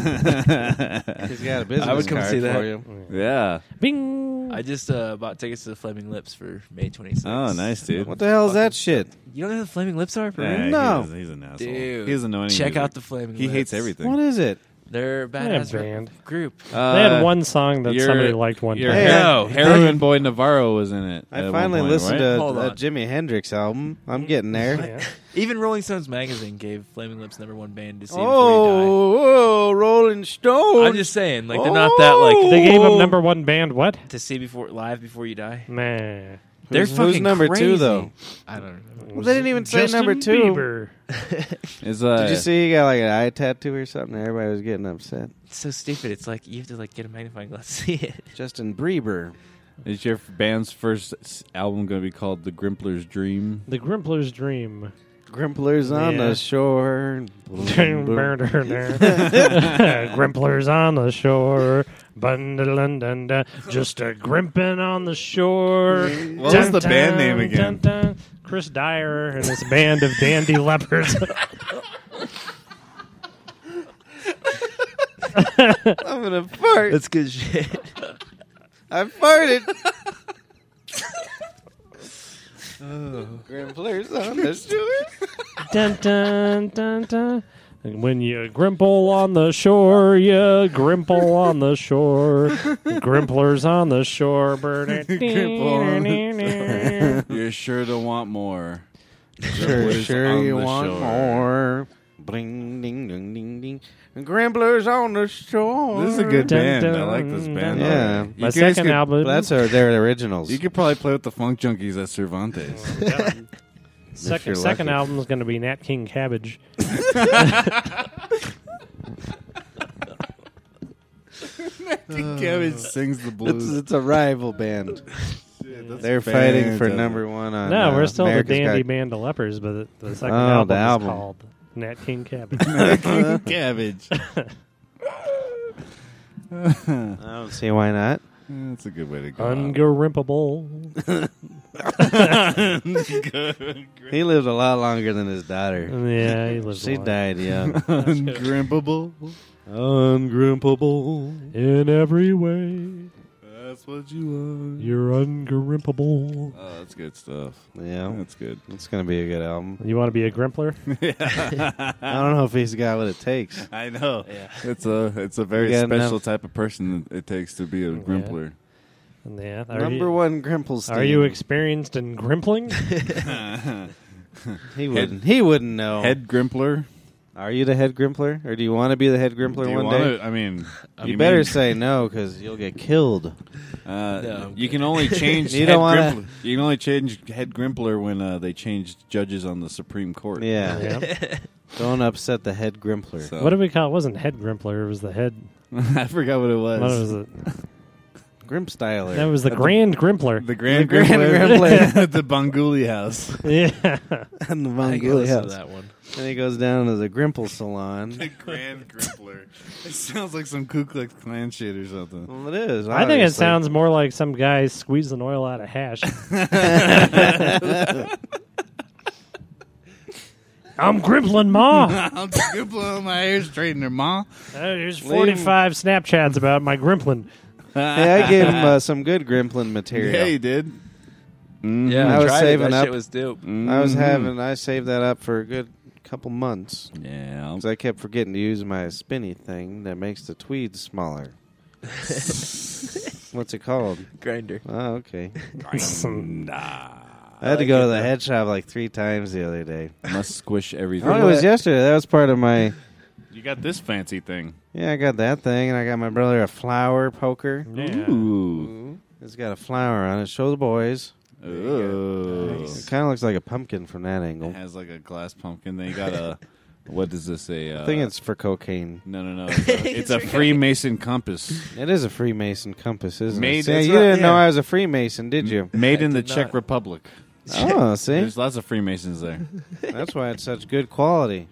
[SPEAKER 4] Mm.
[SPEAKER 2] He's got a business
[SPEAKER 7] I would come
[SPEAKER 2] card
[SPEAKER 7] see that.
[SPEAKER 2] for you.
[SPEAKER 4] yeah.
[SPEAKER 3] Bing.
[SPEAKER 7] I just uh, bought tickets to the Flaming Lips for May 26th.
[SPEAKER 4] Oh, nice, dude.
[SPEAKER 2] What the hell is that shit?
[SPEAKER 7] You don't know who the Flaming Lips are, for
[SPEAKER 4] Yeah,
[SPEAKER 7] real?
[SPEAKER 2] No.
[SPEAKER 4] he's, he's an asshole.
[SPEAKER 7] Dude,
[SPEAKER 4] he doesn't know anything.
[SPEAKER 7] Check out the Flaming
[SPEAKER 4] He
[SPEAKER 7] Lips.
[SPEAKER 4] hates everything.
[SPEAKER 2] What is it?
[SPEAKER 7] They're a
[SPEAKER 3] They're a
[SPEAKER 7] badass rock
[SPEAKER 3] band.
[SPEAKER 7] group.
[SPEAKER 4] Uh,
[SPEAKER 3] They had one song that
[SPEAKER 4] you're-
[SPEAKER 3] somebody liked one
[SPEAKER 4] you're-
[SPEAKER 3] time.
[SPEAKER 2] Hey,
[SPEAKER 7] no,
[SPEAKER 4] Heroin Boy Navarro was in it.
[SPEAKER 2] I finally listened
[SPEAKER 7] Hold
[SPEAKER 2] to
[SPEAKER 7] on.
[SPEAKER 2] that Jimi Hendrix album. I'm getting there.
[SPEAKER 3] Yeah.
[SPEAKER 7] Even Rolling Stones magazine gave Flaming Lips number one band to see before you
[SPEAKER 2] Oh, oh, Rolling
[SPEAKER 7] die.
[SPEAKER 2] Stone.
[SPEAKER 7] I'm just saying, like they're not that like
[SPEAKER 3] They gave him number one band. What?
[SPEAKER 7] to see before live before you die.
[SPEAKER 3] Man.
[SPEAKER 7] They're
[SPEAKER 2] Who's-
[SPEAKER 7] fucking
[SPEAKER 2] who's number two
[SPEAKER 7] crazy.
[SPEAKER 2] though?
[SPEAKER 7] I don't know.
[SPEAKER 2] Well, they didn't even say number two.
[SPEAKER 3] Bieber.
[SPEAKER 4] Is, uh,
[SPEAKER 2] Did you see he got like an eye tattoo or something? Everybody was getting upset.
[SPEAKER 7] It's so stupid. It's like you have to like get a magnifying glass to see it.
[SPEAKER 2] Justin Bieber.
[SPEAKER 4] Is your band's first s- album going to be called The Grimpler's Dream?
[SPEAKER 3] The Grimpler's Dream.
[SPEAKER 2] Grimplers on
[SPEAKER 3] Yeah.
[SPEAKER 2] the shore.
[SPEAKER 3] Grimplers on the shore. Bun-da-dun-dun-dun. Just a grimping on the shore.
[SPEAKER 4] What was the band name again?
[SPEAKER 3] dun. Chris Dyer and his band of dandy leopards.
[SPEAKER 2] I'm gonna fart.
[SPEAKER 7] That's good shit.
[SPEAKER 2] I farted. Grimplers on the shore.
[SPEAKER 3] dun, dun, dun, dun. And when you grimple on the shore, you grimple on the shore. Grimplers on the shore. Grimple
[SPEAKER 4] You're sure to want more.
[SPEAKER 2] Sure,
[SPEAKER 4] Grimplers
[SPEAKER 2] sure
[SPEAKER 4] on
[SPEAKER 2] you
[SPEAKER 4] the
[SPEAKER 2] want
[SPEAKER 4] shore.
[SPEAKER 2] more. Bling, ding, ding, ding, ding. Grimplers on the shore.
[SPEAKER 4] This is a good
[SPEAKER 3] Dun,
[SPEAKER 4] band. I
[SPEAKER 3] dun,
[SPEAKER 4] like this
[SPEAKER 2] dun.
[SPEAKER 4] band.
[SPEAKER 2] Yeah.
[SPEAKER 4] already.
[SPEAKER 3] My
[SPEAKER 4] You guys
[SPEAKER 3] second
[SPEAKER 4] could-
[SPEAKER 3] album.
[SPEAKER 2] But that's our, their originals.
[SPEAKER 4] You could probably play with the Funk Junkies at Cervantes.
[SPEAKER 3] second
[SPEAKER 2] you're
[SPEAKER 3] second
[SPEAKER 2] lucky.
[SPEAKER 3] album is going to be Nat King Cabbage.
[SPEAKER 4] Uh, Kevin sings the
[SPEAKER 2] it's,
[SPEAKER 4] blues.
[SPEAKER 2] it's a rival band. They're fighting for
[SPEAKER 4] fantastic.
[SPEAKER 2] number one on.
[SPEAKER 3] No,
[SPEAKER 2] uh,
[SPEAKER 3] we're still
[SPEAKER 2] America's
[SPEAKER 3] the
[SPEAKER 2] Got-
[SPEAKER 3] Dandy Band of Lepers, but the, the second
[SPEAKER 2] Oh,
[SPEAKER 3] album,
[SPEAKER 2] the album.
[SPEAKER 3] is called Nat King Cabbage.
[SPEAKER 4] Cabbage.
[SPEAKER 2] I don't see why not.
[SPEAKER 4] That's a good way to go.
[SPEAKER 3] Ungrimpable.
[SPEAKER 2] He lived a lot longer than his daughter.
[SPEAKER 3] yeah, he lives
[SPEAKER 2] She
[SPEAKER 3] a lot.
[SPEAKER 2] died young.
[SPEAKER 4] Ungrimpable.
[SPEAKER 2] Ungrimpable.
[SPEAKER 3] In every way,
[SPEAKER 4] That's what you want.
[SPEAKER 3] you're ungrimpable.
[SPEAKER 4] Oh, that's good stuff.
[SPEAKER 2] Yeah,
[SPEAKER 4] That's good.
[SPEAKER 2] it's gonna be a good album.
[SPEAKER 3] You want to be a grimpler?
[SPEAKER 2] I don't know if he's got what it takes.
[SPEAKER 4] I know. It's a it's a very
[SPEAKER 2] You got
[SPEAKER 4] special
[SPEAKER 2] enough-
[SPEAKER 4] type of person it takes to be a grimpler.
[SPEAKER 3] yeah. Are
[SPEAKER 2] Number
[SPEAKER 3] you,
[SPEAKER 2] one, Grimple's.
[SPEAKER 3] Are you experienced in grimpling?
[SPEAKER 2] he wouldn't. He wouldn't know.
[SPEAKER 4] Head grimpler.
[SPEAKER 2] Are you the head Grimpler, or do you want to be the head Grimpler
[SPEAKER 4] Do you
[SPEAKER 2] one
[SPEAKER 4] want
[SPEAKER 2] day?
[SPEAKER 4] it? I mean,
[SPEAKER 2] You
[SPEAKER 4] mean-
[SPEAKER 2] better say no, because you'll get killed.
[SPEAKER 4] Uh,
[SPEAKER 7] No.
[SPEAKER 4] you can only change.
[SPEAKER 2] You
[SPEAKER 4] head
[SPEAKER 2] don't wanna-
[SPEAKER 4] grimpler. You can only change head grimpler when uh, they changed judges on the Supreme Court.
[SPEAKER 2] Yeah,
[SPEAKER 3] yeah.
[SPEAKER 2] don't upset the head Grimpler.
[SPEAKER 4] So-
[SPEAKER 3] What did we call it? wasn't head grimpler. It was the head.
[SPEAKER 4] I forgot what it was.
[SPEAKER 3] What was it?
[SPEAKER 2] Grimp Styler.
[SPEAKER 3] That was the grand grimpler.
[SPEAKER 4] The Grand
[SPEAKER 2] The Grand
[SPEAKER 4] Grimpler at the Bonguli House.
[SPEAKER 3] yeah.
[SPEAKER 2] and the
[SPEAKER 7] I
[SPEAKER 2] Von
[SPEAKER 7] think I
[SPEAKER 2] Gully
[SPEAKER 7] listened to
[SPEAKER 2] House.
[SPEAKER 7] that one.
[SPEAKER 2] And he goes down to the Grimple Salon.
[SPEAKER 4] The Grand Grimpler. It sounds like some Ku Klux Klan shit or something.
[SPEAKER 2] Well, it is.
[SPEAKER 3] I think it
[SPEAKER 2] obviously.
[SPEAKER 3] sounds more like some guy squeezing oil out of hash. I'm grimpling, ma. Uh,
[SPEAKER 4] I'm the Grimpler on my hair straightener, ma.
[SPEAKER 3] There's 45 Snapchats about my grimpling.
[SPEAKER 2] Hey, I gave him uh, some good Grimplin material.
[SPEAKER 4] Yeah, you did.
[SPEAKER 7] Yeah,
[SPEAKER 2] I was
[SPEAKER 7] tried it.
[SPEAKER 2] saving
[SPEAKER 7] that
[SPEAKER 2] up.
[SPEAKER 7] Shit was dope.
[SPEAKER 2] I was
[SPEAKER 4] Mhm.
[SPEAKER 2] having. I saved that up for a good couple months
[SPEAKER 4] Yeah. I'll-
[SPEAKER 2] because I kept forgetting to use my spinny thing that makes the tweed smaller. What's it called?
[SPEAKER 7] Grinder.
[SPEAKER 2] Oh, okay.
[SPEAKER 4] Nah.
[SPEAKER 2] I had to go to the head shop like three times the other day.
[SPEAKER 4] Must squish everything.
[SPEAKER 2] Oh, it was yesterday. That was part of my.
[SPEAKER 4] You got this fancy thing.
[SPEAKER 2] Yeah, I got that thing, and I got my brother a flower poker.
[SPEAKER 3] Yeah.
[SPEAKER 4] Ooh.
[SPEAKER 2] It's got a flower on it. Show the boys.
[SPEAKER 4] Ooh.
[SPEAKER 2] It kind of looks like a pumpkin from that angle.
[SPEAKER 4] It has like a glass pumpkin. Then you got a what does this say? Uh,
[SPEAKER 2] I think it's for cocaine.
[SPEAKER 4] no, no, no. It's a, it's a Freemason compass
[SPEAKER 2] It is a Freemason compass, isn't
[SPEAKER 4] Made-
[SPEAKER 2] it? See,
[SPEAKER 4] that's
[SPEAKER 2] you
[SPEAKER 4] right,
[SPEAKER 2] didn't know
[SPEAKER 4] yeah.
[SPEAKER 2] I was a Freemason, did you?
[SPEAKER 4] made in the
[SPEAKER 7] did
[SPEAKER 4] Czech
[SPEAKER 7] not.
[SPEAKER 4] Republic.
[SPEAKER 2] oh, see,
[SPEAKER 4] There's lots of Freemasons there.
[SPEAKER 2] that's why it's such good quality.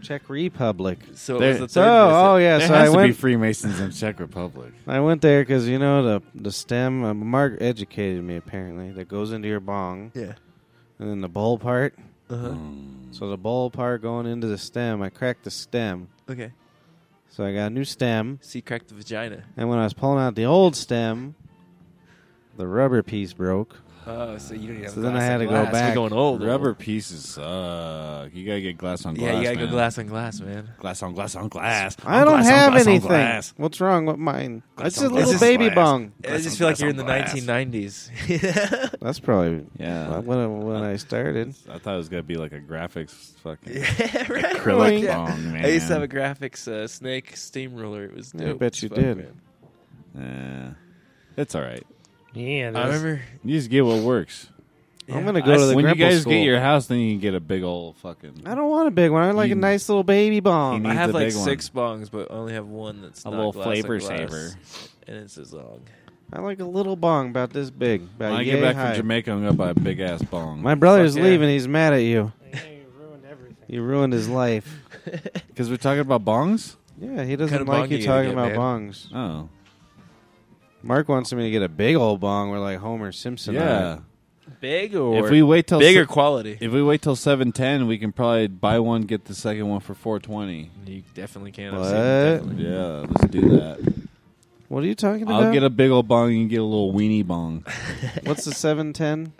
[SPEAKER 2] Czech Republic.
[SPEAKER 7] So it
[SPEAKER 4] There-
[SPEAKER 7] was the
[SPEAKER 2] So,
[SPEAKER 7] third
[SPEAKER 2] oh yeah,
[SPEAKER 4] there
[SPEAKER 2] so
[SPEAKER 4] has
[SPEAKER 2] I
[SPEAKER 4] to be
[SPEAKER 2] went.
[SPEAKER 4] Freemasons in Czech Republic.
[SPEAKER 2] I went there because you know the the stem. Uh, Mark educated me apparently that goes into your bong.
[SPEAKER 7] Yeah.
[SPEAKER 2] and then the bowl part.
[SPEAKER 8] Uh-huh.
[SPEAKER 2] Mm. So the bowl part going into the stem, I cracked the stem.
[SPEAKER 6] Okay.
[SPEAKER 2] So I got a new stem,
[SPEAKER 6] See, cracked the vagina.
[SPEAKER 2] and when I was pulling out the old stem, the rubber piece broke.
[SPEAKER 6] Oh, so you don't even have
[SPEAKER 2] So then I
[SPEAKER 6] glass
[SPEAKER 2] had
[SPEAKER 6] on
[SPEAKER 2] to go
[SPEAKER 6] glass.
[SPEAKER 2] back.
[SPEAKER 6] We're going old.
[SPEAKER 4] Rubber pieces suck. You gotta get glass on glass.
[SPEAKER 6] Yeah, you gotta
[SPEAKER 4] man.
[SPEAKER 6] go glass on glass, man.
[SPEAKER 4] Glass on glass on glass.
[SPEAKER 2] I
[SPEAKER 4] on
[SPEAKER 2] don't
[SPEAKER 4] glass, on
[SPEAKER 2] have
[SPEAKER 4] glass, on
[SPEAKER 2] anything.
[SPEAKER 4] glass.
[SPEAKER 2] What's wrong with mine?
[SPEAKER 4] Glass
[SPEAKER 2] It's a
[SPEAKER 4] on
[SPEAKER 2] little
[SPEAKER 4] glass.
[SPEAKER 2] baby
[SPEAKER 4] Glass.
[SPEAKER 2] bong.
[SPEAKER 6] I
[SPEAKER 4] Glass
[SPEAKER 6] just
[SPEAKER 4] on
[SPEAKER 6] feel like
[SPEAKER 4] glass
[SPEAKER 6] you're in
[SPEAKER 4] on
[SPEAKER 6] the
[SPEAKER 4] glass.
[SPEAKER 6] 1990s.
[SPEAKER 2] That's probably
[SPEAKER 4] Yeah.
[SPEAKER 2] well, when when I started.
[SPEAKER 4] I thought it was gonna be like a graphics fucking
[SPEAKER 6] yeah, right.
[SPEAKER 4] acrylic
[SPEAKER 6] Yeah.
[SPEAKER 4] bong, man.
[SPEAKER 6] I used to have a graphics uh, snake steamroller. It was
[SPEAKER 2] Yeah, I
[SPEAKER 6] dope.
[SPEAKER 2] bet
[SPEAKER 6] as
[SPEAKER 2] you
[SPEAKER 6] fuck,
[SPEAKER 2] did.
[SPEAKER 6] man.
[SPEAKER 4] Yeah. It's all right.
[SPEAKER 3] Yeah, it
[SPEAKER 6] I
[SPEAKER 3] is.
[SPEAKER 6] remember.
[SPEAKER 4] You just get what works.
[SPEAKER 2] I'm
[SPEAKER 6] yeah,
[SPEAKER 2] gonna go
[SPEAKER 4] I-
[SPEAKER 2] to the
[SPEAKER 4] when you
[SPEAKER 2] Grimble
[SPEAKER 4] guys
[SPEAKER 2] school.
[SPEAKER 4] get your house, then you can get a big old fucking.
[SPEAKER 6] Ah,
[SPEAKER 2] I don't want a big one. I like
[SPEAKER 4] You-
[SPEAKER 2] a nice little baby
[SPEAKER 4] you
[SPEAKER 2] bong.
[SPEAKER 4] need-
[SPEAKER 6] I
[SPEAKER 4] Needs
[SPEAKER 6] have
[SPEAKER 4] a
[SPEAKER 6] like
[SPEAKER 4] big one.
[SPEAKER 6] six bongs, but I only have one that's
[SPEAKER 4] A
[SPEAKER 6] not
[SPEAKER 4] little
[SPEAKER 6] glass on
[SPEAKER 4] flavor
[SPEAKER 6] glass,
[SPEAKER 4] saver.
[SPEAKER 6] and it's a zong.
[SPEAKER 2] I like a little bong about this big. About
[SPEAKER 4] When I
[SPEAKER 2] yay
[SPEAKER 4] get back
[SPEAKER 2] high.
[SPEAKER 4] from Jamaica, I'm gonna buy a big ass bong.
[SPEAKER 2] My brother's
[SPEAKER 6] Fuck yeah.
[SPEAKER 2] leaving. He's mad at you.
[SPEAKER 3] Yeah, you ruined everything.
[SPEAKER 2] You ruined his life.
[SPEAKER 4] Because we're talking about bongs.
[SPEAKER 2] Yeah, he doesn't
[SPEAKER 6] of
[SPEAKER 2] like
[SPEAKER 6] bong
[SPEAKER 2] you
[SPEAKER 6] you
[SPEAKER 2] talking
[SPEAKER 6] gotta
[SPEAKER 2] about
[SPEAKER 6] get,
[SPEAKER 2] bongs.
[SPEAKER 4] Oh,
[SPEAKER 2] Mark wants me to get a big old bong. We're like Homer Simpson. on
[SPEAKER 4] yeah.
[SPEAKER 2] it.
[SPEAKER 6] Big or
[SPEAKER 4] If we wait till
[SPEAKER 6] bigger
[SPEAKER 4] se-
[SPEAKER 6] quality?
[SPEAKER 4] if we wait till seven ten, we can probably buy one, get the second one for four twenty.
[SPEAKER 6] You definitely can.
[SPEAKER 2] What?
[SPEAKER 4] Yeah, let's do that.
[SPEAKER 2] What are you talking about?
[SPEAKER 6] uh,
[SPEAKER 4] I'll get a big old bong. You can get a little weenie bong.
[SPEAKER 2] What's the seven ten?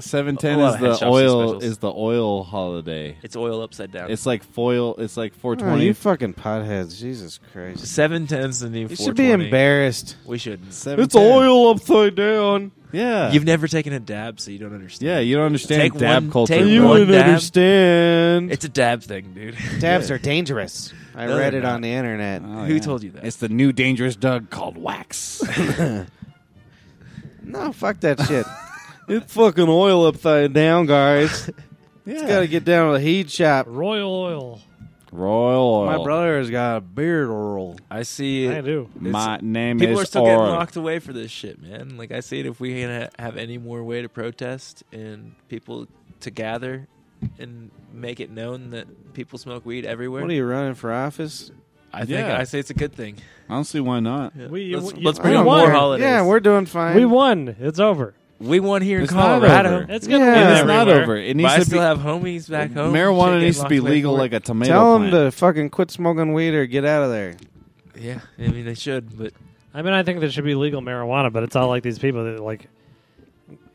[SPEAKER 4] Seven ten
[SPEAKER 6] A lot
[SPEAKER 4] is
[SPEAKER 6] of head shops
[SPEAKER 4] the
[SPEAKER 6] and
[SPEAKER 4] oil
[SPEAKER 6] specials.
[SPEAKER 4] is the oil holiday.
[SPEAKER 6] It's oil upside down.
[SPEAKER 4] It's like foil. It's like four
[SPEAKER 2] Oh, you
[SPEAKER 4] twenty.
[SPEAKER 2] fucking potheads! Jesus Christ!
[SPEAKER 6] seven tens the new.
[SPEAKER 2] You should be embarrassed.
[SPEAKER 6] We shouldn't.
[SPEAKER 2] It's oil upside down.
[SPEAKER 4] Yeah,
[SPEAKER 6] You've never taken a dab, so you don't understand.
[SPEAKER 4] yeah. You don't understand
[SPEAKER 6] Take
[SPEAKER 4] dab
[SPEAKER 6] one-
[SPEAKER 4] culture.
[SPEAKER 6] take
[SPEAKER 4] bro.
[SPEAKER 6] You one- wouldn't dab.
[SPEAKER 2] understand.
[SPEAKER 6] It's a dab thing, dude.
[SPEAKER 2] Dabs are dangerous. I
[SPEAKER 6] No,
[SPEAKER 2] read
[SPEAKER 6] they're
[SPEAKER 2] it
[SPEAKER 6] not.
[SPEAKER 2] on the internet.
[SPEAKER 4] Oh,
[SPEAKER 6] Who
[SPEAKER 4] yeah.
[SPEAKER 6] told you that?
[SPEAKER 4] It's the new dangerous Doug called wax.
[SPEAKER 2] No, fuck that shit. it's fucking oil upside down, guys.
[SPEAKER 4] yeah.
[SPEAKER 2] Got to get down to the heat shop.
[SPEAKER 3] Royal oil.
[SPEAKER 4] Royal oil.
[SPEAKER 2] My brother has got a beard oil.
[SPEAKER 6] I see
[SPEAKER 3] I
[SPEAKER 6] it.
[SPEAKER 3] do.
[SPEAKER 4] My name
[SPEAKER 6] People
[SPEAKER 4] is
[SPEAKER 6] are still
[SPEAKER 4] oil.
[SPEAKER 6] getting locked away for this shit, man. Like I see it. If we gonna have any more way to protest and people to gather and make it known that people smoke weed everywhere,
[SPEAKER 2] What are you running for office?
[SPEAKER 6] I think
[SPEAKER 4] Yeah.
[SPEAKER 6] I say it's a good thing.
[SPEAKER 4] Honestly, why not?
[SPEAKER 6] Yeah.
[SPEAKER 3] We-
[SPEAKER 6] let's,
[SPEAKER 3] you-
[SPEAKER 6] let's
[SPEAKER 3] I
[SPEAKER 6] bring
[SPEAKER 3] don't
[SPEAKER 6] on more
[SPEAKER 3] care.
[SPEAKER 6] holidays.
[SPEAKER 2] Yeah, we're doing fine.
[SPEAKER 3] We won. It's over.
[SPEAKER 6] we won here in
[SPEAKER 4] It's not
[SPEAKER 6] Colorado.
[SPEAKER 4] over.
[SPEAKER 3] It's gonna
[SPEAKER 2] Yeah.
[SPEAKER 3] win
[SPEAKER 4] It's not
[SPEAKER 3] everywhere.
[SPEAKER 4] over. It
[SPEAKER 6] But
[SPEAKER 4] needs
[SPEAKER 6] I
[SPEAKER 4] to be
[SPEAKER 6] still have homies back home.
[SPEAKER 4] marijuana
[SPEAKER 6] Shit
[SPEAKER 4] needs to
[SPEAKER 6] getting
[SPEAKER 4] be
[SPEAKER 6] locked away
[SPEAKER 4] legal
[SPEAKER 6] for
[SPEAKER 4] like
[SPEAKER 6] it.
[SPEAKER 4] a tomato.
[SPEAKER 2] Tell him
[SPEAKER 4] plant.
[SPEAKER 2] to fucking quit smoking weed or get out of there.
[SPEAKER 6] yeah. I mean, they should, but
[SPEAKER 3] I mean, I think there should be legal marijuana, but it's not like these people that like,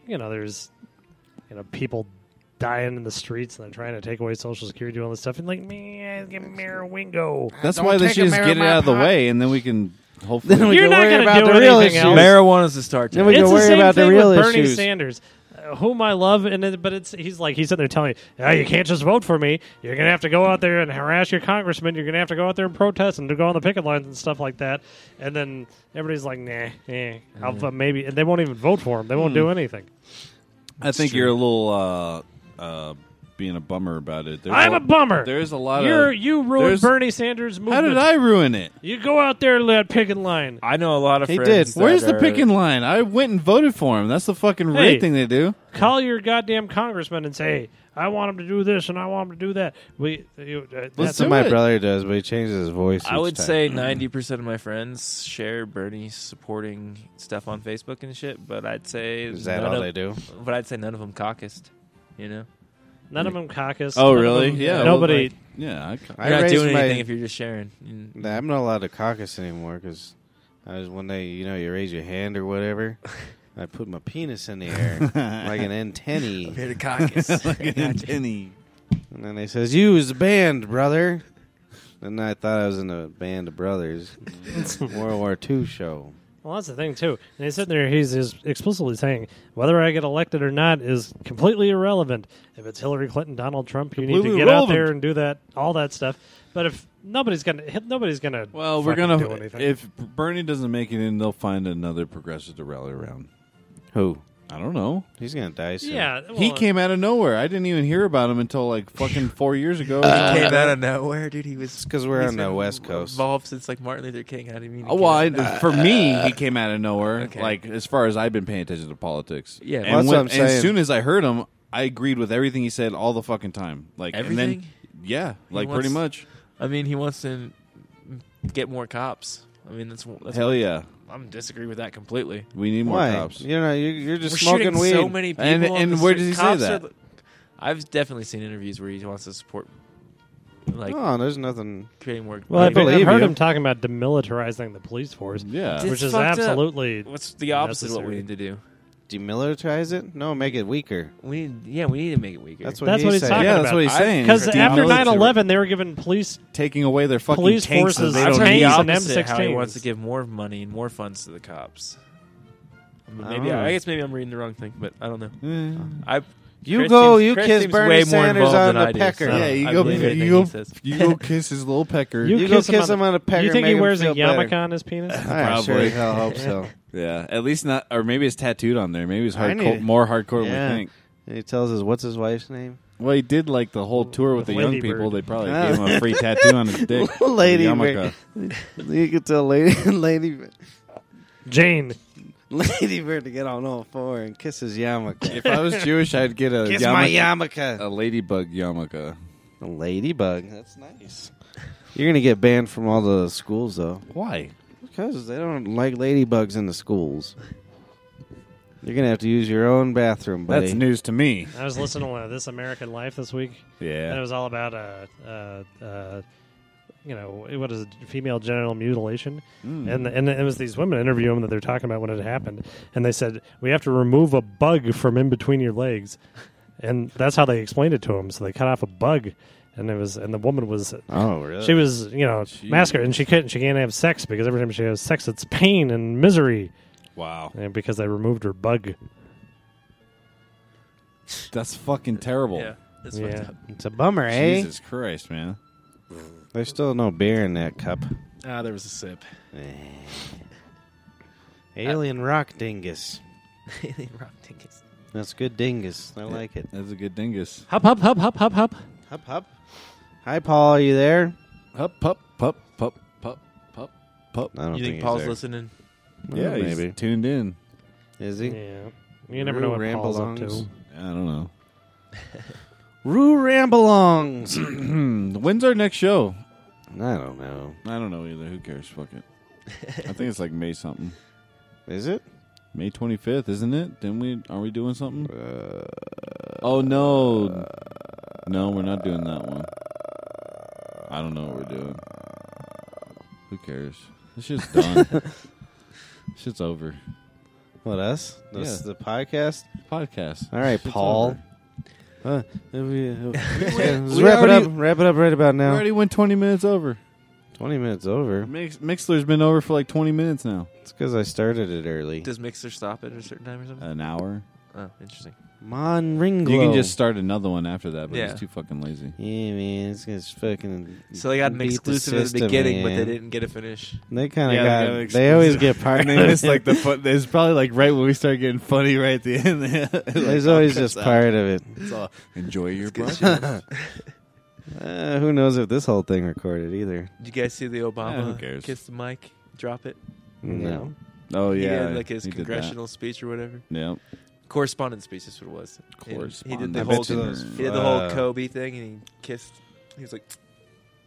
[SPEAKER 3] you know, there's, you know, people dying in the streets and they're trying to take away social security and all this stuff. And like, man, get marijuingo.
[SPEAKER 4] That's
[SPEAKER 2] Don't
[SPEAKER 4] why they
[SPEAKER 2] take a
[SPEAKER 4] should just get it
[SPEAKER 2] marijuana
[SPEAKER 4] out of the
[SPEAKER 2] pot.
[SPEAKER 4] way, and then we can hopefully.
[SPEAKER 2] Then we
[SPEAKER 3] You're
[SPEAKER 2] can
[SPEAKER 3] not
[SPEAKER 2] worry
[SPEAKER 3] gonna
[SPEAKER 2] about
[SPEAKER 3] do
[SPEAKER 2] the real
[SPEAKER 3] anything
[SPEAKER 2] issues.
[SPEAKER 3] else.
[SPEAKER 6] marijuana's the start.
[SPEAKER 2] Then we
[SPEAKER 6] to
[SPEAKER 2] can
[SPEAKER 3] it's the
[SPEAKER 2] worry
[SPEAKER 3] same
[SPEAKER 2] about the
[SPEAKER 3] thing
[SPEAKER 2] real
[SPEAKER 3] with Bernie
[SPEAKER 2] issues.
[SPEAKER 3] Sanders, uh, whom I love, and it- but it's he's like he's sitting there telling you, oh, you can't just vote for me. You're gonna have to go out there and harass your congressman. You're gonna have to go out there and protest and to go on the picket lines and stuff like that. And then everybody's like, nah, eh, I'll vote maybe, and they won't even vote for him. They
[SPEAKER 4] Hmm.
[SPEAKER 3] won't do anything.
[SPEAKER 4] I think you're a little uh, uh, being a bummer about it. There's
[SPEAKER 3] I'm
[SPEAKER 4] a-
[SPEAKER 3] a bummer.
[SPEAKER 4] There's a lot
[SPEAKER 3] You're
[SPEAKER 4] of.
[SPEAKER 3] you ruined
[SPEAKER 4] there's-
[SPEAKER 3] Bernie Sanders'
[SPEAKER 4] How
[SPEAKER 3] movement.
[SPEAKER 4] did I ruin it?
[SPEAKER 3] You go out there and that picket line.
[SPEAKER 6] I know a lot of
[SPEAKER 2] He
[SPEAKER 6] friends.
[SPEAKER 2] did.
[SPEAKER 6] that
[SPEAKER 4] Where's the
[SPEAKER 6] are-
[SPEAKER 4] picking line? I went and voted for him. That's the fucking right
[SPEAKER 3] Hey.
[SPEAKER 4] thing they do.
[SPEAKER 3] Call your goddamn congressman and say, hey, I want him to do this and I want him to do that. We you, uh,
[SPEAKER 2] That's
[SPEAKER 3] that's
[SPEAKER 4] do
[SPEAKER 2] what my
[SPEAKER 4] it.
[SPEAKER 2] brother does, but he changes his voice.
[SPEAKER 6] I
[SPEAKER 2] each
[SPEAKER 6] would
[SPEAKER 2] time. Mm.
[SPEAKER 6] say ninety percent of my friends share Bernie supporting stuff on Facebook and shit, but I'd say
[SPEAKER 2] Is that
[SPEAKER 6] none
[SPEAKER 2] all
[SPEAKER 6] of,
[SPEAKER 2] they do?
[SPEAKER 6] But I'd say none of them caucused. You know,
[SPEAKER 3] none of them caucus.
[SPEAKER 4] Oh,
[SPEAKER 3] none of
[SPEAKER 4] really?
[SPEAKER 3] them-
[SPEAKER 4] Yeah, well,
[SPEAKER 3] Nobody.
[SPEAKER 4] Yeah, I ca-
[SPEAKER 6] you're not doing anything if you're just sharing. You-
[SPEAKER 2] Nah, I'm not allowed to caucus anymore because I was one day, you know, you raise your hand or whatever. I put my penis in the air like an antennae,
[SPEAKER 6] Here to caucus.
[SPEAKER 4] like an antennae.
[SPEAKER 2] and then they says, "You is banned, brother." And I thought I was in a band of brothers, World War II show.
[SPEAKER 3] well, that's the thing, too. And he's sitting there, he's, he's explicitly saying, whether I get elected or not is completely irrelevant. If it's Hillary Clinton, Donald Trump, you need to
[SPEAKER 4] Completely
[SPEAKER 3] get out
[SPEAKER 4] irrelevant.
[SPEAKER 3] there and do that, all that stuff. But if nobody's going to, nobody's going to,
[SPEAKER 4] Well, we're
[SPEAKER 3] going
[SPEAKER 4] gonna
[SPEAKER 3] to do anything.
[SPEAKER 4] if Bernie doesn't make it in, they'll find another progressive to rally around.
[SPEAKER 2] Who?
[SPEAKER 4] I don't know.
[SPEAKER 2] He's gonna die soon.
[SPEAKER 3] yeah.
[SPEAKER 4] he
[SPEAKER 3] well,
[SPEAKER 4] came out of nowhere. I didn't even hear about him until like fucking four years ago.
[SPEAKER 6] came out of nowhere, dude. He was
[SPEAKER 2] because we're
[SPEAKER 6] he's
[SPEAKER 2] on the
[SPEAKER 6] been
[SPEAKER 2] West Coast.
[SPEAKER 6] Involved since like Martin Luther King. How do you mean? he
[SPEAKER 4] Oh, well, I,
[SPEAKER 6] came out?
[SPEAKER 4] for me, he came out of nowhere.
[SPEAKER 6] Okay.
[SPEAKER 4] Like as far as I've been paying attention to politics,
[SPEAKER 6] Yeah.
[SPEAKER 4] And
[SPEAKER 6] Well,
[SPEAKER 2] that's
[SPEAKER 4] when-
[SPEAKER 2] what I'm
[SPEAKER 4] and as
[SPEAKER 2] saying.
[SPEAKER 4] soon as I heard him, I agreed with everything he said all the fucking time. Like And
[SPEAKER 6] Everything?
[SPEAKER 4] then, yeah, like
[SPEAKER 6] wants-
[SPEAKER 4] pretty much.
[SPEAKER 6] I mean, he wants to get more cops. I mean, that's that's.
[SPEAKER 4] Hell yeah,
[SPEAKER 6] I'm disagree with that completely.
[SPEAKER 4] we need more
[SPEAKER 2] Why?
[SPEAKER 4] cops.
[SPEAKER 2] You know, you- you're just
[SPEAKER 6] we're
[SPEAKER 2] smoking
[SPEAKER 6] shooting
[SPEAKER 2] weed.
[SPEAKER 6] so many people.
[SPEAKER 4] And-
[SPEAKER 6] on
[SPEAKER 4] and
[SPEAKER 6] the
[SPEAKER 4] where does
[SPEAKER 6] street.
[SPEAKER 4] he say
[SPEAKER 6] Cops
[SPEAKER 4] that?
[SPEAKER 6] are the- I've definitely seen interviews where he wants to support like
[SPEAKER 2] oh, there's nothing.
[SPEAKER 6] creating more.
[SPEAKER 3] Well,
[SPEAKER 2] I
[SPEAKER 3] I have
[SPEAKER 2] believe
[SPEAKER 3] heard
[SPEAKER 2] you.
[SPEAKER 3] him talking about demilitarizing the police force,
[SPEAKER 4] Yeah.
[SPEAKER 6] It's
[SPEAKER 3] which is
[SPEAKER 6] fucked up.
[SPEAKER 3] absolutely
[SPEAKER 6] what's the opposite of what we
[SPEAKER 3] necessary.
[SPEAKER 6] need to do?
[SPEAKER 2] Demilitarize it? No, make it weaker.
[SPEAKER 6] We need, yeah, we need to make it weaker.
[SPEAKER 2] That's what
[SPEAKER 3] That's
[SPEAKER 2] he's
[SPEAKER 3] what he's
[SPEAKER 2] saying.
[SPEAKER 3] talking
[SPEAKER 4] yeah, that's
[SPEAKER 3] about.
[SPEAKER 4] what he's
[SPEAKER 6] I-
[SPEAKER 4] saying.
[SPEAKER 3] because
[SPEAKER 4] Demilitarize-
[SPEAKER 3] after 9-11, they were given police.
[SPEAKER 4] taking away their fucking
[SPEAKER 3] police
[SPEAKER 4] tanks
[SPEAKER 3] forces,
[SPEAKER 4] that
[SPEAKER 6] I've
[SPEAKER 4] they
[SPEAKER 6] heard
[SPEAKER 4] don't
[SPEAKER 3] tanks
[SPEAKER 6] the
[SPEAKER 4] need.
[SPEAKER 3] and
[SPEAKER 6] opposite, how he
[SPEAKER 3] M16s.
[SPEAKER 6] wants to give more money and more funds to the cops. But
[SPEAKER 2] I
[SPEAKER 6] Maybe
[SPEAKER 2] don't know.
[SPEAKER 6] I, guess maybe I'm reading the wrong thing, but I don't know.
[SPEAKER 4] Yeah.
[SPEAKER 6] I
[SPEAKER 2] You
[SPEAKER 6] Chris
[SPEAKER 2] go,
[SPEAKER 6] seems-
[SPEAKER 2] you
[SPEAKER 6] Chris
[SPEAKER 2] kiss
[SPEAKER 6] seems
[SPEAKER 2] Bernie
[SPEAKER 6] way more
[SPEAKER 2] Sanders
[SPEAKER 6] involved
[SPEAKER 2] on
[SPEAKER 6] than
[SPEAKER 2] the
[SPEAKER 6] I do,
[SPEAKER 2] pecker.
[SPEAKER 6] so-
[SPEAKER 4] Yeah,
[SPEAKER 6] I
[SPEAKER 4] you go,
[SPEAKER 6] believe anything
[SPEAKER 4] you
[SPEAKER 6] he
[SPEAKER 4] go,
[SPEAKER 6] says.
[SPEAKER 4] you go kiss his little pecker.
[SPEAKER 3] You
[SPEAKER 2] You go
[SPEAKER 3] kiss him
[SPEAKER 2] kiss
[SPEAKER 3] on
[SPEAKER 2] him on the pecker.
[SPEAKER 3] you think he
[SPEAKER 2] make him
[SPEAKER 3] wears a
[SPEAKER 2] feel
[SPEAKER 3] yarmulke
[SPEAKER 2] better.
[SPEAKER 3] on his penis?
[SPEAKER 2] I sure
[SPEAKER 4] Probably.
[SPEAKER 2] as hell hope so.
[SPEAKER 4] Yeah, at least not, or maybe it's tattooed on there. Maybe it's
[SPEAKER 2] I
[SPEAKER 4] hardcore,
[SPEAKER 2] need-
[SPEAKER 4] more hardcore
[SPEAKER 2] Yeah.
[SPEAKER 4] than we think.
[SPEAKER 2] And he tells us what's his wife's name?
[SPEAKER 4] Well, he did like the whole tour with,
[SPEAKER 3] With
[SPEAKER 4] the young
[SPEAKER 3] Lady
[SPEAKER 4] people.
[SPEAKER 3] Bird.
[SPEAKER 4] They probably
[SPEAKER 2] Ah.
[SPEAKER 4] gave him a free tattoo on his dick.
[SPEAKER 2] Lady
[SPEAKER 4] Yarmulke.
[SPEAKER 2] You can tell Lady Lady
[SPEAKER 3] Jane,
[SPEAKER 2] Lady Bird to get on all four and kiss his yarmulke.
[SPEAKER 4] If I was Jewish, I'd get a
[SPEAKER 2] kiss my
[SPEAKER 4] yarmulke,
[SPEAKER 2] yarmulke.
[SPEAKER 4] a ladybug yarmulke.
[SPEAKER 2] A ladybug. That's nice. You're gonna get banned from all the schools though,
[SPEAKER 4] Why?
[SPEAKER 2] because they don't like ladybugs in the schools. You're gonna have to use your own bathroom, buddy.
[SPEAKER 4] That's news to me.
[SPEAKER 3] I was listening to uh, This American Life this week, and it
[SPEAKER 4] Yeah.
[SPEAKER 3] was all about uh, uh, uh, you know, what is it, female genital mutilation, and and it was these women interviewing that they're talking about when it happened, and they said we have to remove a bug from in between your legs, and that's how they explained it to him. So they cut off a bug, and it was, and the woman was
[SPEAKER 2] Oh, really?
[SPEAKER 3] She was, you know, masculine, and she couldn't. She can't have sex because every time she has sex, it's pain and misery,
[SPEAKER 4] Wow.
[SPEAKER 3] and because they removed her bug.
[SPEAKER 4] That's fucking terrible.
[SPEAKER 6] yeah, that's
[SPEAKER 3] yeah,
[SPEAKER 6] fucked up.
[SPEAKER 2] it's a bummer, eh?
[SPEAKER 4] Jesus Christ, man.
[SPEAKER 2] There's still no beer in that cup.
[SPEAKER 9] Ah, there was a sip.
[SPEAKER 2] Eh. Alien rock dingus.
[SPEAKER 6] Alien rock tickets.
[SPEAKER 2] That's good dingus. I like it.
[SPEAKER 4] That's a good dingus.
[SPEAKER 3] hop, hop, hop, hop, hop, hop.
[SPEAKER 2] Hup hup. Hi, Paul. Are you there?
[SPEAKER 4] Hup, pup, pup, pup, pup, pup, pup.
[SPEAKER 2] I don't
[SPEAKER 6] You think
[SPEAKER 2] he's
[SPEAKER 6] Paul's
[SPEAKER 2] there.
[SPEAKER 6] listening?
[SPEAKER 4] Yeah,
[SPEAKER 2] Well,
[SPEAKER 4] he's
[SPEAKER 2] maybe.
[SPEAKER 4] tuned in.
[SPEAKER 2] Is he?
[SPEAKER 3] Yeah, you never know
[SPEAKER 2] Rue
[SPEAKER 3] what Paul's up to.
[SPEAKER 2] Ramblongs.
[SPEAKER 4] I don't know.
[SPEAKER 2] Rue Ramblongs.
[SPEAKER 4] Hmm, When's our next show?
[SPEAKER 2] I don't know.
[SPEAKER 4] I don't know either. Who cares? Fuck it. I think it's like May something.
[SPEAKER 2] Is it?
[SPEAKER 4] May 25th, isn't it? Then we are we doing something?
[SPEAKER 2] Uh,
[SPEAKER 4] Oh no. No, we're not doing that one. I don't know what we're doing. Who cares? This shit's done. Shit's over.
[SPEAKER 2] what us? This
[SPEAKER 4] Yeah.
[SPEAKER 2] the podcast.
[SPEAKER 4] Podcast.
[SPEAKER 2] All right,
[SPEAKER 4] Shit's
[SPEAKER 2] Paul.
[SPEAKER 4] over.
[SPEAKER 2] Uh, we, uh, let's
[SPEAKER 4] we
[SPEAKER 2] wrap
[SPEAKER 4] already-
[SPEAKER 2] it up. Wrap it up right about
[SPEAKER 4] We
[SPEAKER 2] now.
[SPEAKER 4] already went 20 minutes over.
[SPEAKER 2] Twenty minutes over.
[SPEAKER 4] Mix- Mixler's been over for like 20 minutes now.
[SPEAKER 2] It's because I started it early.
[SPEAKER 6] Does Mixer stop at a certain time or something?
[SPEAKER 4] An hour.
[SPEAKER 6] oh, interesting.
[SPEAKER 2] Mon Ringlo.
[SPEAKER 4] You can just start another one after that, but
[SPEAKER 6] Yeah.
[SPEAKER 4] he's too fucking lazy.
[SPEAKER 2] Yeah, man. It's gonna fucking.
[SPEAKER 6] So they got an
[SPEAKER 2] beat the
[SPEAKER 6] exclusive at the
[SPEAKER 2] system,
[SPEAKER 6] beginning, but they
[SPEAKER 2] man.
[SPEAKER 6] didn't get a finish.
[SPEAKER 2] They kind
[SPEAKER 4] Yeah,
[SPEAKER 2] of
[SPEAKER 4] they
[SPEAKER 2] got.
[SPEAKER 4] got
[SPEAKER 2] They,
[SPEAKER 4] an
[SPEAKER 2] always
[SPEAKER 4] exclusive.
[SPEAKER 2] get part.
[SPEAKER 4] the fun. It's probably like right when we start getting funny right at the end.
[SPEAKER 2] There's always just part of it.
[SPEAKER 4] Enjoy your brunch.
[SPEAKER 2] Uh, who knows if this whole thing recorded either?
[SPEAKER 6] Did you guys see the
[SPEAKER 4] Yeah, who
[SPEAKER 6] Obama
[SPEAKER 4] cares?
[SPEAKER 6] kiss the mic, drop it?
[SPEAKER 2] No.
[SPEAKER 4] Oh
[SPEAKER 6] He
[SPEAKER 4] yeah,
[SPEAKER 6] did like his
[SPEAKER 4] he did that.
[SPEAKER 6] congressional speech or whatever.
[SPEAKER 4] Yep.
[SPEAKER 6] Correspondence speech is what it was. And He did
[SPEAKER 4] Correspondence. I
[SPEAKER 6] the
[SPEAKER 4] bet
[SPEAKER 6] whole
[SPEAKER 4] you
[SPEAKER 6] thing-
[SPEAKER 4] those-
[SPEAKER 6] he did the whole
[SPEAKER 2] uh,
[SPEAKER 6] Kobe thing and he kissed. He was like,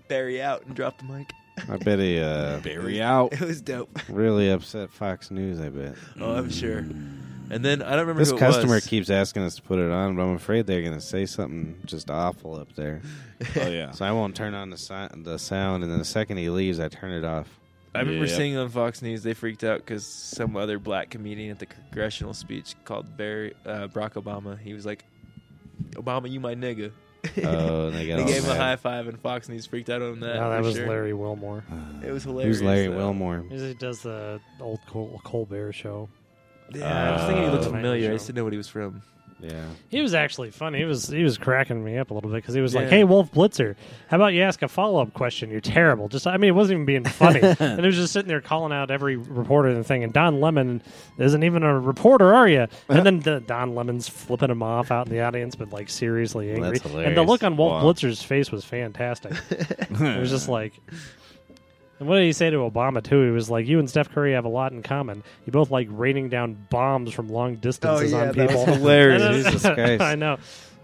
[SPEAKER 6] Barry out and dropped the mic.
[SPEAKER 2] I bet he uh,
[SPEAKER 4] Barry out.
[SPEAKER 6] It was dope.
[SPEAKER 2] really upset Fox News. I bet
[SPEAKER 6] Oh, I'm sure. And then I don't remember
[SPEAKER 2] this
[SPEAKER 6] who it
[SPEAKER 2] customer
[SPEAKER 6] was.
[SPEAKER 2] keeps asking us to put it on, but I'm afraid they're gonna say something just awful up there.
[SPEAKER 4] Oh yeah.
[SPEAKER 2] So I won't turn on the si- the sound, and then the second he leaves, I turn it off.
[SPEAKER 6] I remember
[SPEAKER 4] Yeah.
[SPEAKER 6] seeing on Fox News they freaked out because some other black comedian at the congressional speech called Barry uh, Barack Obama. He was like, "Obama, you my nigga."
[SPEAKER 2] Oh, and they got
[SPEAKER 6] they
[SPEAKER 2] all
[SPEAKER 6] gave him a
[SPEAKER 2] mad.
[SPEAKER 6] high five, and Fox News freaked out on that.
[SPEAKER 3] no, that
[SPEAKER 6] for
[SPEAKER 3] was
[SPEAKER 6] sure.
[SPEAKER 3] Larry Wilmore.
[SPEAKER 6] It was hilarious.
[SPEAKER 2] Who's Larry
[SPEAKER 6] though.
[SPEAKER 2] Wilmore?
[SPEAKER 3] He does the old Col- Colbert show.
[SPEAKER 6] Yeah, I was thinking he looked
[SPEAKER 3] Uh,
[SPEAKER 6] familiar. I just didn't know what he was from.
[SPEAKER 2] Yeah,
[SPEAKER 3] He was actually funny. He was he was cracking me up a little bit because he was like,
[SPEAKER 6] Yeah.
[SPEAKER 3] "Hey, Wolf Blitzer, how about you ask a follow up question? You're terrible." Just I mean, it wasn't even being funny, and it was just sitting there calling out every reporter and thing. And Don Lemon isn't even a reporter, are you? And then the, Don Lemon's flipping him off out in the audience, but like seriously angry.
[SPEAKER 2] that's
[SPEAKER 3] and the look
[SPEAKER 2] hilarious.
[SPEAKER 3] on Wolf
[SPEAKER 2] Wow.
[SPEAKER 3] Blitzer's face was fantastic. it was just like. And what did he say to Obama too? He was like, "You and Steph Curry have a lot in common. You both like raining down bombs from long distances
[SPEAKER 6] Oh, yeah,
[SPEAKER 3] on
[SPEAKER 6] that was
[SPEAKER 3] people."
[SPEAKER 6] hilarious.
[SPEAKER 3] And it-
[SPEAKER 2] Jesus Christ.
[SPEAKER 3] I know.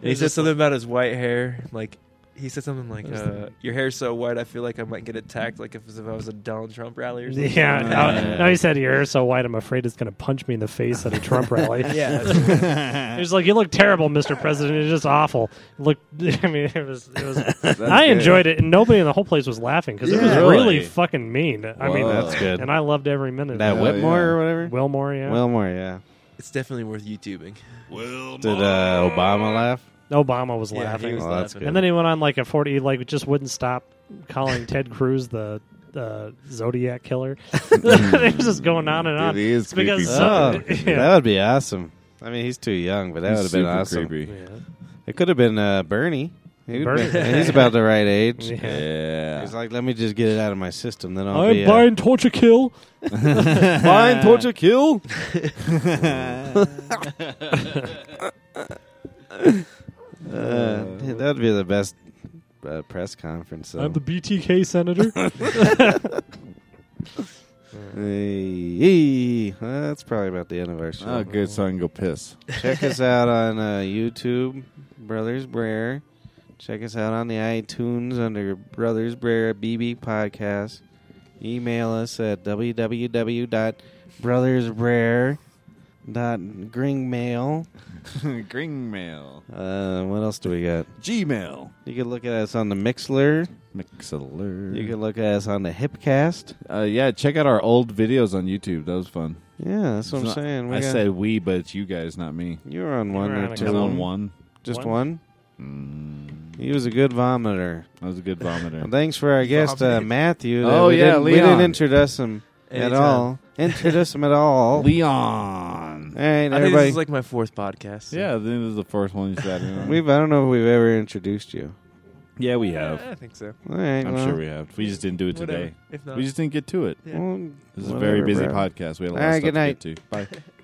[SPEAKER 6] And he said something about his white hair, like
[SPEAKER 7] he said something like, uh, "Your hair's so white, I feel like I might get attacked, like if, as if I was a Donald Trump rally or something."
[SPEAKER 3] Yeah,
[SPEAKER 2] Yeah.
[SPEAKER 3] no, no, he said your hair's so white, I'm afraid it's going to punch me in the face at a Trump rally.
[SPEAKER 7] yeah.
[SPEAKER 3] He's like, "You look terrible, Mr. President. It's just awful." Look, I mean, it was. It was I enjoyed it, and nobody in the whole place was laughing because it was
[SPEAKER 2] Yeah.
[SPEAKER 3] really?
[SPEAKER 2] Really?
[SPEAKER 3] fucking mean. I mean,
[SPEAKER 4] Whoa.
[SPEAKER 2] That's good.
[SPEAKER 3] and I loved every minute.
[SPEAKER 2] that
[SPEAKER 3] of
[SPEAKER 4] Hell
[SPEAKER 2] Whitmore
[SPEAKER 4] yeah.
[SPEAKER 2] or whatever.
[SPEAKER 3] it. Wilmore, yeah,
[SPEAKER 2] Wilmore, yeah.
[SPEAKER 7] it's definitely worth YouTubing.
[SPEAKER 2] Did uh, Obama laugh?
[SPEAKER 3] Obama was
[SPEAKER 7] Yeah,
[SPEAKER 3] laughing,
[SPEAKER 7] he was
[SPEAKER 2] Oh, that's
[SPEAKER 7] laughing.
[SPEAKER 2] good.
[SPEAKER 3] and then he went on like a forty, like just wouldn't stop calling Ted Cruz the. Uh, Zodiac killer. it was just going on and on.
[SPEAKER 4] Dude, he is
[SPEAKER 3] uh, It's because
[SPEAKER 4] creepy.
[SPEAKER 2] Oh,
[SPEAKER 3] Yeah.
[SPEAKER 2] that would be awesome. I mean, he's too young, but that would have been
[SPEAKER 4] Super
[SPEAKER 2] awesome.
[SPEAKER 4] creepy.
[SPEAKER 2] It could have been uh, Bernie. He would've
[SPEAKER 3] Bernie.
[SPEAKER 2] been- he's about the right age.
[SPEAKER 3] Yeah.
[SPEAKER 4] Yeah.
[SPEAKER 2] He's like, let me just get it out of my system. Then I'll be
[SPEAKER 3] I'm
[SPEAKER 2] uh,
[SPEAKER 3] buying torture kill.
[SPEAKER 2] Fine, torture, kill. Uh, dude, that'd be the best uh, press conference. though.
[SPEAKER 3] I'm the BTK senator.
[SPEAKER 2] Hey, hey. Well, that's probably about the end of our show.
[SPEAKER 4] Oh, good. So I can go piss.
[SPEAKER 2] Check us out on uh, YouTube, Brothers Brer. Check us out on the iTunes under Brothers Brer BB Podcast. Email us at www.brothersbrer.gringmail.
[SPEAKER 4] Green mail.
[SPEAKER 2] Uh, what else do we got?
[SPEAKER 4] Gmail.
[SPEAKER 2] You can look at us on the Mixler.
[SPEAKER 4] Mixler.
[SPEAKER 2] You can look at us on the Hipcast.
[SPEAKER 4] uh, yeah, check out our old videos on YouTube. That was fun.
[SPEAKER 2] Oh, Yeah, that's what I'm
[SPEAKER 4] It's not-
[SPEAKER 2] saying. We
[SPEAKER 4] I
[SPEAKER 2] got-
[SPEAKER 4] said we, but it's you guys, not me.
[SPEAKER 2] you were on one
[SPEAKER 3] were on
[SPEAKER 2] or
[SPEAKER 3] a
[SPEAKER 2] two.
[SPEAKER 4] I was
[SPEAKER 3] couple.
[SPEAKER 4] on one.
[SPEAKER 2] Just
[SPEAKER 3] One?
[SPEAKER 2] one.
[SPEAKER 4] Mm,
[SPEAKER 2] He was a good vomiter.
[SPEAKER 4] that was a good
[SPEAKER 2] Well,
[SPEAKER 4] vomiter.
[SPEAKER 2] thanks for our guest uh,
[SPEAKER 6] Vomit.
[SPEAKER 2] Matthew.
[SPEAKER 4] Oh,
[SPEAKER 2] we
[SPEAKER 4] yeah,
[SPEAKER 2] didn't, we didn't
[SPEAKER 4] Leon.
[SPEAKER 2] introduce him at
[SPEAKER 7] Anytime.
[SPEAKER 4] uh,
[SPEAKER 2] all. Introduce him at all. All
[SPEAKER 4] Leon.
[SPEAKER 2] right,
[SPEAKER 7] I think this
[SPEAKER 2] everybody.
[SPEAKER 7] is like my fourth podcast. so-
[SPEAKER 4] Yeah, this is the first one you said. you know.
[SPEAKER 2] we've I don't know if we've ever introduced you.
[SPEAKER 4] yeah, we
[SPEAKER 7] Yeah,
[SPEAKER 4] have.
[SPEAKER 7] I think so.
[SPEAKER 2] All right,
[SPEAKER 4] I'm
[SPEAKER 2] well,
[SPEAKER 4] sure we have. We just didn't do it
[SPEAKER 7] Whatever.
[SPEAKER 4] today.
[SPEAKER 7] If not,
[SPEAKER 4] We just didn't get to it.
[SPEAKER 7] Yeah.
[SPEAKER 2] well,
[SPEAKER 4] This is a
[SPEAKER 2] whatever,
[SPEAKER 4] very busy
[SPEAKER 2] bro.
[SPEAKER 4] podcast. We had a lot
[SPEAKER 2] All right,
[SPEAKER 4] of stuff
[SPEAKER 2] good night.
[SPEAKER 4] to get to. Bye.